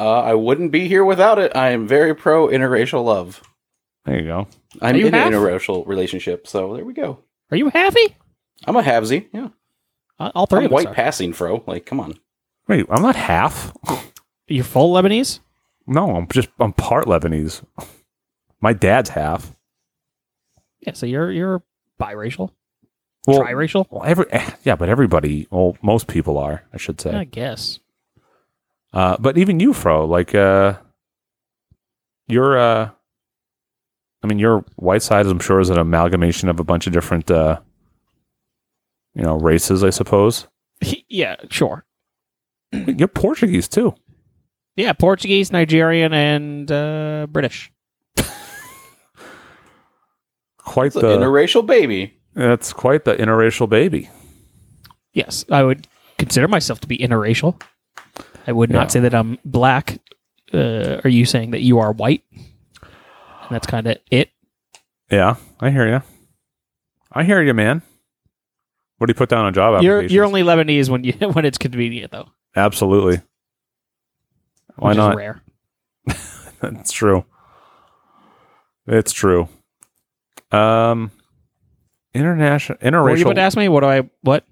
Uh, I wouldn't be here without it. I am very pro interracial love. There you go. I'm Are you in an half? interracial relationship, so there we go. Are you happy? I'm a havesy. Yeah. Uh, all 3 I'm of us white are. passing, fro. Like, come on. Wait, I'm not half. You're full Lebanese? No, I'm just I'm part Lebanese. My dad's half. Yeah, so you're you're biracial, Well, triracial? well, every eh, yeah, but everybody, well, most people are, I should say. I guess. Uh, but even you, Fro, like uh, you're, uh, I mean, your white side, I'm sure, is an amalgamation of a bunch of different, uh, you know, races, I suppose. yeah, sure. You're Portuguese too. Yeah, Portuguese, Nigerian, and uh, British. Quite It's an the interracial baby. that's quite the interracial baby. Yes, I would consider myself to be interracial. I would Yeah. not say that I'm black. Uh, are you saying that you are white? And that's kind of it. Yeah, I hear you. I hear you, man. What do you put down on job You're applications? you're only Lebanese when you when it's convenient though. absolutely. Why which not? Is rare. That's true. It's true. Um, international What were you interracial. about to ask me? What do I what?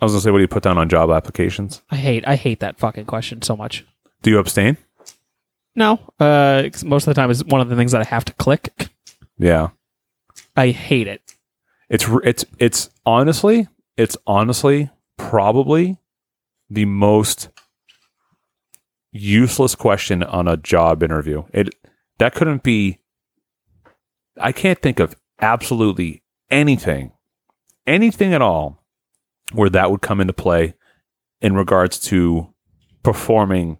I was gonna say, what do you put down on job applications? I hate I hate that fucking question so much. Do you abstain? No, uh, 'cause most of the time it's one of the things that I have to click. Yeah, I hate it. it's r- it's it's honestly, it's honestly probably the most useless question on a job interview. It that couldn't be. I can't think of absolutely anything, anything at all, where that would come into play in regards to performing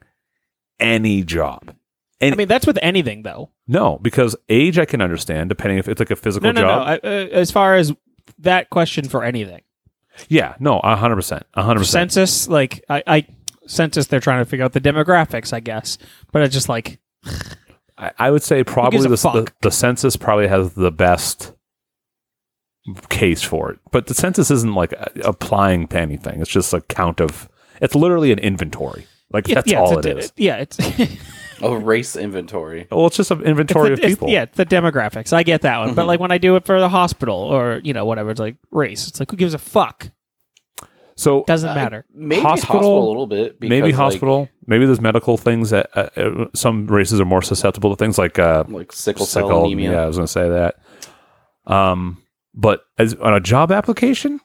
any job. I mean, that's with anything though. No, because age I can understand, depending if it's like a physical No, no, job. no. I, uh, as far as that question for anything, yeah, no, hundred percent, hundred percent. census like I, I census they're trying to figure out the demographics, I guess. But it's just like I would say probably gives the, a the fuck? the census probably has the best case for it, but the census isn't like a- applying to anything. It's just a count of. It's literally an inventory. Like it- that's yeah, all it's it a, is. de- Yeah, it's it's A race inventory. well, it's just an inventory the- of it's- people. Mm-hmm. yeah, it's the demographics. I get that one. But like when I do it for the hospital or you know whatever, it's like race. It's like who gives a fuck? So Doesn't matter. Maybe Hospital- hospital, a little bit. Because, maybe like- hospital. maybe there's medical things that uh, uh, some races are more susceptible to things like uh, Like, sickle cell anemia. Yeah, I was going to say that. Um, but as on a job application,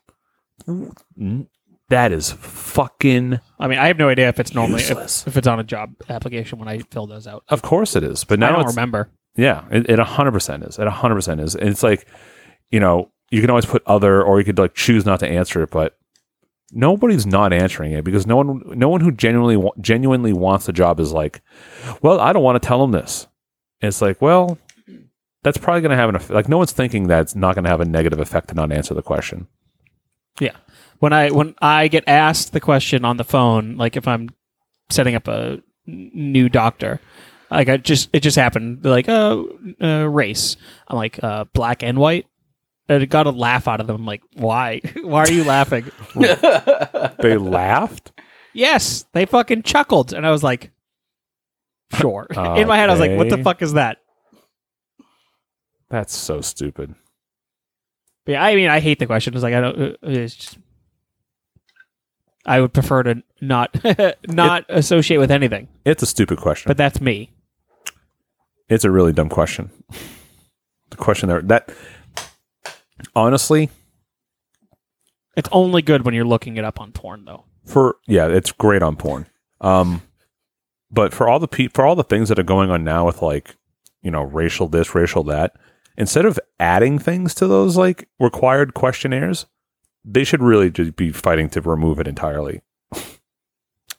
n- that is fucking. I mean, I have no idea if it's normally Useless. if, if it's on a job application when I fill those out. Of course it is, but now I don't it's remember. yeah, it it a hundred percent is. It a hundred percent is. And it's like you know you can always put other, or you could like choose not to answer it, but nobody's not answering it because no one no one who genuinely wa- genuinely wants the job is like, well, I don't want to tell them this. And it's like, well, that's probably going to have an effect. Like no one's thinking that's not going to have a negative effect to not answer the question. Yeah. When I when I get asked the question on the phone, like if I'm setting up a n- new doctor, like I just it just happened, like uh, uh race. I'm like uh black and white. And it got a laugh out of them. I'm like, why? why are you laughing? They laughed. yes, they fucking chuckled, and I was like, sure. In my head, I was like, what the Okay. fuck is that? That's so stupid. But yeah, I mean, I hate the question. It's like I don't. uh, It's just, I would prefer to not not associate with anything. It's a stupid question. But that's me. It's a really dumb question. The question there that honestly It's only good when you're looking it up on porn, though. for yeah, it's great on porn. Um, but for all the pe- for all the things that are going on now with like you know racial this, racial that, instead of adding things to those like required questionnaires, they should really just be fighting to remove it entirely. that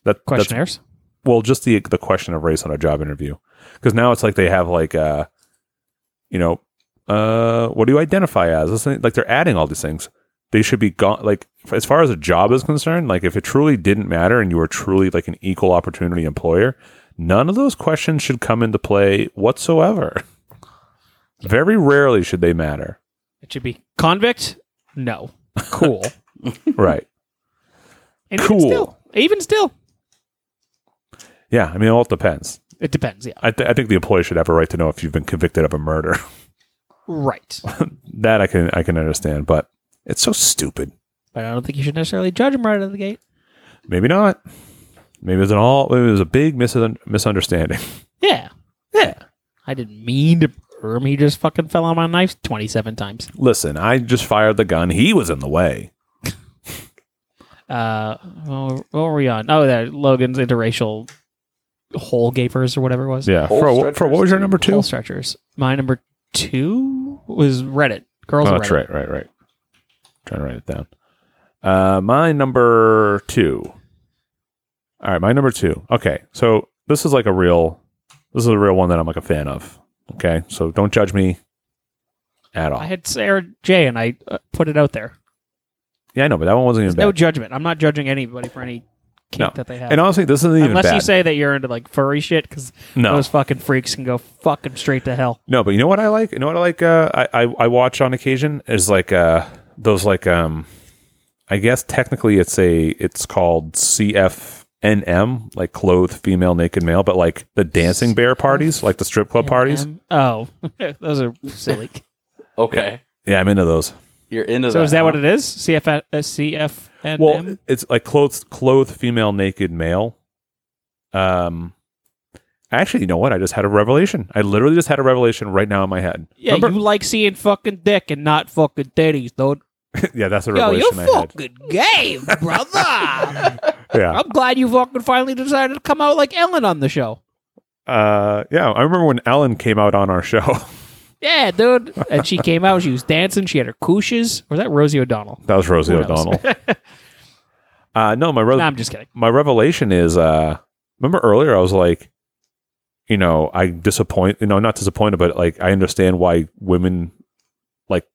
that's- Questionnaires. well just the the question of race on a job interview because now it's like they have like uh you know uh what do you identify as This thing- like they're adding all these things they should be gone like f- as far as a job is concerned like if it truly didn't matter and you were truly like an equal opportunity employer none of those questions should come into play whatsoever very rarely should they matter It should be convict. No. Cool. right And Cool. Even still, even still, yeah i mean it all depends it depends. Yeah. I, th- I think the employer should have a right to know if you've been convicted of a murder Right. that I can I can understand, but it's so stupid. But I don't think you should necessarily judge them right out of the gate. Maybe not. Maybe it was an all. Maybe it was a big mis- misunderstanding. Yeah. Yeah. I didn't mean to hurt him. He just fucking fell on my knife 27 times. Listen, I just fired the gun. He was in the way. uh what what were we on oh that logan's interracial hole gapers or whatever it was Yeah. Hole For, stretchers, for what was your number two? hole stretchers my number two was reddit girls Oh, on that's Reddit. right, right, right. trying to write it down. Uh, my number two. All right, my number two. Okay, so this is like a real. This is a real one that I'm like a fan of. Okay, so don't judge me at all. i had sarah j and i uh, put it out there yeah, I know, but that one wasn't even no bad. judgment i'm not judging anybody for any kink No. that they have and honestly, this isn't even unless bad. you say that you're into like furry shit because no, those fucking freaks can go fucking straight to hell No, but you know what I like? You know what I like? Uh, I, I I watch on occasion is like uh those like um, I guess technically it's a it's called CFNM like clothed female naked male, but like the dancing bear parties, like the strip club parties. Um, oh those are silly Okay. Yeah, I'm into those. You're into that. So is that huh? what it is? CF uh, CF and Well, it's like clothed, clothed female, naked male. Um, actually, you know what? I just had a revelation. I literally just had a revelation right now in my head. yeah, Remember- you like seeing fucking dick and not fucking titties, dude. yeah, that's a Yo, revelation you I had. fucking gay, brother. Yeah, I'm glad you fucking finally decided to come out like Ellen on the show. uh, yeah. I remember when Ellen came out on our show. Yeah, dude. And she came out. She was dancing. She had her couches. Or was that Rosie O'Donnell? that was Rosie Who knows? O'Donnell. uh, no, my re- Nah, I'm just kidding. my revelation is uh remember earlier I was like you know I disappoint you know not disappointed but like I understand why women like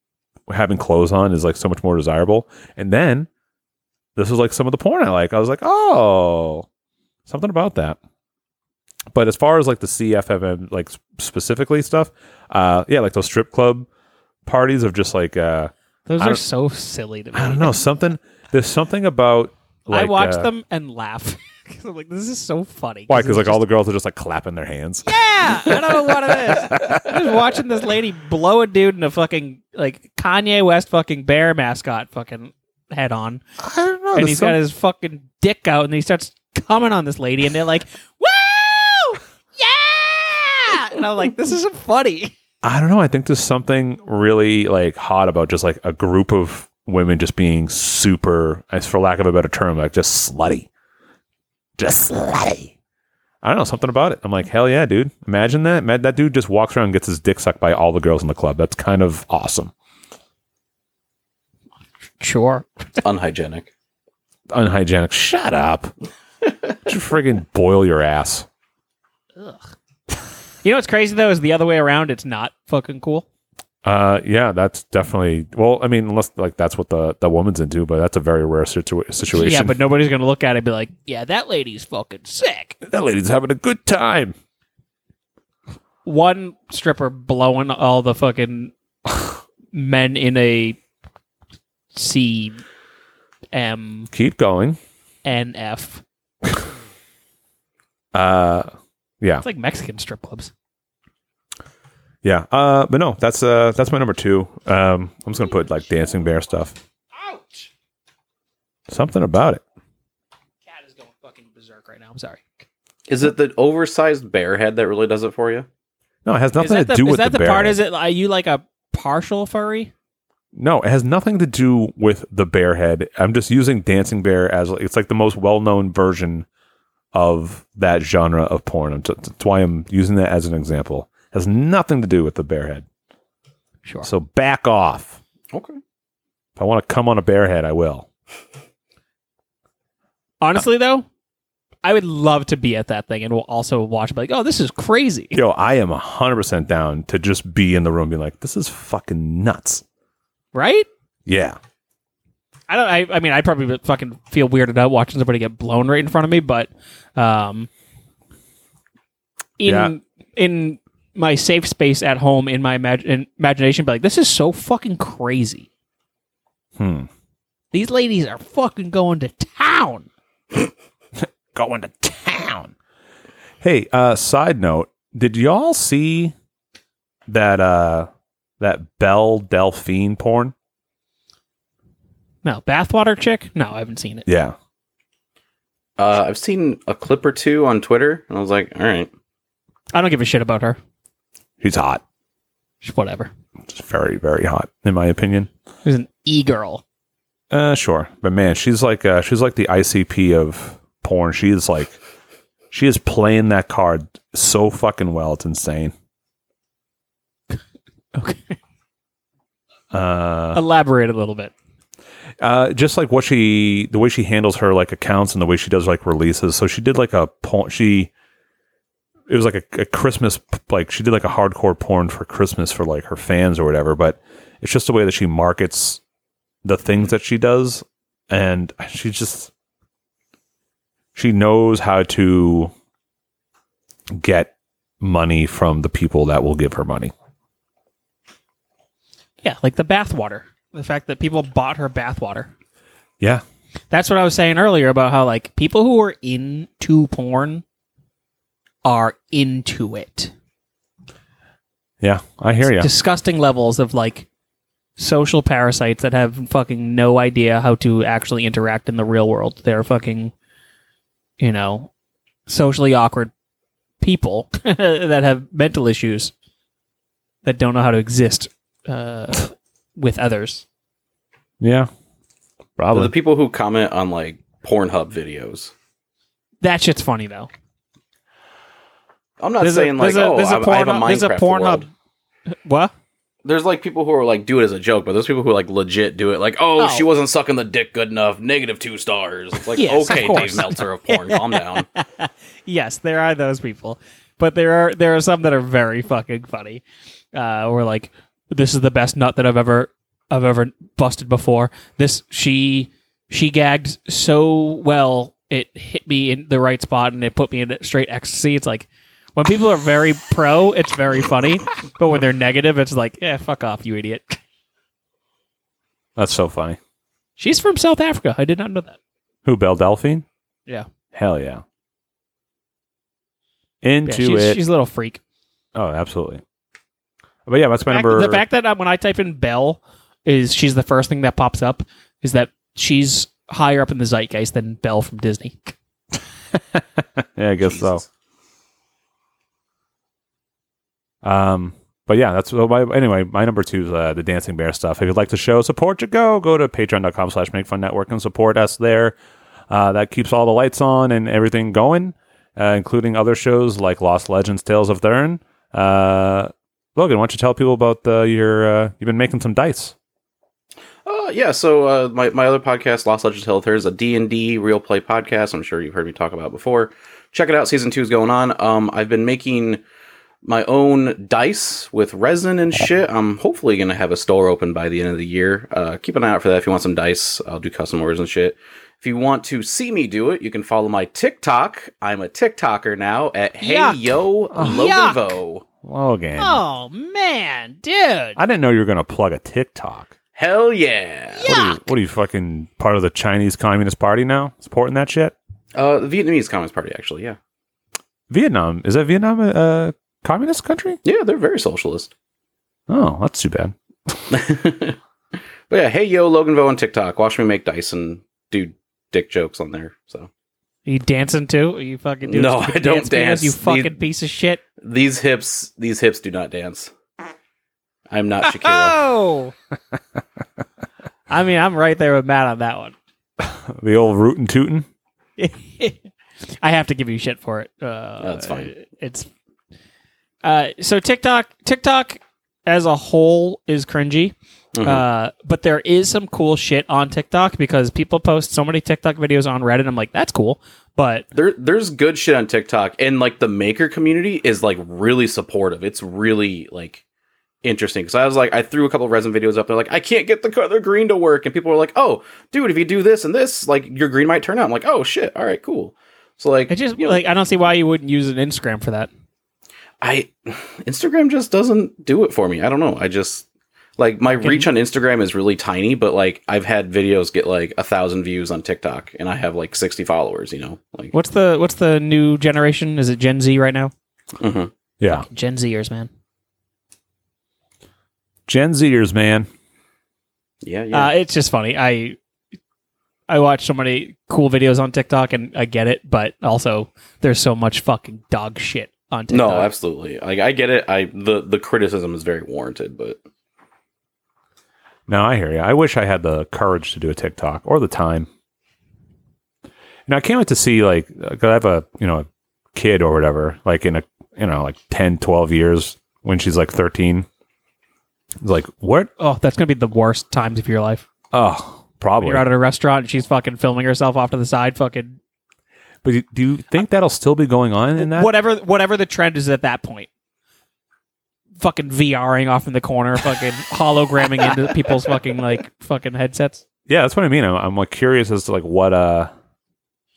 having clothes on is like so much more desirable and then this was like some of the porn I like I was like oh something about that but as far as like the CFMM like s- specifically stuff uh yeah like those strip club parties of just like uh Those I are don't- so silly to me. I don't know something there's something about like I watch uh, them and laugh. 'Cause I'm like, this is so funny. why because like all the girls are just like clapping their hands yeah, I don't know what it is. I'm just watching this lady blow a dude in a fucking like Kanye West fucking bear mascot fucking head on, I don't know. and there's he's some- got his fucking dick out, and he starts coming on this lady, and they're like, "Woo, yeah!" And I'm like, this isn't funny. I don't know. I think there's something really like hot about just like a group of women just being super, as for lack of a better term, like just slutty, just slutty. I don't know something about it. I'm like, hell yeah, dude! Imagine that. Mad that dude just walks around and gets his dick sucked by all the girls in the club. That's kind of awesome. Sure. Unhygienic. Unhygienic. Shut up. just friggin' boil your ass. You know what's crazy though is the other way around. It's not fucking cool. Uh, yeah, that's definitely. Well, I mean, unless like that's what the the woman's into, but that's a very rare situa- situation. Yeah, but nobody's gonna look at it and be like, "Yeah, that lady's fucking sick." that lady's having a good time. One stripper blowing all the fucking men in a C M Keep going. N F. Uh, yeah, It's like Mexican strip clubs. yeah. Uh, but no, that's uh, that's my number two. Um, I'm just gonna put like dancing bear stuff. Ouch! Something about it. Cat is going fucking berserk right now. I'm sorry. Is it the oversized bear head that really does it for you? No, it has Is nothing to that the, do is with that the bear. part? Is it are you like a partial furry? No, it has nothing to do with the bear head. I'm just using dancing bear as like, it's like the most well known version of that genre of porn. I'm t- t- That's why I'm using that as an example. has nothing to do with the bear head. Sure. So back off. Okay. If I want to come on a bear head, I will. Honestly though, I would love to be at that thing and we'll also watch like, oh, this is crazy. Yo, I am 100% down to just be in the room being like, this is fucking nuts. Right? Yeah. I don't. I, I mean, I probably would fucking feel weirded out watching somebody get blown right in front of me, but um, in Yeah. in my safe space at home, in my imag- in imagination, be like, this is so fucking crazy. Hmm. These ladies are fucking going to town. Going to town. Hey, uh, side note, did y'all see that uh that Belle Delphine porn? No, bathwater chick. No, I haven't seen it. Yeah. Uh, I've seen a clip or two on Twitter, and I was like, all right. I don't give a shit about her. She's hot. Just whatever. She's very, very hot, in my opinion. She's an e girl. Uh sure. But man, she's like uh she's like the ICP of porn. She is like she is playing that card so fucking well, it's insane. Okay. Uh Elaborate a little bit. Uh, just like what she, the way she handles her like accounts and the way she does like releases. So she did like a porn. She, it was like a, a Christmas like she did like a hardcore porn for Christmas for like her fans or whatever. But it's just the way that she markets the things that she does, and she just she knows how to get money from the people that will give her money. Yeah, like the bathwater. The fact that people bought her bathwater. Yeah, That's what I was saying earlier about how like people who are into porn are into it. yeah, I hear you. Disgusting levels of like social parasites that have fucking no idea how to actually interact in the real world. They're fucking, you know, socially awkward people that have mental issues that don't know how to exist uh, with others. Yeah. But Probably. the people who comment on like Pornhub videos. That shit's funny though. I'm not saying like oh I- I have a Minecraft there's a world. Pornhub. What? There's like people who are like do it as a joke, but there's people who like legit do it. Like oh, Oh. she wasn't sucking the dick good enough. Negative two stars. It's like Yes, of okay, course. Dave Meltzer of porn, calm down. yes, there are those people, but there are there are some that are very fucking funny. Uh, or like, this is the best nut that I've ever I've ever busted before. This she she gagged so well it hit me in the right spot and it put me in straight ecstasy. It's like when people are very pro, it's very funny, but when they're negative, it's like, "Eh, yeah, fuck off, you idiot. That's so funny. She's from South Africa. I did not know that. Who, Belle Delphine? Yeah. Hell yeah. Yeah, Into she's, it. she's a little freak. oh, absolutely. But yeah, that's my fact- number. The fact that uh, when I type in Belle, is she's the first thing that pops up is that she's higher up in the zeitgeist than Belle from Disney. yeah, I guess Jesus. so. Um, but yeah, that's well, my anyway. My number two is uh, the Dancing Bear stuff. If you'd like to show support, to go go to patreon.com slash make fun network and support us there. Uh, that keeps all the lights on and everything going, uh, including other shows like Lost Legends, Tales of Thurn. Uh, Logan, why don't you tell people about the, your uh, you've been making some dice? Uh, yeah, so uh, my, my other podcast, Lost Legends Hell There, is a D&D real play podcast. I'm sure you've heard me talk about before. Check it out. Season two is going on. Um, I've been making my own dice with resin and shit. I'm hopefully going to have a store open by the end of the year. Uh, keep an eye out for that if you want some dice. I'll do custom orders and shit. If you want to see me do it, you can follow my TikTok. I'm a TikToker now at Hey Yuck. Yo Yuck. Loganvo. Logan, Oh man, dude. I didn't know you were gonna plug a TikTok. Hell yeah. What are, you, what are you fucking part of the Chinese Communist Party now? Supporting that shit? Uh, the Vietnamese Communist Party, actually, yeah. Vietnam is that Vietnam a uh, communist country? Yeah, they're very socialist. Oh, that's too bad. but yeah, hey yo, Logan Vo on TikTok. Watch me make dice and do dick jokes on there. So Are you dancing too? Are you fucking doing No, stupid I don't moves, dance. You fucking The- piece of shit. these hips, these hips do not dance. I'm not Shakira. Oh. I mean, I'm right there with Matt on that one. The old rootin' tootin'. I have to give you shit for it. Uh, That's fine. It's uh, so TikTok. TikTok as a whole is cringy. Mhm. Uh, but there is some cool shit on TikTok because people post so many TikTok videos on Reddit. I'm like, that's cool, but there, there's good shit on TikTok, and like the maker community is like really supportive. It's really like interesting because I was like, I threw a couple of resin videos up. They're like, I can't get the color green to work, and people were like, Oh, dude, if you do this and this, like your green might turn out. I'm like, Oh shit, all right, cool. So like, I just you know, like I don't see why you wouldn't use an Instagram for that. I Instagram just doesn't do it for me. I don't know. I just like my reach on Instagram is really tiny, but like I've had videos get like a thousand views on TikTok, and I have like sixty followers. You know, like What's the what's the new generation? Is it Gen Z right now? mhm. Yeah, Gen Zers, man. Gen Zers, man. yeah, yeah. Uh, it's just funny. I I watch so many cool videos on TikTok, and I get it, but also there's so much fucking dog shit on TikTok. no, absolutely. Like I get it. I the the criticism is very warranted, but No, I hear you. I wish I had the courage to do a TikTok or the time. You know, I can't wait to see like uh, 'cause I have a you know a kid or whatever like in a you know like 10, 12 years when she's like thirteen. It's Like what? oh, that's gonna be the worst times of your life. Oh, probably. You're out at a restaurant, and she's fucking filming herself off to the side, fucking But do- do you think that'll still be going on in that? whatever whatever the trend is at that point. Fucking VRing off in the corner, fucking hologramming into people's fucking like fucking headsets. Yeah, that's what I mean. I'm, I'm like curious as to like what uh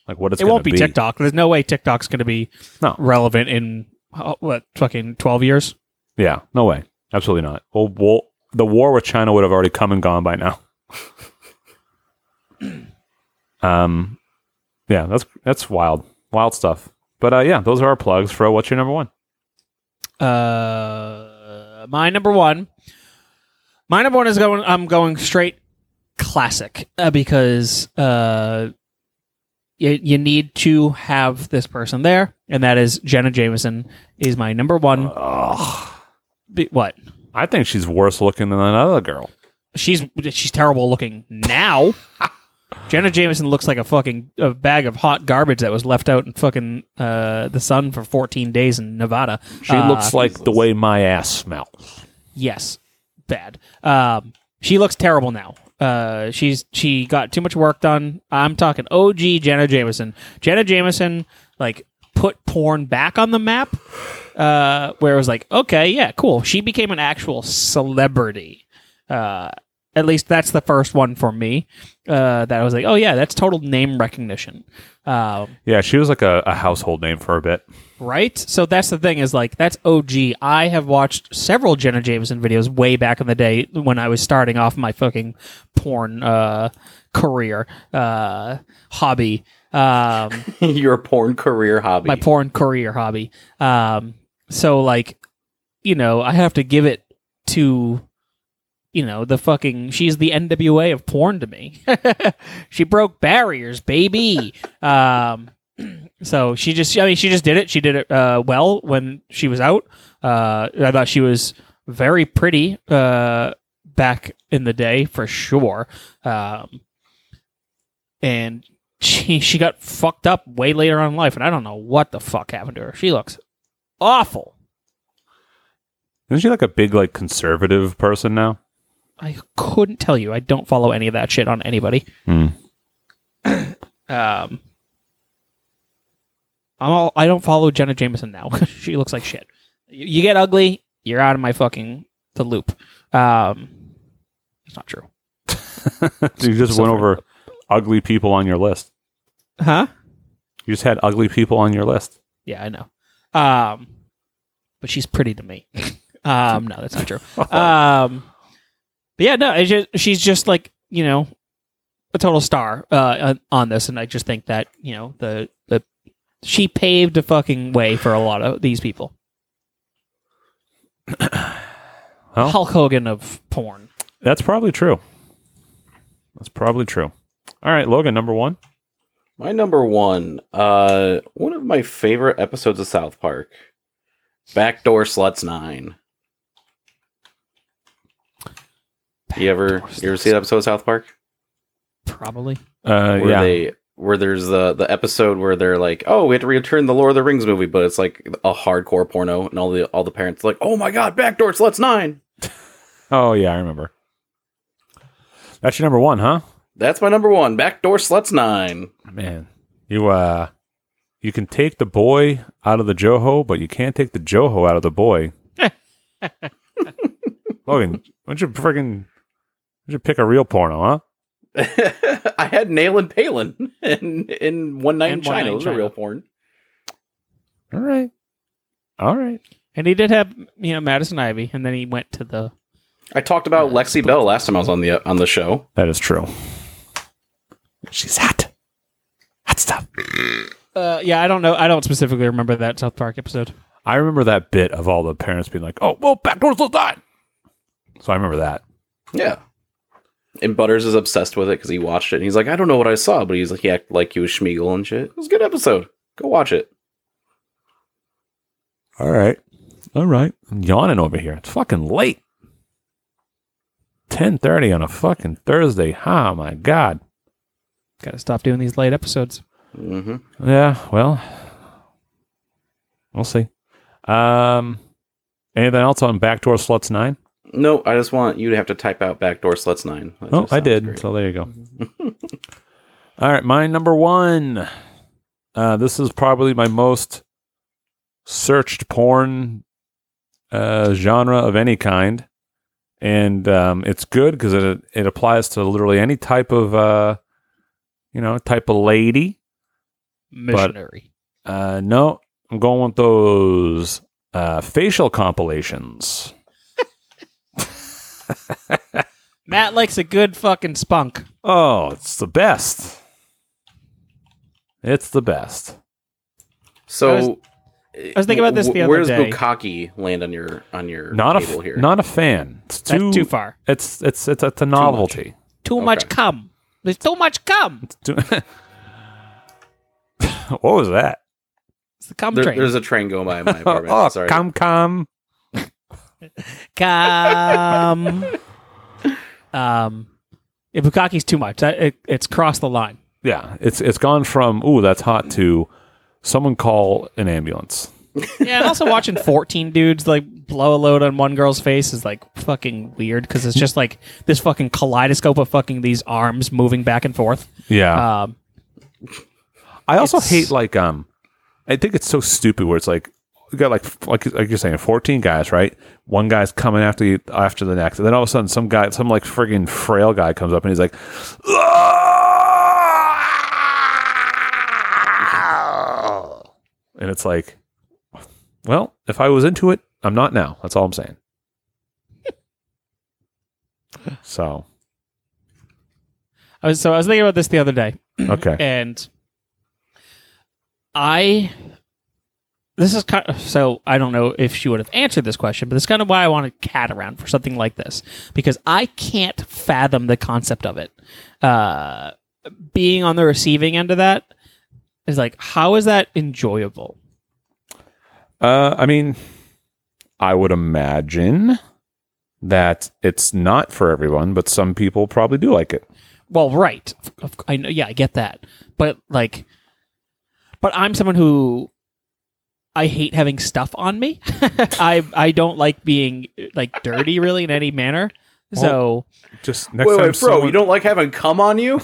like what it's it gonna won't be, TikTok. There's no way TikTok's going to be No. relevant in uh, what fucking 12 years. Yeah, no way. Absolutely not. Well, well, the war with China would have already come and gone by now. um, yeah, that's that's wild, wild stuff. But uh, yeah, those are our plugs. Fro, what's your number one? Uh, my number one. My number one is going. I'm going straight classic uh, because uh, you you need to have this person there, and that is Jenna Jameson is my number one. Be- what? I think she's worse looking than that other girl. She's she's terrible looking now. Jenna Jameson looks like a fucking a bag of hot garbage that was left out in fucking uh, the sun for 14 days in Nevada. She looks like the way my ass smells. Yes, bad. Um, she looks terrible now. Uh, she's she got too much work done. I'm talking OG Jenna Jameson. Jenna Jameson like put porn back on the map. Uh, where it was like, okay, yeah, cool. She became an actual celebrity. Uh, at least that's the first one for me. Uh, that I was like, oh yeah, that's total name recognition. Um, Yeah, she was like a, a household name for a bit. Right? So that's the thing is like that's OG. I have watched several Jenna Jameson videos way back in the day when I was starting off my fucking porn uh career uh hobby. Um Your porn career hobby. my porn career hobby. Um, so like, you know, I have to give it to, you know, the fucking she's the NWA of porn to me. she broke barriers, baby. um, so she just, I mean, she just did it. She did it uh, well when she was out. Uh, I thought she was very pretty uh, back in the day for sure. Um, and she she got fucked up way later on in life, and I don't know what the fuck happened to her. She looks awful. Isn't she like a big like conservative person now? I couldn't tell you. I don't follow any of that shit on anybody. Hmm. um, I'm all, I don't follow Jenna Jameson now. she looks like shit. You, you get ugly, you're out of my fucking the loop. Um, it's not true, you just went over ugly people on your list. huh? You just had ugly people on your list. Yeah, I know. Um, but she's pretty to me. um, no, that's not true. Um, but yeah, no, it's just, she's just like you know a total star uh, on- on this, and I just think that you know the the she paved a fucking way for a lot of these people. Well. Hulk Hogan of porn. That's probably true. That's probably true. All right, Logan, number one. My number one, uh, one of my favorite episodes of South Park, Backdoor Sluts Nine. you ever you ever see that episode of South Park? Probably. Uh, Where they where there's the the episode where they're like, oh, we had to return the Lord of the Rings movie, but it's like a hardcore porno, and all the all the parents are like, oh my god, Backdoor Sluts Nine. Oh yeah, I remember. That's your number one, huh? That's my number one, Backdoor Sluts Nine. Man, you uh, you can take the boy out of the Joho, but you can't take the Joho out of the boy. Logan, why don't you freaking, why don't you pick a real porno, huh? I had Nail and Palin in in One Night in And One Night China. in It was a China. real porn. All right, all right. And he did have you know Madison Ivy, and then he went to the I talked about Lexi Bell last time I was on the on the show. That is true. She's hot, hot stuff. Uh, yeah, I don't know. I don't specifically remember that South Park episode. I remember that bit of all the parents being like, "Oh, well, backdoors will die." So I remember that. Yeah. And Butters is obsessed with it because he watched it and he's like, I don't know what I saw, but he's like, he acted like he was Schmeagle and shit. It was a good episode. Go watch it. All right. All right. I'm yawning over here. It's fucking late. 10:30 on a fucking Thursday. Oh my god. Got to stop doing these late episodes. Mm-hmm. hmm Yeah, well. We'll see. Um anything else on Backdoor Sluts 9? No, I just want you to have to type out Backdoor Sluts 9. That Oh, just I sounds did. great. So there you go. All right, my number one. Uh, this is probably my most searched porn uh, genre of any kind, and um, it's good because it it applies to literally any type of uh, you know type of lady. Missionary. Uh, no, I'm going with those uh, facial compilations. Matt likes a good fucking spunk. Oh, it's the best. It's the best. So I was thinking about this the other where day. does Bukaki land on your on your Not a table f- here? not a fan. It's That's too too far. It's it's it's, it's a novelty. Too much cum. There's too much cum. Too- what was that? It's the cum There- train. there's a train going by my Oh, apartment. oh Sorry. come come. Cum. um, if Bukaki's too much, that, it, it's crossed the line. Yeah, it's it's gone from ooh that's hot to someone call an ambulance. Yeah, and also watching 14 dudes like blow a load on one girl's face is like fucking weird because it's just like this fucking kaleidoscope of fucking these arms moving back and forth. Yeah, Um, I also It's- hate like um, I think it's so stupid where it's like you got like f- like like you're saying fourteen guys right, one guy's coming after you after the next, and then all of a sudden some guy some like friggin' frail guy comes up and he's like, and it's like, well, if I was into it, I'm not now. That's all I'm saying. So I was, so I was thinking about this the other day. okay, and I this is kind of, so I don't know if she would have answered this question, but it's kind of why I wanted Cat around for something like this because I can't fathom the concept of it. Uh, being on the receiving end of that is like, how is that enjoyable? Uh, I mean, I would imagine that it's not for everyone, but some people probably do like it. Well, right. Of- I know. Yeah, I get that. But like, but I'm someone who I hate having stuff on me. I I don't like being like dirty really in any manner. So Just Wait, next wait, time, bro, someone- you don't like having cum on you?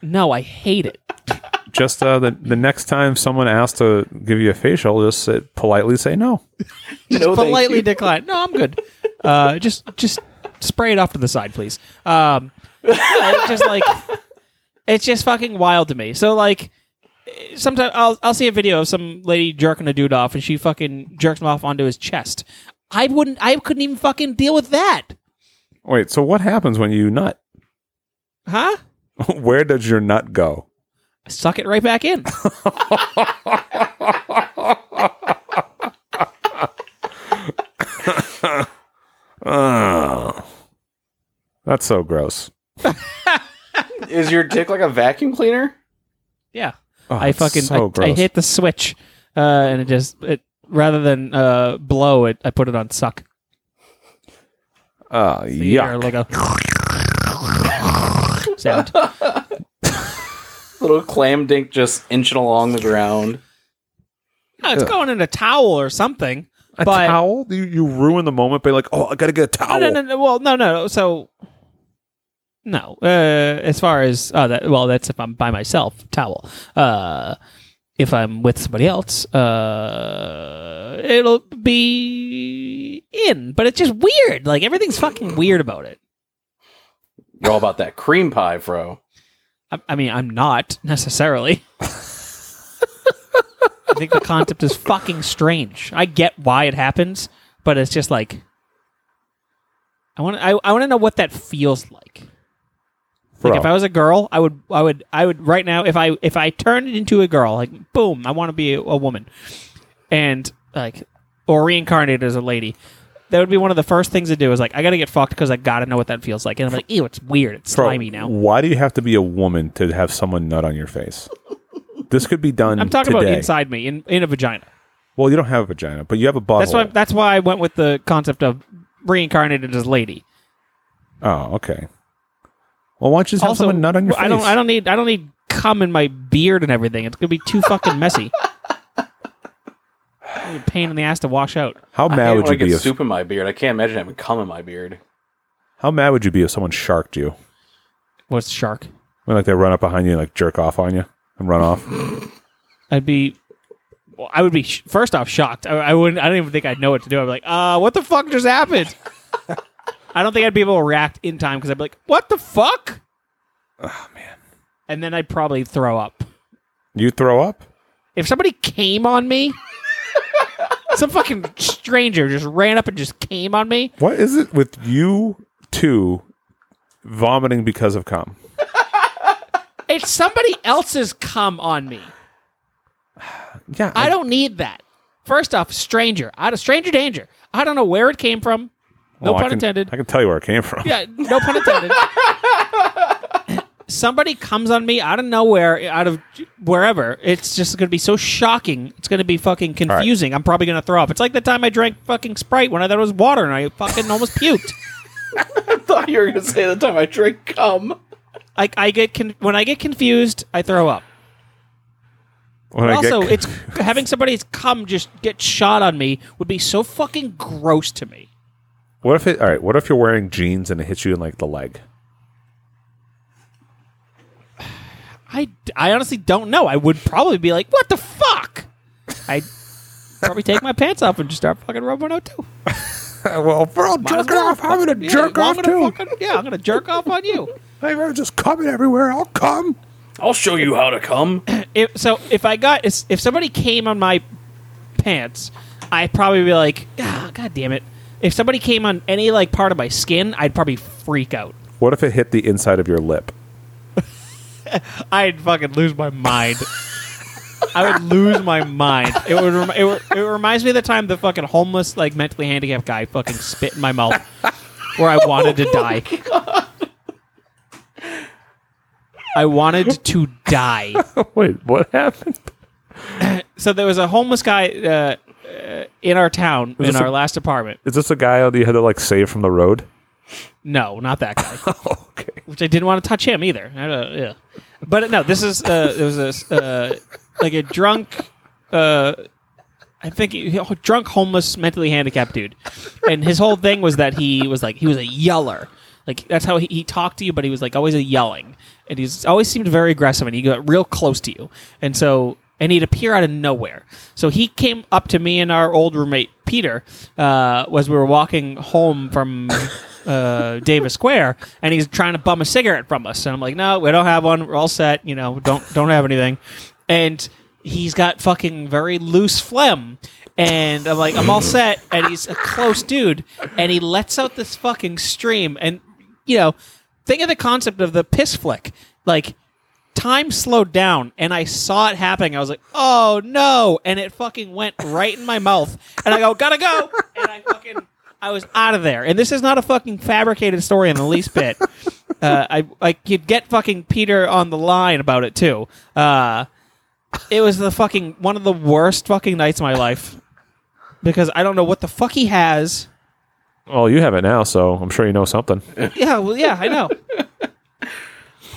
no, I hate it. just uh, the the next time someone asks to give you a facial, just say, politely say no. Just No, thank politely you. decline. No, I'm good. Uh, just just spray it off to the side, please. Um, it's just like it's just fucking wild to me. So like. sometimes I'll I'll see a video of some lady jerking a dude off, and she fucking jerks him off onto his chest. I wouldn't. I couldn't even fucking deal with that, Wait, so what happens when you nut? huh? Where does your nut go? Suck it right back in. Oh, that's so gross. Is your dick like a vacuum cleaner? Yeah, Oh, I it's fucking so I, I gross. hit the switch, uh, and it just it rather than uh, blow it, I put it on suck. Oh, You yuck. hear like a sound. Little clam dink just inching along the ground. No, it's going in a towel or something. A but towel? You, you ruin the moment by like, oh, I gotta get a towel. No, no, no, no. Well, no, no. no. So, no. Uh, as far as oh, that well, that's if I'm by myself, towel. Uh, if I'm with somebody else, uh, it'll be in. But it's just weird. Like everything's fucking weird about it. You're all about that cream pie, bro. I, I mean, I'm not necessarily. I think the concept is fucking strange. I get why it happens, but it's just like I want I, I want to know what that feels like. Like Bro. if I was a girl, I would I would I would right now if I if I turned into a girl, like boom, I want to be a, a woman. And like or reincarnated as a lady. That would be one of the first things to do is like I got to get fucked because I got to know what that feels like. And I'm like, ew, it's weird. It's Bro, slimy now. Why do you have to be a woman to have someone nut on your face? This could be done. I'm talking today. about inside me in, in a vagina. Well, you don't have a vagina, but you have a butthole. That's why that's why I went with the concept of reincarnated as lady. oh, okay. Well, why don't you just have also, someone nut on your face? I don't I don't need I don't need cum in my beard and everything. It's gonna be too fucking messy. It'll be a Pain in the ass to wash out. How I mad don't would wanna you be? get If, soup in my beard. I can't imagine having cum in my beard. how mad would you be if someone sharked you? What's shark? When, like they run up behind you and like jerk off on you and run off. I'd be. Well, I would be sh- first off shocked. I, I wouldn't. I don't even think I'd know what to do. I'd be like, "Uh, what the fuck just happened?" I don't think I'd be able to react in time because I'd be like, "What the fuck?" Oh man! Oh, And then I'd probably throw up. you throw up? If somebody came on me, some fucking stranger just ran up and just came on me. What is it with you two vomiting because of cum? It's somebody else's come on me. Yeah, I don't need that. First off, stranger. Out of stranger danger. I don't know where it came from. No Well, I pun can- intended. I can tell you where it came from. Yeah, no pun intended. Somebody comes on me out of nowhere, out of wherever. It's just going to be so shocking. It's going to be fucking right. confusing. I'm probably going to throw up. It's like the time I drank fucking Sprite when I thought it was water and I fucking almost puked. thought you were gonna say the time I drink cum. Like I get con- when I get confused, I throw up. When I get- also, it's having somebody's cum just get shot on me would be so fucking gross to me. what if it? All right, what if you're wearing jeans and it hits you in like the leg? I, I honestly don't know. I would probably be like, what the fuck? I probably take my pants off and just start fucking Rob 102. Uh, well, bro, Might as well. Yeah, well, I'm gonna fucking- yeah, I'm gonna jerk off on you. Hey, man, just coming everywhere. I'll come. I'll show you how to cum. If, so if I got if somebody came on my pants, I'd probably be like, ah, God damn it. If somebody came on any like part of my skin, I'd probably freak out. What if it hit the inside of your lip? I'd fucking lose my mind. I would lose my mind. It would. Rem- it, would- it reminds me of the time the fucking homeless, like mentally handicapped guy, fucking spit in my mouth, where I wanted to Oh die. I wanted to die. Wait, what happened? So there was a homeless guy uh, uh, in our town in this our a- last apartment. Is this a guy that you had to like save from the road? No, not that guy. okay. which I didn't want to touch him either. I don't- yeah. But uh, no, this is uh, there was a uh, like a drunk, uh, I think he- drunk, homeless, mentally handicapped dude, and his whole thing was that he was like he was a yeller. Like that's how he, he talked to you, but he was like always a yelling, and he's always seemed very aggressive, and he got real close to you, and so and he'd appear out of nowhere. So he came up to me and our old roommate Peter uh, as we were walking home from uh, Davis Square, and he's trying to bum a cigarette from us. And I'm like, no, we don't have one. We're all set. You know, don't don't have anything. And he's got fucking very loose phlegm. And I'm like, I'm all set. And he's a close dude, and he lets out this fucking stream. And you know, think of the concept of the piss flick, like. Time slowed down and I saw it happening. I was like, oh no. And it fucking went right in my mouth. And I go, gotta go. And I fucking I was out of there. And this is not a fucking fabricated story in the least bit. Uh, I I could get fucking Peter on the line about it too. Uh, it was the fucking one of the worst fucking nights of my life because I don't know what the fuck he has. Well, you have it now, so I'm sure you know something. Yeah, well, yeah, I know.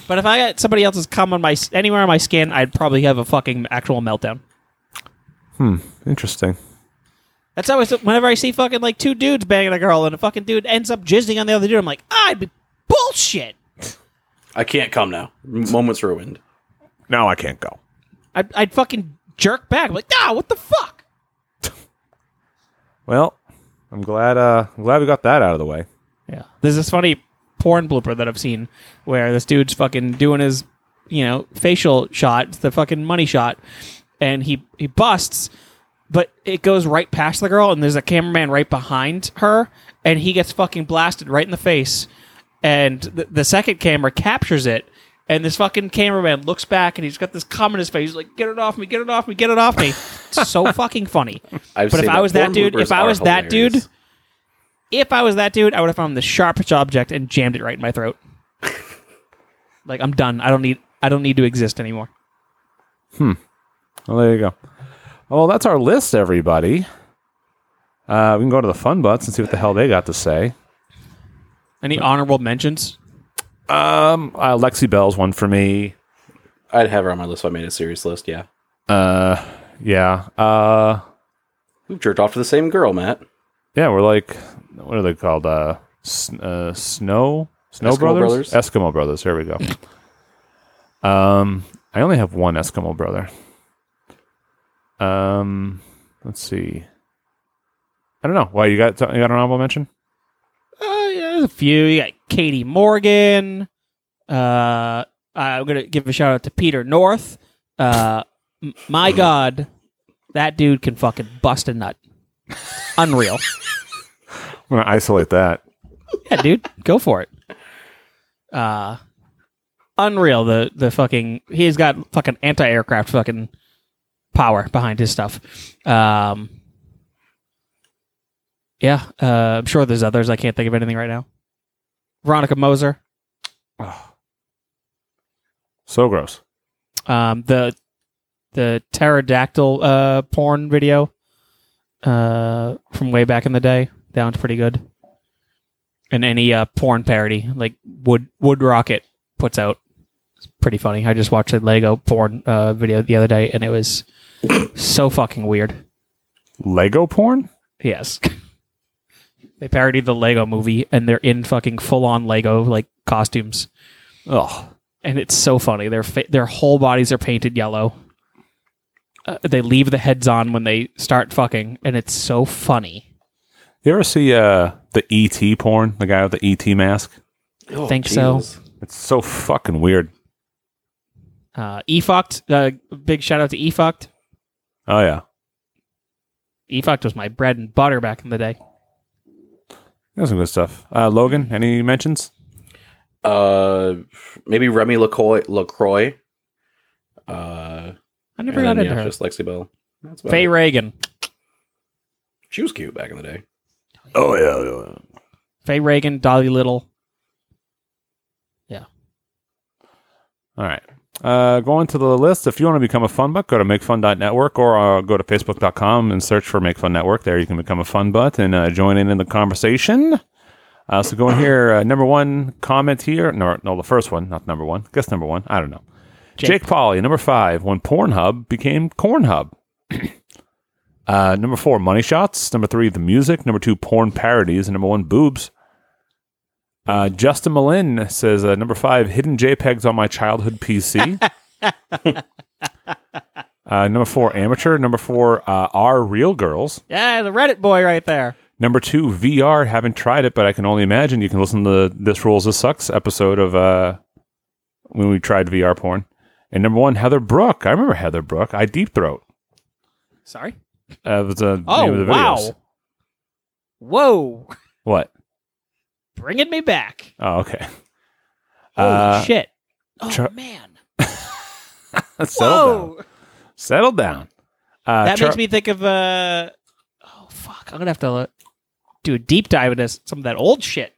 But if I got somebody else's cum on my s- anywhere on my skin, I'd probably have a fucking actual meltdown. Interesting. That's always whenever I see fucking like two dudes banging a girl and a fucking dude ends up jizzing on the other dude, I'm like, I'd be bullshit. I can't cum now. Moment's ruined. Now I can't go. I'd, I'd fucking jerk back. I'm like, ah, what the fuck? Well, I'm glad. Uh, I'm glad we got that out of the way. Yeah. There's this funny porn blooper that I've seen where this dude's fucking doing his, you know, facial shot, it's the fucking money shot, and he he busts, but it goes right past the girl, and there's a cameraman right behind her, and he gets fucking blasted right in the face, and the, the second camera captures it. And this fucking cameraman looks back and he's got this cum in his face. He's like, get it off me, get it off me, get it off me. It's so fucking funny. I've but if seen I was that Porn dude, if bloopers I are was that hilarious. dude, if I was that dude, I would have found the sharpest object and jammed it right in my throat. like I'm done. I don't need. I don't need to exist anymore. Well, there you go. Well, that's our list, everybody. Uh, we can go to the fun butts and see what the hell they got to say. Any honorable mentions? Um, uh, Lexi Bell's one for me. I'd have her on my list if I made a serious list. Yeah, Uh, yeah. Uh, we've jerked off to the same girl, Matt. yeah. We're like, what are they called? Uh, s- uh snow, snow Eskimo brothers? Brothers? Eskimo brothers. There we go. um, I only have one Eskimo brother. Um, let's see. I don't know. Why you got you got an honorable mention? Uh, yeah, there's a few. You got Katie Morgan. Uh, I'm gonna give a shout out to Peter North. Uh, m- my God, that dude can fucking bust a nut. Unreal. I'm gonna isolate that. yeah, dude, go for it. Uh unreal. The the fucking he's got fucking anti aircraft fucking power behind his stuff. Um, yeah, uh, I'm sure there's others. I can't think of anything right now. Veronica Moser, So gross. um, the the pterodactyl uh, porn video uh, from way back in the day. That one's pretty good. And any uh, porn parody like Wood Wood Rocket puts out, it's pretty funny. I just watched a Lego porn uh, video the other day, and it was so fucking weird. Lego porn? Yes. they parodied the Lego movie and they're in fucking full on Lego like costumes. Ugh. And it's so funny. Their fa- their whole bodies are painted yellow. Uh, they leave the heads on when they start fucking and it's so funny. You ever see uh, the ET porn? The guy with the ET mask? Oh, Think so. It's so fucking weird. Uh E fucked uh, big shout out to E fucked. Oh, yeah. E fucked was my bread and butter back in the day. That's some good stuff. Uh, Logan, any mentions? Uh, maybe Remy LaCroix. LaCroix. Uh, I and never then, got into yeah, her. just Lexi Bell. That's uh, about Faye it. Reagan. She was cute back in the day. Oh, yeah. Faye Reagan, Dolly Little. All right. Uh, go into the list. If you want to become a fun butt, go to makefun.network or uh, go to facebook.com and search for Make Fun Network. There you can become a fun butt and uh, join in in the conversation. Uh, so go in here. Uh, number one comment here. No, no, the first one, not number one. Guess number one. I don't know. Jake, Pauley, number five, when Pornhub became Cornhub. uh, number four, Money Shots. Number three, The Music. Number two, Porn Parodies. And number one, Boobs. Uh, Justin Malin says uh, number five, hidden JPEGs on my childhood PC. uh, number four, amateur. Number four, uh, are real girls. Yeah, the Reddit boy right there. Number two, VR. Haven't tried it, but I can only imagine. You can listen to this rules this sucks episode of uh, when we tried VR porn. And number one, Heather Brooke. I remember Heather Brooke. I deep throat. Sorry. Uh, was the name of the Oh wow. videos. Whoa. What? Bringing me back. Oh, okay. Holy Uh, shit. Oh Char- man. Settle down. Whoa. Settle down. Uh, That Char- makes me think of uh oh fuck. I'm gonna have to uh, do a deep dive into s- some of that old shit.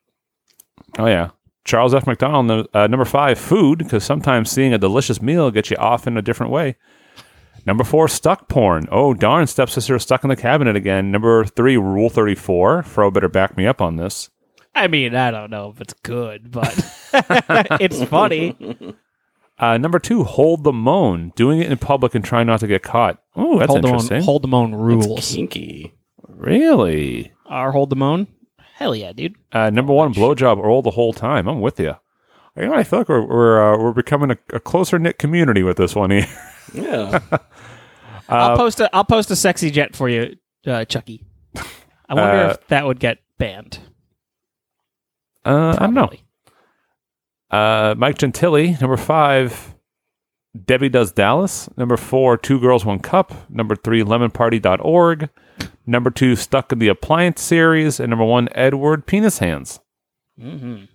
Oh yeah, Charles F. McDonald, no- uh, number five, food, because sometimes seeing a delicious meal gets you off in a different way. Number four, stuck porn. Oh darn, stepsister is stuck in the cabinet again. Number three, Rule Thirty Four. Fro better back me up on this. I mean, I don't know if it's good, but it's funny. Uh, number two, hold the moan, doing it in public and trying not to get caught. Oh, that's hold interesting. on, hold the moan rules. Kinky. really? Our hold the moan. Hell yeah, dude. Uh, number one, blowjob oral the whole time. I'm with you. You know, I feel like we're we're, uh, we're becoming a, a closer knit community with this one here. Yeah. Uh, I'll post a I'll post a sexy jet for you, uh, Chucky. I wonder Uh, if that would get banned. Uh, I don't know. Probably. Uh, Mike Gentili, number five. Debbie Does Dallas. Number four, Two Girls, One Cup. Number three, lemonparty.org. Number two, Stuck in the Appliance series. And number one, Edward Penis Hands. Uh,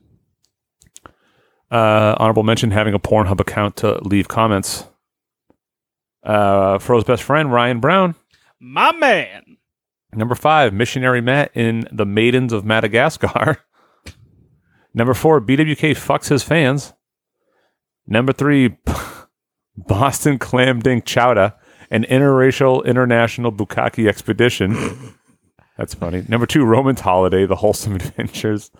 honorable mention having a Pornhub account to leave comments. Uh, Fro's best friend, Ryan Brown. My man. Number five, Missionary Matt in The Maidens of Madagascar. Number four, BWK fucks his fans. Number three, Boston Clam Dink Chowda, an interracial international bukkake expedition. That's funny. Number two, Roman's Holiday, The Wholesome Adventures.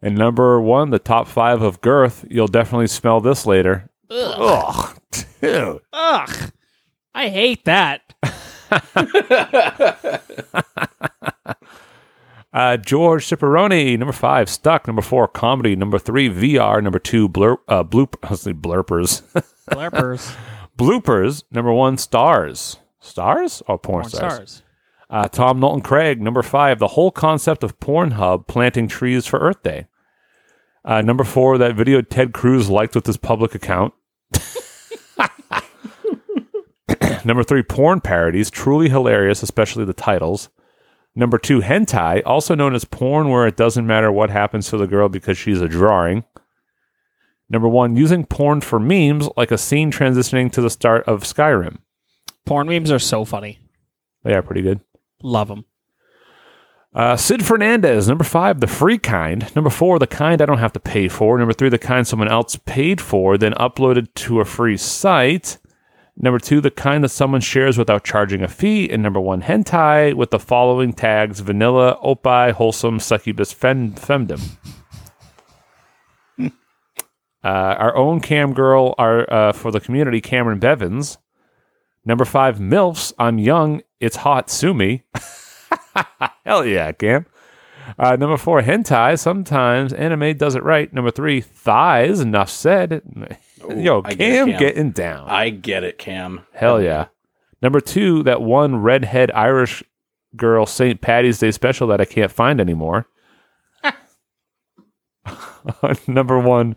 And number one, the top five of girth. You'll definitely smell this later. Ugh, dude. Ugh. I hate that. Uh, George Ciperoni, number five, Stuck, number four, Comedy, number three, VR, number two, blur, uh, bloop, I was gonna say blurpers, Blurpers. bloopers, number one, Stars, Stars or porn, Porn stars. stars. Uh, Tom Knowlton Craig, number five, the whole concept of Pornhub planting trees for Earth Day. Uh, number four, that video Ted Cruz liked with his public account. number three, porn parodies, truly hilarious, especially the titles. Number two, hentai, also known as porn, where it doesn't matter what happens to the girl because she's a drawing. Number one, using porn for memes, like a scene transitioning to the start of Skyrim. Porn memes are so funny. They are pretty good. Love them. Uh, Sid Fernandez, number five, the free kind. Number four, the kind I don't have to pay for. Number three, the kind someone else paid for, then uploaded to a free site. Number two, the kind that someone shares without charging a fee. And number one, hentai with the following tags vanilla, opai, wholesome, succubus, fem- femdom. uh, our own cam girl our, uh, for the community, Cameron Bevins. Number five, MILFs. I'm young. It's hot. Sue me. Hell yeah, Cam. Uh, number four, hentai. Sometimes anime does it right. Number three, thighs. Enough said. Yo, I Cam, get it, Cam. getting down. I get it, Cam. Hell yeah. Number two, that one redhead Irish girl St. Patty's Day special that I can't find anymore. Number one,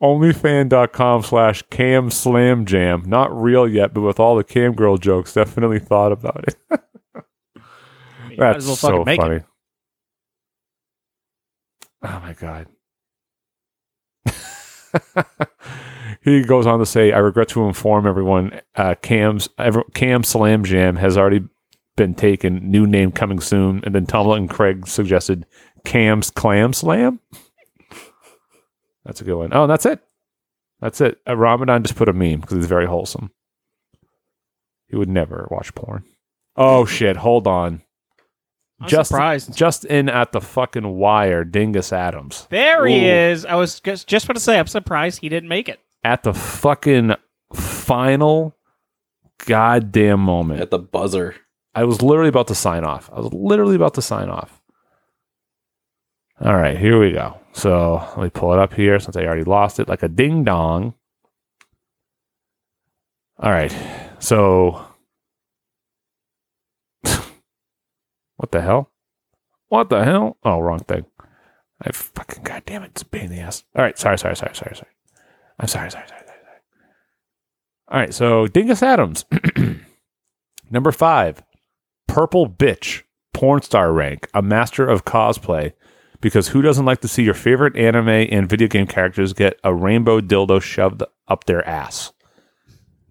onlyfan.com slash cam slam jam. Not real yet, but with all the cam girl jokes, definitely thought about it. might That's as well fucking so make it. funny. Oh my god. he goes on to say, "I regret to inform everyone, uh, Cam's ever, Cam Slam Jam has already been taken. New name coming soon." And then Tomlin and Craig suggested Cam's Clam Slam. That's a good one. Oh, and that's it. That's it. Uh, Ramadan just put a meme because he's very wholesome. He would never watch porn. Oh shit! Hold on. I'm Just- surprised. Just in at the fucking wire, Dingus Adams. There he is. I was just, just about to say, I'm surprised he didn't make it. at the fucking final goddamn moment. At the buzzer. I was literally about to sign off. I was literally about to sign off. All right, here we go. So let me pull it up here since I already lost it like a ding dong. All right, so what the hell? What the hell? Oh, wrong thing. I fucking goddamn it, it's a pain in the ass. All right, sorry, sorry, sorry, sorry, sorry. I'm sorry, sorry, sorry, sorry, sorry. All right, so Dingus Adams, number five, purple bitch, porn star rank, a master of cosplay. Because who doesn't like to see your favorite anime and video game characters get a rainbow dildo shoved up their ass?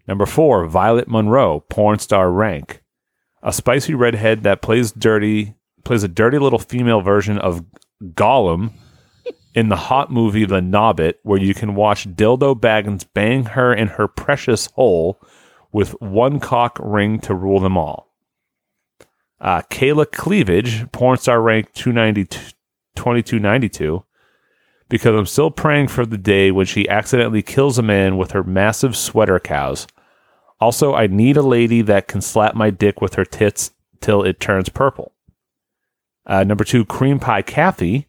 Number four, Violet Monroe, porn star rank, a spicy redhead that plays dirty, plays a dirty little female version of Gollum in the hot movie The Knobbit, where you can watch Dildo Baggins bang her in her precious hole with one cock ring to rule them all. Uh, Kayla Cleavage, porn star rank 292 2292, because I'm still praying for the day when she accidentally kills a man with her massive sweater cows. Also, I need a lady that can slap my dick with her tits till it turns purple. Uh, number two, Cream Pie Kathy,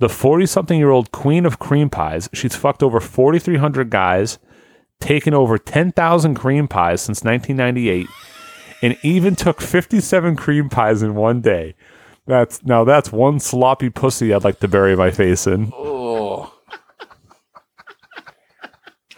the 40 something year old queen of cream pies. She's fucked over 4,300 guys, taken over 10,000 cream pies since 1998, and even took 57 cream pies in one day. That's now that's one sloppy pussy I'd like to bury my face in. Oh.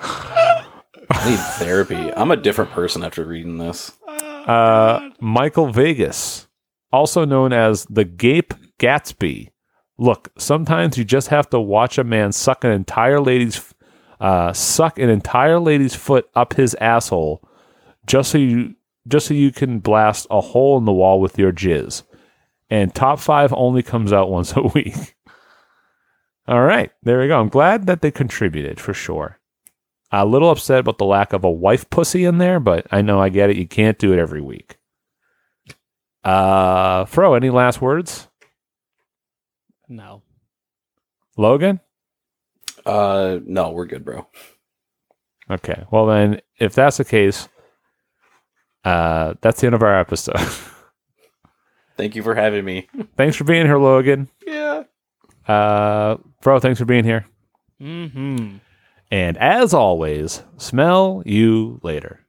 I need therapy. I'm a different person after reading this. Uh, Michael Vegas, also known as the Gape Gatsby. Look, sometimes you just have to watch a man suck an entire lady's uh, suck an entire lady's foot up his asshole, just so you just so you can blast a hole in the wall with your jizz. And top five only comes out once a week. All right, there we go. I'm glad that they contributed for sure. A little upset about the lack of a wife pussy in there, but I know I get it. You can't do it every week. Uh, Fro, any last words? No. Logan? Uh, no, we're good, bro. Okay. Well, then, if that's the case, uh, that's the end of our episode. Thank you for having me. thanks for being here, Logan. Yeah. Uh, Fro, thanks for being here. Mm-hmm. And as always, smell you later.